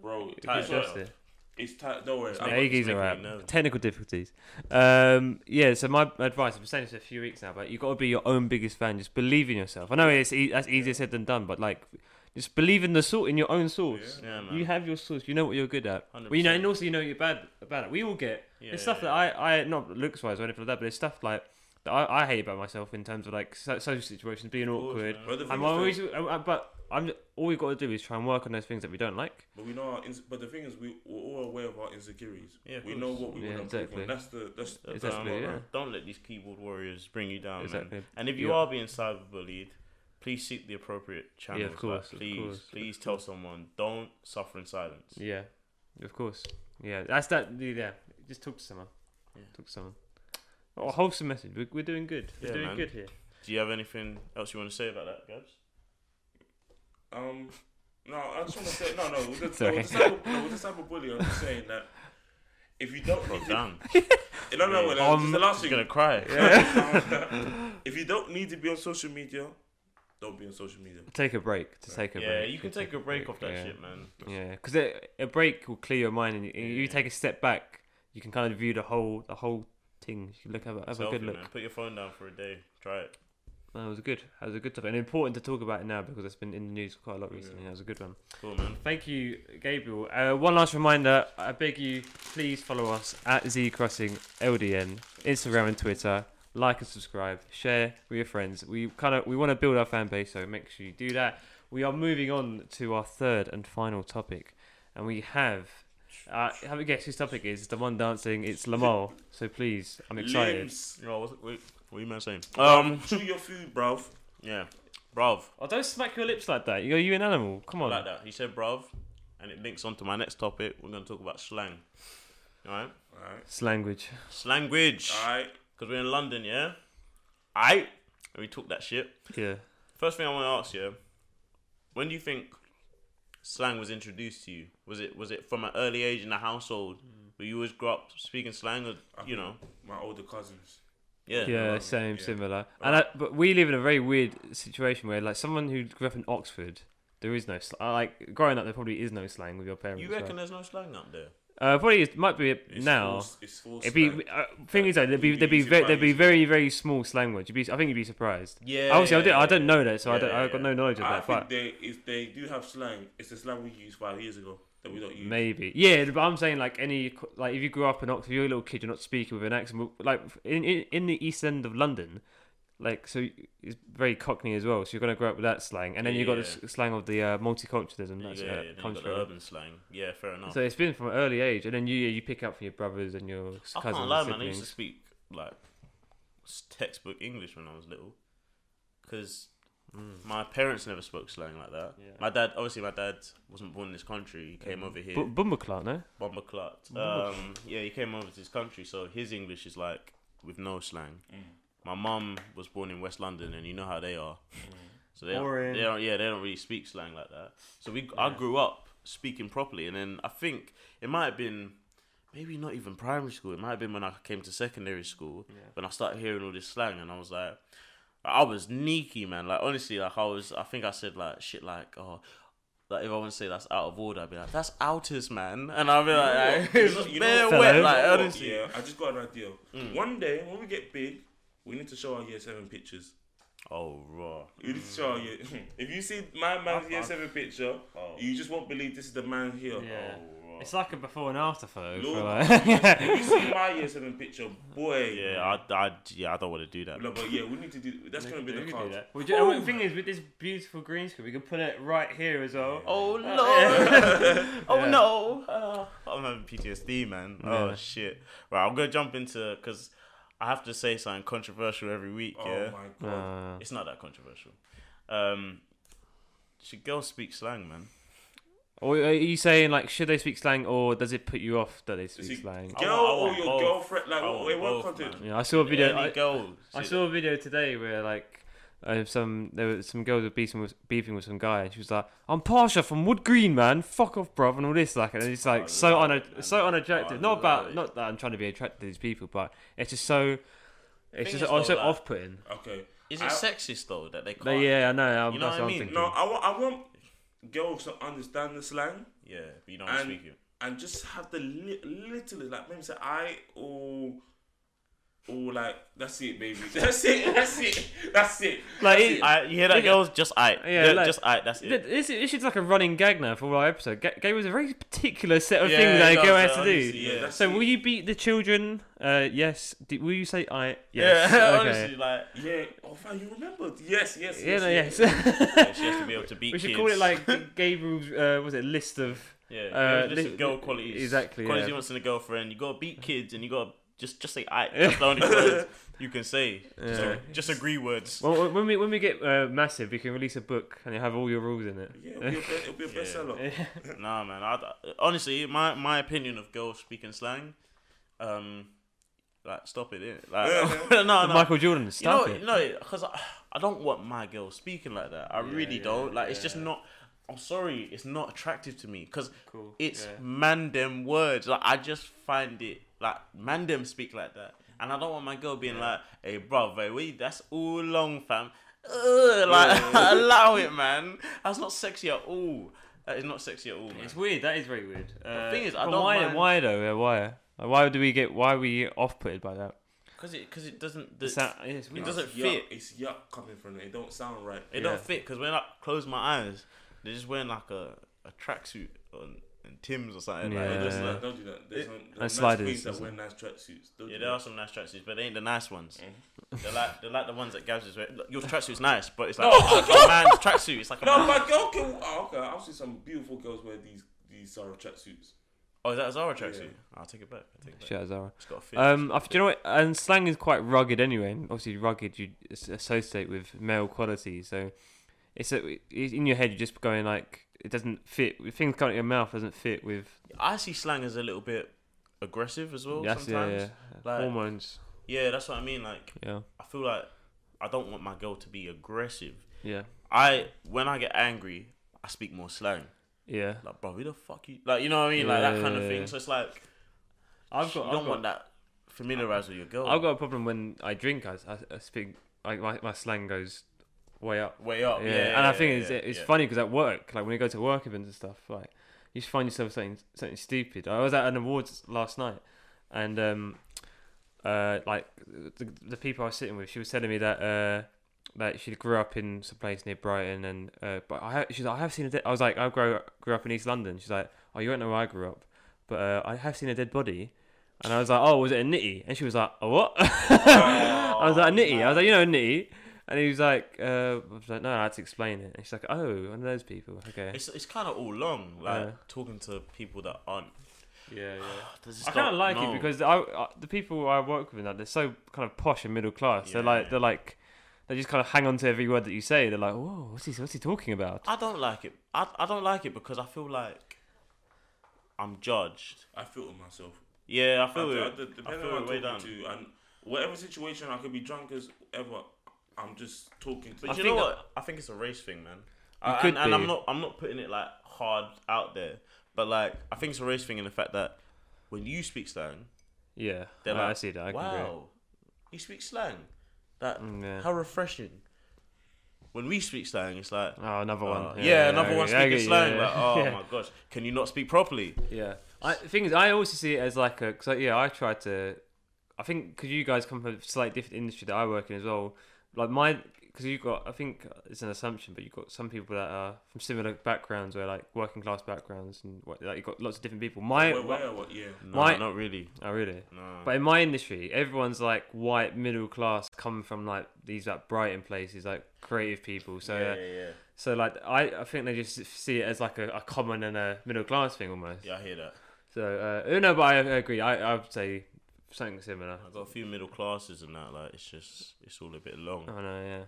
S3: Bro,
S1: It's
S2: tight,
S3: it's,
S1: just
S2: bro.
S1: it.
S3: it's tight. Don't worry.
S2: It's
S3: I'm-
S2: making-
S1: Aggies
S2: making
S1: are
S2: me
S1: out.
S2: nervous.
S1: Technical difficulties. Um, yeah, so my advice, I've been saying this for a few weeks now, but you've got to be your own biggest fan. Just believe in yourself. I know it's e- that's easier said than done, but like, just believe in the sort in your own source.
S2: Yeah, man.
S1: You have your source. You know what you're good at. Well, you know, and also you know you're bad about it. We all get
S2: Yeah,
S1: it's stuff
S2: yeah,
S1: that I, I not looks wise or anything like that, but it's stuff like that I, I hate about myself in terms of like so, social situations being
S2: course,
S1: awkward.
S2: man.
S3: But, the thing
S1: I'm
S3: is, though-
S1: always, I- I- but I'm all we've got to do is try and work on those things that we don't like.
S3: but we know. Our ins- but the thing is, we, we're all aware of our insecurities.
S2: Yeah, of
S3: we
S2: course.
S3: know what we
S1: Yeah,
S3: want to
S1: exactly.
S3: improve on. That's the that's
S2: That's
S3: that's
S2: what
S1: Exactly,
S2: I'm
S1: yeah.
S2: about. Don't let these keyboard warriors bring you down,
S1: Exactly.
S2: man. And if you
S1: Yeah.
S2: are being cyberbullied, please seek the appropriate channels. like,
S1: course, of
S2: please,
S1: course, of
S2: please tell someone. Don't suffer in silence.
S1: Yeah, of course. Yeah, that's that. Yeah, just talk to someone.
S2: Yeah.
S1: Talk to someone. Oh, a wholesome message. We're, we're doing good. We're
S2: Yeah,
S1: doing
S2: man.
S1: good here.
S2: Do you have anything else you want to say about that, Gabs?
S3: Um, no, I just want to say no, no. With
S2: (laughs)
S3: the,
S1: Sorry.
S3: with the cyber, no, with the cyberbully, I'm just saying that if you don't,
S2: Bro,
S3: need
S1: (laughs)
S3: to,
S2: damn.
S3: no, no, no, no, this is the last
S2: She's (laughs)
S3: thing.
S2: gonna cry.
S3: (laughs) if you don't need to be on social media, don't be on social media.
S1: Take a break. To take a
S2: Yeah,
S1: break.
S2: you can take a break off that
S1: yeah.
S2: shit, man.
S1: Yeah, because a break will clear your mind, and you, you take a step back. You can kind of view the whole the whole thing. You can look have a, have a
S2: Selfie,
S1: good look.
S2: man. Put your phone down for a day. Try it.
S1: That was good. That was a good topic and important to talk about now because it's been in the news quite a lot recently. That was a good one.
S2: Cool, man.
S1: Thank you, Gabriel. Uh, one last reminder I beg you, please follow us at Z Crossing LDN, Instagram and Twitter. Like and subscribe, share with your friends. We kind of we want to build our fan base, so make sure you do that. We are moving on to our third and final topic, and we have. Uh, have a guess whose topic is the one dancing. It's Lamar.
S2: (laughs)
S1: So please, I'm excited.
S3: Limbs.
S2: Yo, what's- wait, what are you man saying?
S3: Um, chew your food, bruv.
S2: Yeah, bruv.
S1: Oh, don't smack your lips like that. You're you an animal. Come on.
S2: Like that. He said bruv, and it links onto my next topic. We're going to talk about slang. Alright?
S3: Alright.
S1: Slanguage.
S2: Slanguage.
S3: Alright.
S2: Because we're in London, yeah? Aight. And we talk that shit.
S1: Yeah.
S2: First thing I want to ask you, when do you think slang was introduced to you? Was it was it from an early age in the household where you always grew up speaking slang, or you know,
S3: My older cousins.
S2: yeah,
S1: Yeah,
S3: Yeah.
S1: same,
S3: Yeah.
S1: similar. And I, but we live in a very weird situation where, like, someone who grew up in Oxford, there is no sl- uh, like growing up. There probably is no slang with your parents.
S2: You
S1: right?
S2: reckon there's no slang up there?
S1: Uh, probably is, might be
S3: It's
S1: now.
S3: forced- it's forced.
S1: It'd be (laughs)
S3: like-
S1: uh, thing is though, there'd be
S3: You
S1: there'd be
S3: use it
S1: very,
S3: by
S1: there'd be
S3: use it.
S1: very very small slang words. You'd be, I think you'd be surprised.
S2: Yeah,
S1: Obviously, I
S2: yeah,
S1: don't I
S2: yeah,
S1: don't know that, so I
S2: yeah,
S1: don't
S2: yeah,
S1: I've got
S2: yeah.
S1: no knowledge of
S3: I
S1: that.
S3: think
S1: But
S3: they if they do have slang, it's the slang we used five years ago that we don't use.
S1: maybe yeah. But I'm saying like any co- like if you grew up in Oxford, you're a little kid, you're not speaking with an accent. but, Like in in, in the East End of London. Like so, it's very Cockney as well. So you're gonna grow up with that slang, and then you've got the
S2: Yeah.
S1: s- slang of the uh, multiculturalism. That's
S2: yeah,
S1: where
S2: yeah,
S1: it
S2: then you
S1: comes
S2: got the
S1: from.
S2: urban slang. Yeah, fair enough.
S1: So it's been from an early age, and then you you pick up from your brothers and your s-
S2: I
S1: cousins.
S2: can't lie,
S1: and
S2: man. I used to
S1: siblings.
S2: speak like s- textbook English when I was little, because my parents never spoke slang like that.
S1: Mm. Yeah. Mm.
S2: My dad, obviously, my dad wasn't born in this country. He came over here.
S1: Bu- Bumba Clark, no?
S2: Bomber Clot. Um, yeah, he came over to this country, so his English is like with no slang. My mum was born in West London, and you know how they are. So they,
S1: Boring.
S2: don't, they don't, yeah, they don't really speak slang like that. So we, I grew up speaking properly, and then I think it might have been, maybe not even primary school. It might have been when I came to secondary school when I started hearing all this slang, and I was like, I was sneaky, man. Like honestly, like I was, I think I said like shit, like oh. Like if I want to say that's out of order, I'd be like, "That's outers, man," and I'd be like, (laughs)
S3: You
S2: "It's
S3: know what- you know
S2: bare
S1: what-
S2: wet."
S1: Fellas.
S2: Like
S3: Oh,
S2: honestly, Mm.
S3: yeah, I just got an idea. One day when we get big, we need to show our year seven pictures.
S2: oh raw.
S3: We need to show our year. (laughs) if you see my man's year seven picture, you just won't believe this is the man here.
S1: Yeah. It's like a before and after photo. for
S3: Lord.
S1: like-
S3: If you see my year seven picture,
S1: (laughs)
S3: boy.
S2: Yeah, I, I, yeah, I don't want to do that.
S3: No, but yeah, we need to do.
S1: (laughs)
S3: That's gonna be
S1: We
S3: the
S1: could do
S3: card.
S1: that. Would you- and the thing is, with this beautiful green screen, we can put it right here as well.
S3: (laughs)
S2: Oh lord! oh
S1: Yeah.
S2: no! Uh, I'm having PTSD, man. Oh
S1: Yeah.
S2: shit! Right, I'm gonna jump into because I have to say something controversial every week.
S3: Oh
S2: yeah,
S3: my god.
S1: Uh,
S2: it's not that controversial. Um, should girls speak slang, man?
S1: or are you saying like, should they speak slang, or does it put you off that they speak
S3: See,
S1: slang?
S2: I
S3: Girl
S2: want- I
S3: or
S2: want
S3: your
S2: both.
S3: girlfriend? Like,
S2: I
S3: what,
S2: want
S3: wait, what
S2: both,
S3: content?
S2: man.
S1: Yeah, I saw a video.
S2: Any
S1: I,
S2: girl?
S1: I
S2: should-
S1: saw a video today where like. Uh, some there were some girls were beefing with, beefing with some guy and she was like I'm Pasha from Wood Green man fuck off bruv and all this like and it's like
S2: I
S1: so
S2: love
S1: un-
S2: it, man.
S1: so
S2: I
S1: unattractive not about
S2: love it.
S1: not that I'm trying to be attracted to these people but it's just so it's
S2: Thing
S1: just
S2: is,
S1: oh,
S2: though,
S1: so
S2: like-
S1: off putting
S3: Okay.
S2: Is it
S3: I-
S2: sexist though that they can't?
S1: No, yeah, I know. I'm,
S2: You know
S1: that's
S2: what I
S1: what
S2: mean?
S1: I'm thinking.
S3: No, I want, I want girls to understand the slang
S2: yeah, but you don't
S3: and
S2: speak it.
S3: and just have the li- littlest, like maybe say I or or like that's it, baby. (laughs) That's it. That's it. That's it.
S1: Like,
S3: that's
S1: it-
S2: I, you hear that,
S1: Yeah.
S2: girls? Just I.
S1: Yeah,
S2: Yeah,
S1: like-
S2: just I. That's
S1: Th-
S2: it.
S1: This, is- this is like a running gag now for all our episode. Ga- Gay was a very particular set of
S2: Yeah,
S1: things that
S2: it
S1: a girl
S2: does,
S1: has to
S2: uh,
S1: do.
S2: honestly,
S3: Yeah,
S2: Yeah.
S3: that's
S1: So
S3: it.
S1: will you beat the children? Uh, yes. Did, will you say (laughs) I? Yes.
S2: Yeah,
S1: okay.
S2: honestly, like
S3: Yeah. Oh, fine. You remembered? Yes. Yes.
S1: Yeah, no,
S3: yes.
S1: yes.
S2: yeah, (laughs) she has to be able to
S1: (laughs)
S2: beat.
S1: we should
S2: kids.
S1: call it like (laughs) Gabriel's. Uh, was it list of?
S2: Yeah,
S1: Uh,
S2: uh, list
S1: li-
S2: of girl qualities.
S1: exactly,
S2: Qualities
S1: yeah.
S2: you want in a girlfriend. You gotta beat kids, and you gotta just just say I. That's the only words you can say. Just,
S1: Yeah.
S2: just agree words.
S1: uh, Well, when we when we get uh, massive, we can release a book and it'll have all your rules in it.
S3: Yeah, it'll be a, be- it'll be a
S1: Oh, (laughs)
S3: bestseller.
S2: nah, man. I, honestly, my my opinion of girls speaking slang, um, like stop it. innit? Like (laughs) no, no.
S1: Michael Jordan,
S2: you know,
S1: stop
S2: you
S1: it.
S2: know, because I, I don't want my girl speaking like that. I really
S1: yeah,
S2: don't. Like, it's just
S1: yeah.
S2: not. I'm sorry, it's not attractive to me because
S1: Cool,
S2: it's
S1: yeah.
S2: mandem words. Like, I just find it like mandem speak like that, and I don't want my girl being like, "Hey, bro, we that's all long, fam." Ugh, like, (laughs) allow it, man. That's not sexy at all. That is not sexy at all, man.
S1: It's weird. That is very weird. Uh,
S2: thing is, I
S1: but
S2: don't
S1: why, Uh,
S2: mind-
S1: why though? Yeah, why? Like, Why do we get? Why are we off-putted by that?
S2: because it because it doesn't the,
S1: It's that, yeah, it's
S2: it
S1: weird.
S2: doesn't
S3: It's yuck.
S2: fit.
S3: It's yuck coming from it. It don't sound right.
S2: It
S1: Yeah.
S2: don't fit because when I close my eyes, they're just wearing like a, a tracksuit on and Tim's or something.
S3: No,
S2: Like,
S1: Yeah.
S2: they're
S3: don't
S2: just
S3: do
S2: like,
S3: that. Don't do that. There's
S2: It-
S3: some, there's
S1: And
S3: nice
S1: sliders,
S3: queens that
S1: isn't
S3: wear nice tracksuits.
S2: yeah,
S3: Don't do
S2: there
S3: that.
S2: are some nice tracksuits, but they ain't the nice ones.
S3: Mhm.
S2: They're like they're like the ones that Gavs is wearing. Look, Your tracksuit's nice, but it's like,
S3: No,
S2: it's like a man's tracksuit. It's like a
S3: No,
S2: man. (laughs)
S3: my girl can. Oh, okay, I've seen some beautiful girls wear these these Zara tracksuits.
S2: Oh, is that a Zara tracksuit?
S3: Yeah.
S2: I'll take it back. I'll take it back.
S1: Shout out Zara.
S2: It's got a fit.
S1: Um, I, do you know what? And slang is quite rugged anyway. And obviously, rugged you as- associate with male quality. So it's a, it's in your head. You're just going like it doesn't fit. Things coming out of your mouth doesn't fit with.
S2: I see slang as a little bit aggressive as well
S1: Yes, yeah,
S2: sometimes.
S1: yeah.
S2: Like-
S1: Hormones.
S2: Yeah, that's what I mean. Like,
S1: Yeah,
S2: I feel like I don't want my girl to be aggressive.
S1: yeah,
S2: I when I get angry, I speak more slang.
S1: yeah.
S2: Like, bro, who the fuck you? Like, you know what I mean? Like that kind of
S1: Yeah.
S2: thing. So it's like
S1: I've got.
S2: you
S1: I've
S2: don't
S1: got,
S2: want that familiarized with your girl.
S1: I've got a problem when I drink. I, I, I speak. Like my, my slang goes way up.
S2: way up.
S1: Yeah,
S2: Oh, Yeah,
S1: and I
S2: yeah,
S1: think it's
S2: yeah,
S1: it's
S2: yeah.
S1: funny because at work, like when you go to work events and stuff, like you just find yourself saying something stupid. I was at an awards last night, and um, uh, like the, the people I was sitting with, she was telling me that uh, that she grew up in some place near Brighton, and uh, but I ha- she's like, I have seen a dead. I was like, I grew grew up in East London. She's like, oh, you don't know where I grew up, but uh, I have seen a dead body. And I was like, oh, was it a nitty? And she was like, a what? (laughs) I was like, a nitty. I was like, you know, a nitty. And he was like, uh, I was like, no, I had to explain it. And she's like, oh, one of those people. Okay.
S2: It's it's kind of all long. Like
S1: Yeah.
S2: talking to people that aren't.
S1: Yeah, yeah.
S2: Does this
S1: I kind of
S2: not-
S1: like
S2: no.
S1: it because I, I, the people I work with, and that, they're so kind of posh and middle class. They're
S2: Yeah.
S1: like, they're like, they just kind of hang on to every word that you say. They're like, whoa, what's he, what's he talking about?
S2: I don't like it. I I don't like it because I feel like I'm judged.
S3: I filter myself.
S2: Yeah, I
S3: I,
S2: feel
S3: I,
S2: it.
S3: depending
S2: I feel it
S3: on who
S2: way
S3: I'm
S2: down.
S3: talking to, and whatever situation, I could be drunk as ever. I'm just talking to.
S2: But you
S1: think
S2: know what? I think it's a race thing, man. I,
S1: could
S2: and, and
S1: be.
S2: I'm not. I'm not putting it like hard out there, but like I think it's a race thing in the fact that when you speak slang,
S1: Yeah, Oh,
S2: they're
S1: I,
S2: like,
S1: I see that. I can agree.
S2: "Wow, you speak slang. That
S1: Mm, yeah.
S2: how refreshing." When we speak slang, it's like,
S1: Oh, another one.
S2: uh, yeah, another
S1: I
S2: one
S1: get- I
S2: speaking
S1: get you,
S2: slang.
S1: yeah.
S2: Like, oh
S1: (laughs) Yeah.
S2: my gosh, can you not speak properly?
S1: Yeah. I the thing is, I also see it as like a because yeah, I try to. I think because you guys come from a slightly different industry that I work in as well. Like my because you've got, I think it's an assumption, but you've got some people that are from similar backgrounds, where like working class backgrounds, and what- like you've got lots of different people. My,
S3: Where, where, what, yeah.
S2: No,
S1: My-
S2: not really.
S1: oh really?
S2: No.
S1: But in my industry, everyone's like white middle class, come from like these like Brighton places, like creative people. So
S2: yeah,
S1: uh,
S2: yeah, yeah.
S1: so like I, I think they just see it as like a, a common and a middle class thing almost.
S2: Yeah, I hear that.
S1: So uh, no, but I agree. I I would say something similar.
S2: I got a few middle classes and that. Like, it's just, it's all a bit long.
S1: I know, yeah.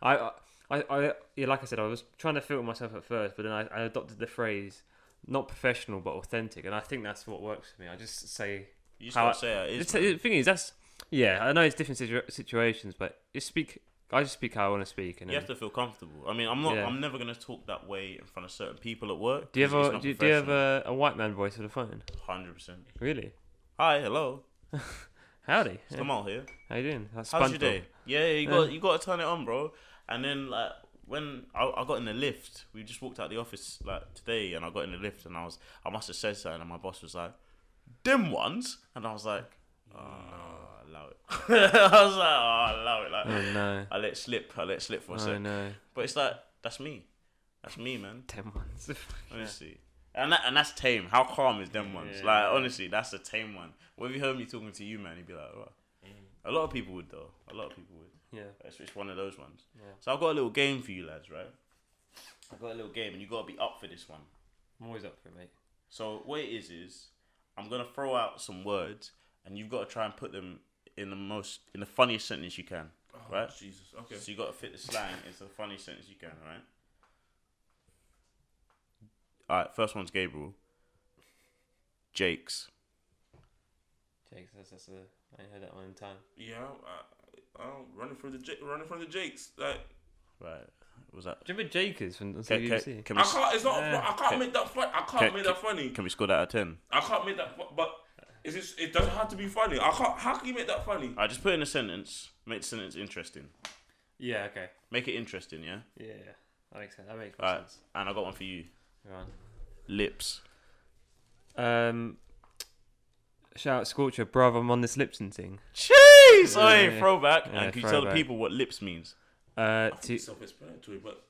S1: I I- I, I yeah, like I said, I was trying to filter myself at first, but then I, I adopted the phrase not professional but authentic, and I think that's what works for me. I just say
S2: You just
S1: How-
S2: gotta say how it is.
S1: it's,
S2: man.
S1: the thing is that's yeah. I know it's different situ- situations, but you speak. I just speak how I want to speak, and
S2: You
S1: then,
S2: have to feel comfortable. I mean, I'm not.
S1: Yeah.
S2: I'm never gonna talk that way in front of certain people at work.
S1: do you
S2: 'cause it's
S1: ever
S2: not
S1: do, you- do you have a, a white man voice on the phone?
S2: professional. Hundred percent.
S1: Really?
S2: Hi, hello.
S1: Howdy.
S2: It's
S1: Yeah.
S2: Kamal here.
S1: How you doing? That's
S2: How's
S1: SpongeBob.
S2: your day? Yeah, you got you got to turn it on, bro. And then like when I, I got in the lift, we just walked out the office like today, and I got in the lift, and I was I must have said something, and my boss was like, "Dim ones," and I was like, "Oh, I allow it." (laughs) I was like, "Oh, I allow it." Like
S1: Oh no!
S2: I let slip. I let slip for a
S1: Oh
S2: second.
S1: no!
S2: But it's like that's me. That's me, man.
S1: Ten (laughs) months.
S2: Honestly. And that, and that's tame. How calm is them ones?
S1: Yeah.
S2: Like honestly, that's a tame one. Well, if you heard me talking to you, man, you'd be like, "Right." a lot of people would though. A lot of people would.
S1: yeah.
S2: It's, it's one of those ones.
S1: Yeah.
S2: So I've got a little game for you lads, right? I've got a little game, and you gotta be up for this one.
S1: I'm always up for it, mate.
S2: So what it is is, I'm gonna throw out some words, and you've got to try and put them in the most in the funniest sentence you can,
S3: Oh,
S2: right?
S3: Jesus. Okay.
S2: So you got to fit the slang into the funniest sentence you can, right? All right, first one's Gabriel. Jake's.
S1: Jake says that's a. I ain't heard that one in time.
S3: Yeah. I, I, I'm running from the Ja- running from the Jakes. Like
S2: Right. Was that?
S1: Do you remember Jakers from the
S2: Can,
S1: BBC?
S2: can, can we
S3: I can't. It's not.
S1: Yeah.
S3: I can't make that funny. I can't
S2: Ca-
S3: make
S2: ca-
S3: that funny.
S2: can we score that out of ten?
S3: I can't make that. fu- But is this, it doesn't have to be funny. I can't. How can you make that funny?
S2: I just put in a sentence. Make the sentence interesting.
S1: Yeah, okay.
S2: Make it interesting, yeah.
S1: Yeah, that makes sense. That makes
S2: All right.
S1: sense.
S2: And I got one for you.
S1: Right.
S2: Lips.
S1: Um, shout out Scorcher, bruv, I'm on this Lipson thing.
S2: Please! Oh, hey,
S1: Yeah.
S2: throwback.
S1: Yeah,
S2: and can you tell the
S1: throwback.
S2: people what lips means?
S1: Uh, to,
S3: It's self-explanatory, but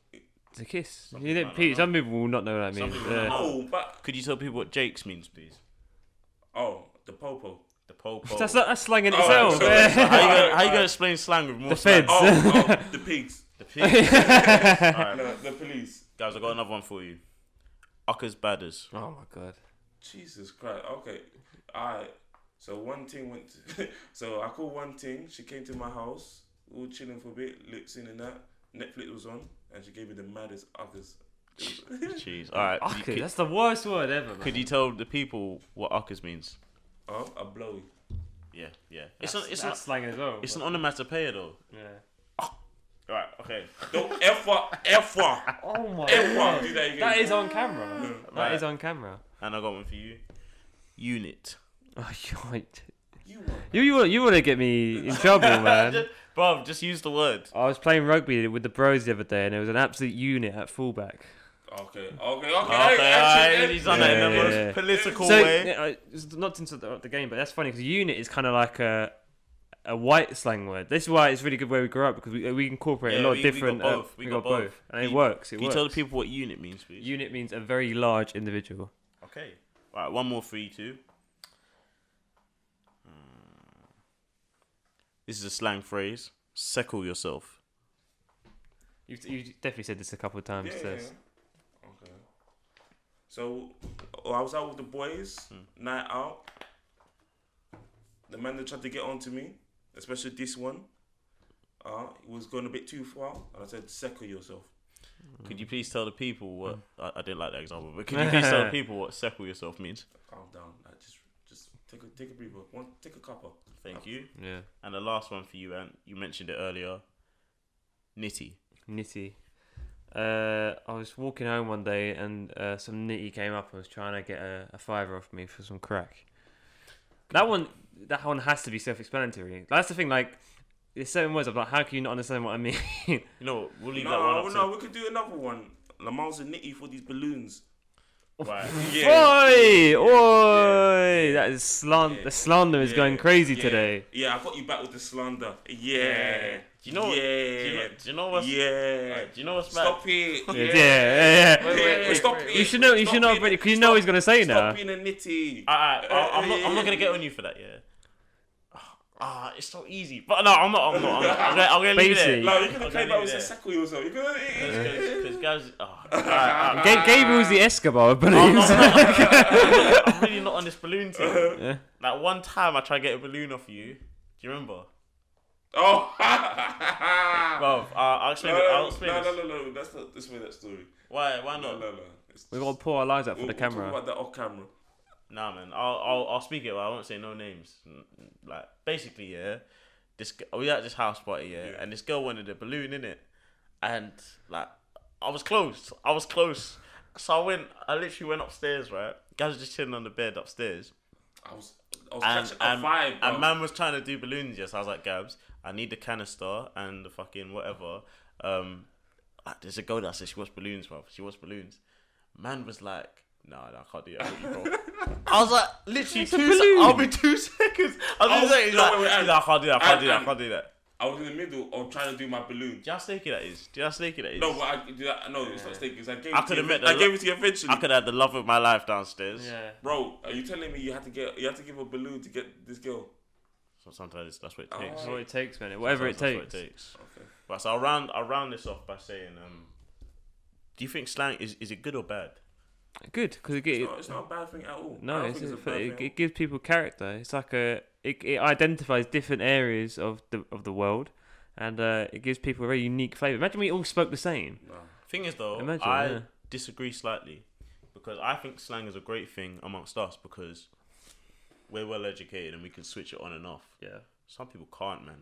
S1: to kiss.
S2: Some
S1: You
S2: people
S1: don't,
S2: might not
S1: pe- some people will not know what that
S2: Some
S1: means. Uh,
S2: people will not.
S1: Yeah.
S3: oh, but
S2: Could you tell people what Jake's means, please?
S3: oh, the popo.
S2: The po po.
S1: That's, that's slang in
S3: Oh,
S1: itself.
S3: so-
S1: Yeah. (laughs)
S2: how you gonna,
S3: Uh,
S2: how you gonna
S3: uh,
S2: explain slang with more
S1: The
S2: slang?
S1: feds.
S3: Oh, oh, the pigs.
S1: (laughs)
S2: The pigs. Alright,
S3: No, the police.
S2: guys, I got another one for you. Uckers badders.
S1: Oh my god.
S3: Jesus Christ. Okay. Alright. So one thing went. To, (laughs) so I called one thing. She came to my house. We were chilling for a bit, lips in and that. Netflix was on, and she gave me the maddest uggers.
S2: Jeez. All right.
S1: Ucker,
S2: could,
S1: that's the worst word ever. Man.
S2: could you tell the people what uckers means?
S3: Oh, a blowy.
S2: Yeah, yeah. It's
S1: That's-
S2: not.
S1: that's
S2: It's not.
S1: slang as well.
S2: It's an
S1: but-
S2: onomatopoeia though.
S1: yeah.
S2: Right. Okay.
S3: Don't (laughs) ever, ever,
S1: Oh my
S3: ever do
S1: god.
S3: that again.
S1: That is on camera. That is
S2: Right.
S1: on
S2: (laughs)
S1: camera.
S2: And I got one for you. Unit.
S1: Oh, shite.
S3: You want
S1: You you want- you want to get me in
S2: (laughs)
S1: trouble, man.
S2: Bro, just use the word.
S1: I was playing rugby with the bros the other day, and it was an absolute unit at fullback.
S3: Okay, okay, okay.
S2: Okay,
S3: hey, actually,
S2: alright,
S3: hey,
S2: he's done it in the
S1: Yeah,
S2: most
S1: yeah, yeah.
S2: political
S1: so
S2: way.
S1: yeah, I- it's not to interrupt the game, but that's funny because unit is kind of like a a white slang word. This is why it's really good where we grew up because we, we incorporate
S2: Yeah,
S1: a lot
S2: we-
S1: of
S2: we got
S1: different. uh,
S2: both, we got both.
S1: and it
S2: Can-
S1: works. It
S2: Can you
S1: works.
S2: tell the people what unit means, please?
S1: unit means a very large individual.
S2: okay. All right. One more for you too. Hmm. This is a slang phrase. Seckle yourself.
S1: You you definitely said this a couple of times.
S3: Yeah,
S1: so
S3: yeah,
S1: it's-
S3: yeah. Okay. So oh, I was out with the boys,
S2: Hmm.
S3: night out. The man that tried to get onto me, especially this one, uh, he was going a bit too far, and I said, "Settle yourself."
S2: Could you please tell the people what? I, I didn't like that example, but could you please
S1: (laughs)
S2: tell the people what "seckle yourself" means?
S3: Calm down. Like, just, just take a take a breather. One, take a cuppa.
S2: Thank you.
S1: yeah.
S2: And the last one for you, Ant. You mentioned it earlier. Nitty.
S1: Nitty. Uh, I was walking home one day and uh, some nitty came up and was trying to get a, a fiver off me for some crack. That one, that one has to be self-explanatory. That's the thing. Like, there's certain words. I'm like, how can you not understand what I
S3: (laughs)
S1: mean?
S2: You know what? We'll leave that one up
S3: No,
S2: to-
S3: no, we could do another one. Lamar's a nitty for these balloons. (laughs)
S2: Right.
S1: oi, oi! That is slander.
S3: Yeah.
S1: The slander is
S3: Yeah.
S1: going crazy
S3: Yeah.
S1: today.
S3: Yeah, I got you back with the slander. Yeah.
S2: Yeah. Do you know? What,
S3: Yeah.
S2: do, you know, do you know what's?
S3: yeah.
S2: Right, do you know what's bad?
S3: Stop it.
S1: Yeah, yeah. yeah.
S3: Wait, wait, wait, stop it.
S1: You should know. You
S3: Stop
S1: should know.
S3: being-
S1: Because you know what he's gonna say now.
S3: Stop being a nitty.
S2: I, I, I'm not. I'm not gonna get on you for that. Yeah. Ah, it's so easy. But no, I'm not. I'm not. I'm, not, I'm, gonna, I'm gonna leave it.
S1: Basic.
S3: No,
S2: There.
S3: you're gonna
S2: I'm
S3: play
S2: gonna
S3: back
S2: leave
S3: with
S2: it
S3: a
S2: there.
S3: second or so. You're gonna. (laughs)
S2: Because guys, oh, alright, alright.
S1: Ga- Gabriel's the Escobar
S3: (laughs)
S1: of
S3: Oh,
S2: I'm,
S1: balloons.
S2: not- I'm not- I'm really not on this balloon team.
S1: Yeah.
S2: Like one time, I tried to get a balloon off you. Do you remember? (laughs)
S3: Oh.
S2: Bro, uh, I'll
S3: no,
S2: explain. it. I'll
S3: no,
S2: explain.
S3: no,
S2: this.
S3: no, no, no, That's not. That's where that story.
S2: Why? Why
S3: No,
S2: not?
S3: no, no. It's
S1: (laughs) We've got to pour our lives out for
S3: we'll-
S1: the
S3: we'll
S1: camera.
S3: Talk about that off camera.
S2: Nah, man. I'll I'll, I'll speak it. But I won't say no names. Mm, Like basically, yeah. This g- we at this house party, yeah,
S3: Yeah.
S2: and this girl wanted a balloon in it, and like I was close. I was close. So I went. I literally went upstairs. Right, guys was just chilling on the bed upstairs,
S3: I was. I was
S2: and
S3: catching
S2: and,
S3: a vibe.
S2: and
S3: bro.
S2: man was trying to do balloons. Yes, I was like, Gabs, I need the canister and the fucking whatever. Um, like, there's a girl that said she wants balloons, bro. She wants balloons. Man was like, nah, nah I can't do that. with you,
S3: (laughs)
S2: bro." I was like, literally
S1: a
S2: two. Se-
S1: balloon.
S2: I'll be two (laughs) seconds. I was
S3: I was-
S2: just like, he's
S3: Oh, no,
S2: like,
S3: wait, wait,
S2: he's
S3: and-
S2: like, I can't do that. I can't
S3: and-
S2: do that. I
S3: and-
S2: can't do that.
S3: I was in the middle of trying to do my balloon.
S2: Do you know how snaky that is? Do you know how snaky that is?
S3: No, but I, I no, it's not steak. Because I gave.
S2: I
S3: it to you
S2: could've met
S3: ev- I
S2: the-
S3: gave it to you eventually.
S2: I could have had the love of my life downstairs.
S1: Yeah.
S3: Bro, are you telling me you had to get you had to give a balloon to get this girl?
S2: So sometimes that's what
S3: Oh.
S2: it takes.
S1: That's what it takes, man. Whatever it takes.
S2: Sometimes that's what it takes.
S3: Okay.
S2: Right, so I'll round, I'll round this off by saying, um, do you think slang is, is it good or bad?
S1: Good, because it,
S3: It's
S1: gives
S3: not, it's not a bad thing at all. I
S1: no,
S3: don't
S1: it's,
S3: think
S1: it,
S3: a bad
S1: it,
S3: thing at all.
S1: gives people character. It's like a it, it identifies different areas of the of the world, and uh, it gives people a very unique flavour. Imagine we all spoke the same.
S2: Thing is, though,
S1: Imagine,
S2: I
S1: yeah.
S2: disagree slightly because I think slang is a great thing amongst us because we're well educated and we can switch it on and off.
S1: Yeah,
S2: Some people can't, man.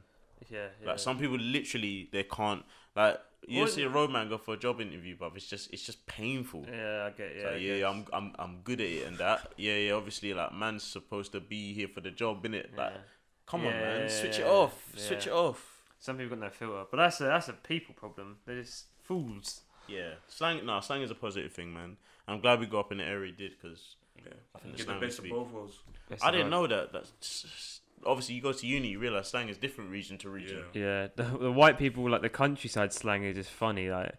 S1: yeah.
S2: Like some people literally they can't. Like you
S1: Well,
S2: see a road man go for a job interview, but it's just it's just painful.
S1: yeah, I get. Yeah,
S2: Like, yeah, yeah, I'm, I'm, I'm good at it and that. Yeah, yeah, obviously, like, man's supposed to be here for the job, innit? Like,
S1: Yeah.
S2: come on, man, switch it
S1: Yeah,
S2: off, switch it
S1: yeah.
S2: off.
S1: Some people got no filter, but that's a that's a people problem. They're just fools.
S2: Yeah, slang. No, slang is a positive thing, man. I'm glad we got up in the area we did because
S3: Yeah.
S2: I think
S3: Get
S2: it's
S3: the
S2: now
S3: best
S2: we
S3: of
S2: speak.
S3: both worlds.
S2: I didn't know that. That's obviously you go to uni, you realize slang is different region to region.
S3: Yeah.
S1: Yeah, the, the white people like the countryside slang is just funny. Like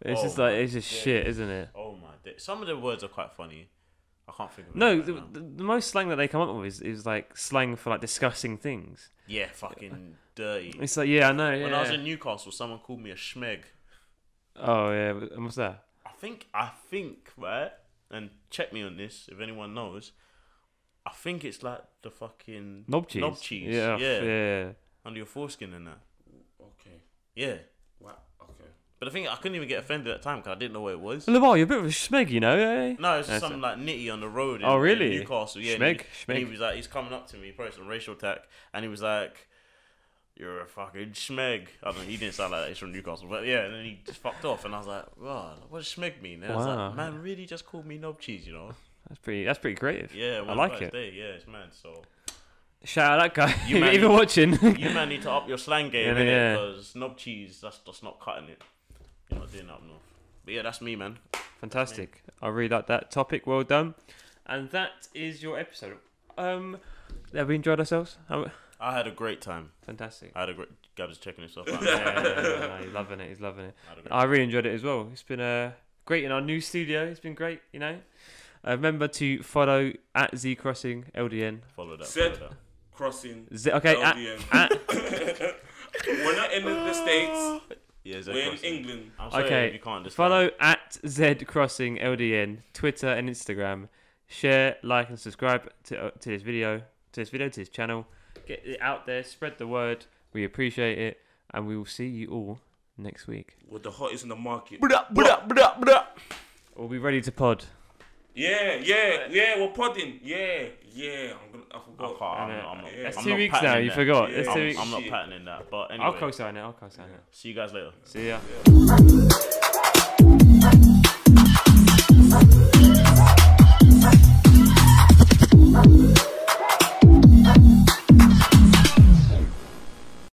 S1: it's
S2: Oh
S1: just like
S2: my
S1: it's just
S2: days.
S1: shit, isn't it?
S2: Oh my day. Some of the words are quite funny. I can't think of it
S1: No,
S2: right
S1: the,
S2: now.
S1: the, the most slang that they come up with is, is like slang for like discussing things.
S2: yeah,
S1: (laughs)
S2: fucking dirty.
S1: It's like yeah, I know. Yeah.
S2: When I was in Newcastle, someone called me a schmeg.
S1: oh yeah, but- and what's that?
S2: I think, I think, right? And check me on this if anyone knows. I think it's like the fucking
S1: Knob cheese.
S2: knob cheese.
S1: Yeah,
S2: Yeah,
S1: f- yeah.
S2: under your foreskin and that.
S3: Okay.
S2: Yeah,
S3: Wow. Okay.
S2: but the thing I couldn't even get offended at the time because I didn't know what it was.
S1: Lamar, you're a bit of a schmeg, you know. eh?
S2: No,
S1: That's
S2: it's just something like nitty on the road. In,
S1: Oh,
S2: in
S1: really?
S2: Newcastle, yeah. and
S1: Schmeg,
S2: he, and he
S1: schmeg.
S2: was like, he's coming up to me, probably some racial attack, and he was like, "You're a fucking schmeg." I don't. He didn't sound like that. He's from Newcastle, but yeah. And then he just fucked off, and I was like, "Wow, what does schmeg mean?" And I was
S1: Wow.
S2: like, "Man, really, just called me knob cheese, you know?"
S1: That's pretty. That's pretty creative.
S2: Yeah,
S1: I
S2: one
S1: like
S2: guy's
S1: it.
S2: Day. Yeah, it's mad. So
S1: Shout out that guy. (laughs)
S2: You
S1: You
S2: man-
S1: even watching?
S2: (laughs) you man need to up your slang game,
S1: Yeah, yeah.
S2: Because knob cheese, that's just not cutting it. You're not doing that up north. But yeah, that's me, man.
S1: Fantastic. I really like that topic. Well done. And that is your episode. Um, have we enjoyed ourselves? How-
S2: I had a great time. (laughs)
S1: Fantastic.
S2: I had a great. Gab's checking himself
S3: (laughs)
S1: Yeah,
S2: out.
S1: yeah, yeah, yeah, he's loving it. He's loving it.
S2: I had a great
S1: I really enjoyed it as well. It's been uh, great in our new studio. It's been great, you know. Uh, remember to follow at Z Crossing LDN.
S2: Follow that.
S3: Said-
S2: follow that.
S3: Crossing.
S1: Z, okay, at,
S3: LDN.
S1: at,
S3: (laughs) We're not in the states.
S2: Yeah, Zed
S3: We're in
S2: Ah. Crossing.
S3: England.
S2: I'm sorry
S1: okay.
S2: if you can't just
S1: follow at Z Crossing LDN Twitter and Instagram. Share, like, and subscribe to uh, to this video, to this video, to this channel. Get it out there. Spread the word. We appreciate it, and we will see you all next week.
S3: With the hottest in the market.
S1: We'll be ready to pod.
S3: Yeah, yeah, yeah. We're podding. Yeah, yeah. I'm gonna. I
S2: I
S3: forgot.
S2: can't, I'm,
S1: I know.
S2: I'm not,
S3: It's
S2: I'm
S1: two
S2: not
S1: weeks now,
S2: patterning
S1: you
S2: that.
S1: forgot.
S3: It's
S2: I'm,
S3: two weeks.
S2: I'm not
S3: Shit.
S2: patterning that. But
S1: I'll
S2: anyway,
S1: co-sign it. I'll co-sign it.
S2: see you guys later.
S1: See ya.
S3: Yeah.
S1: See ya.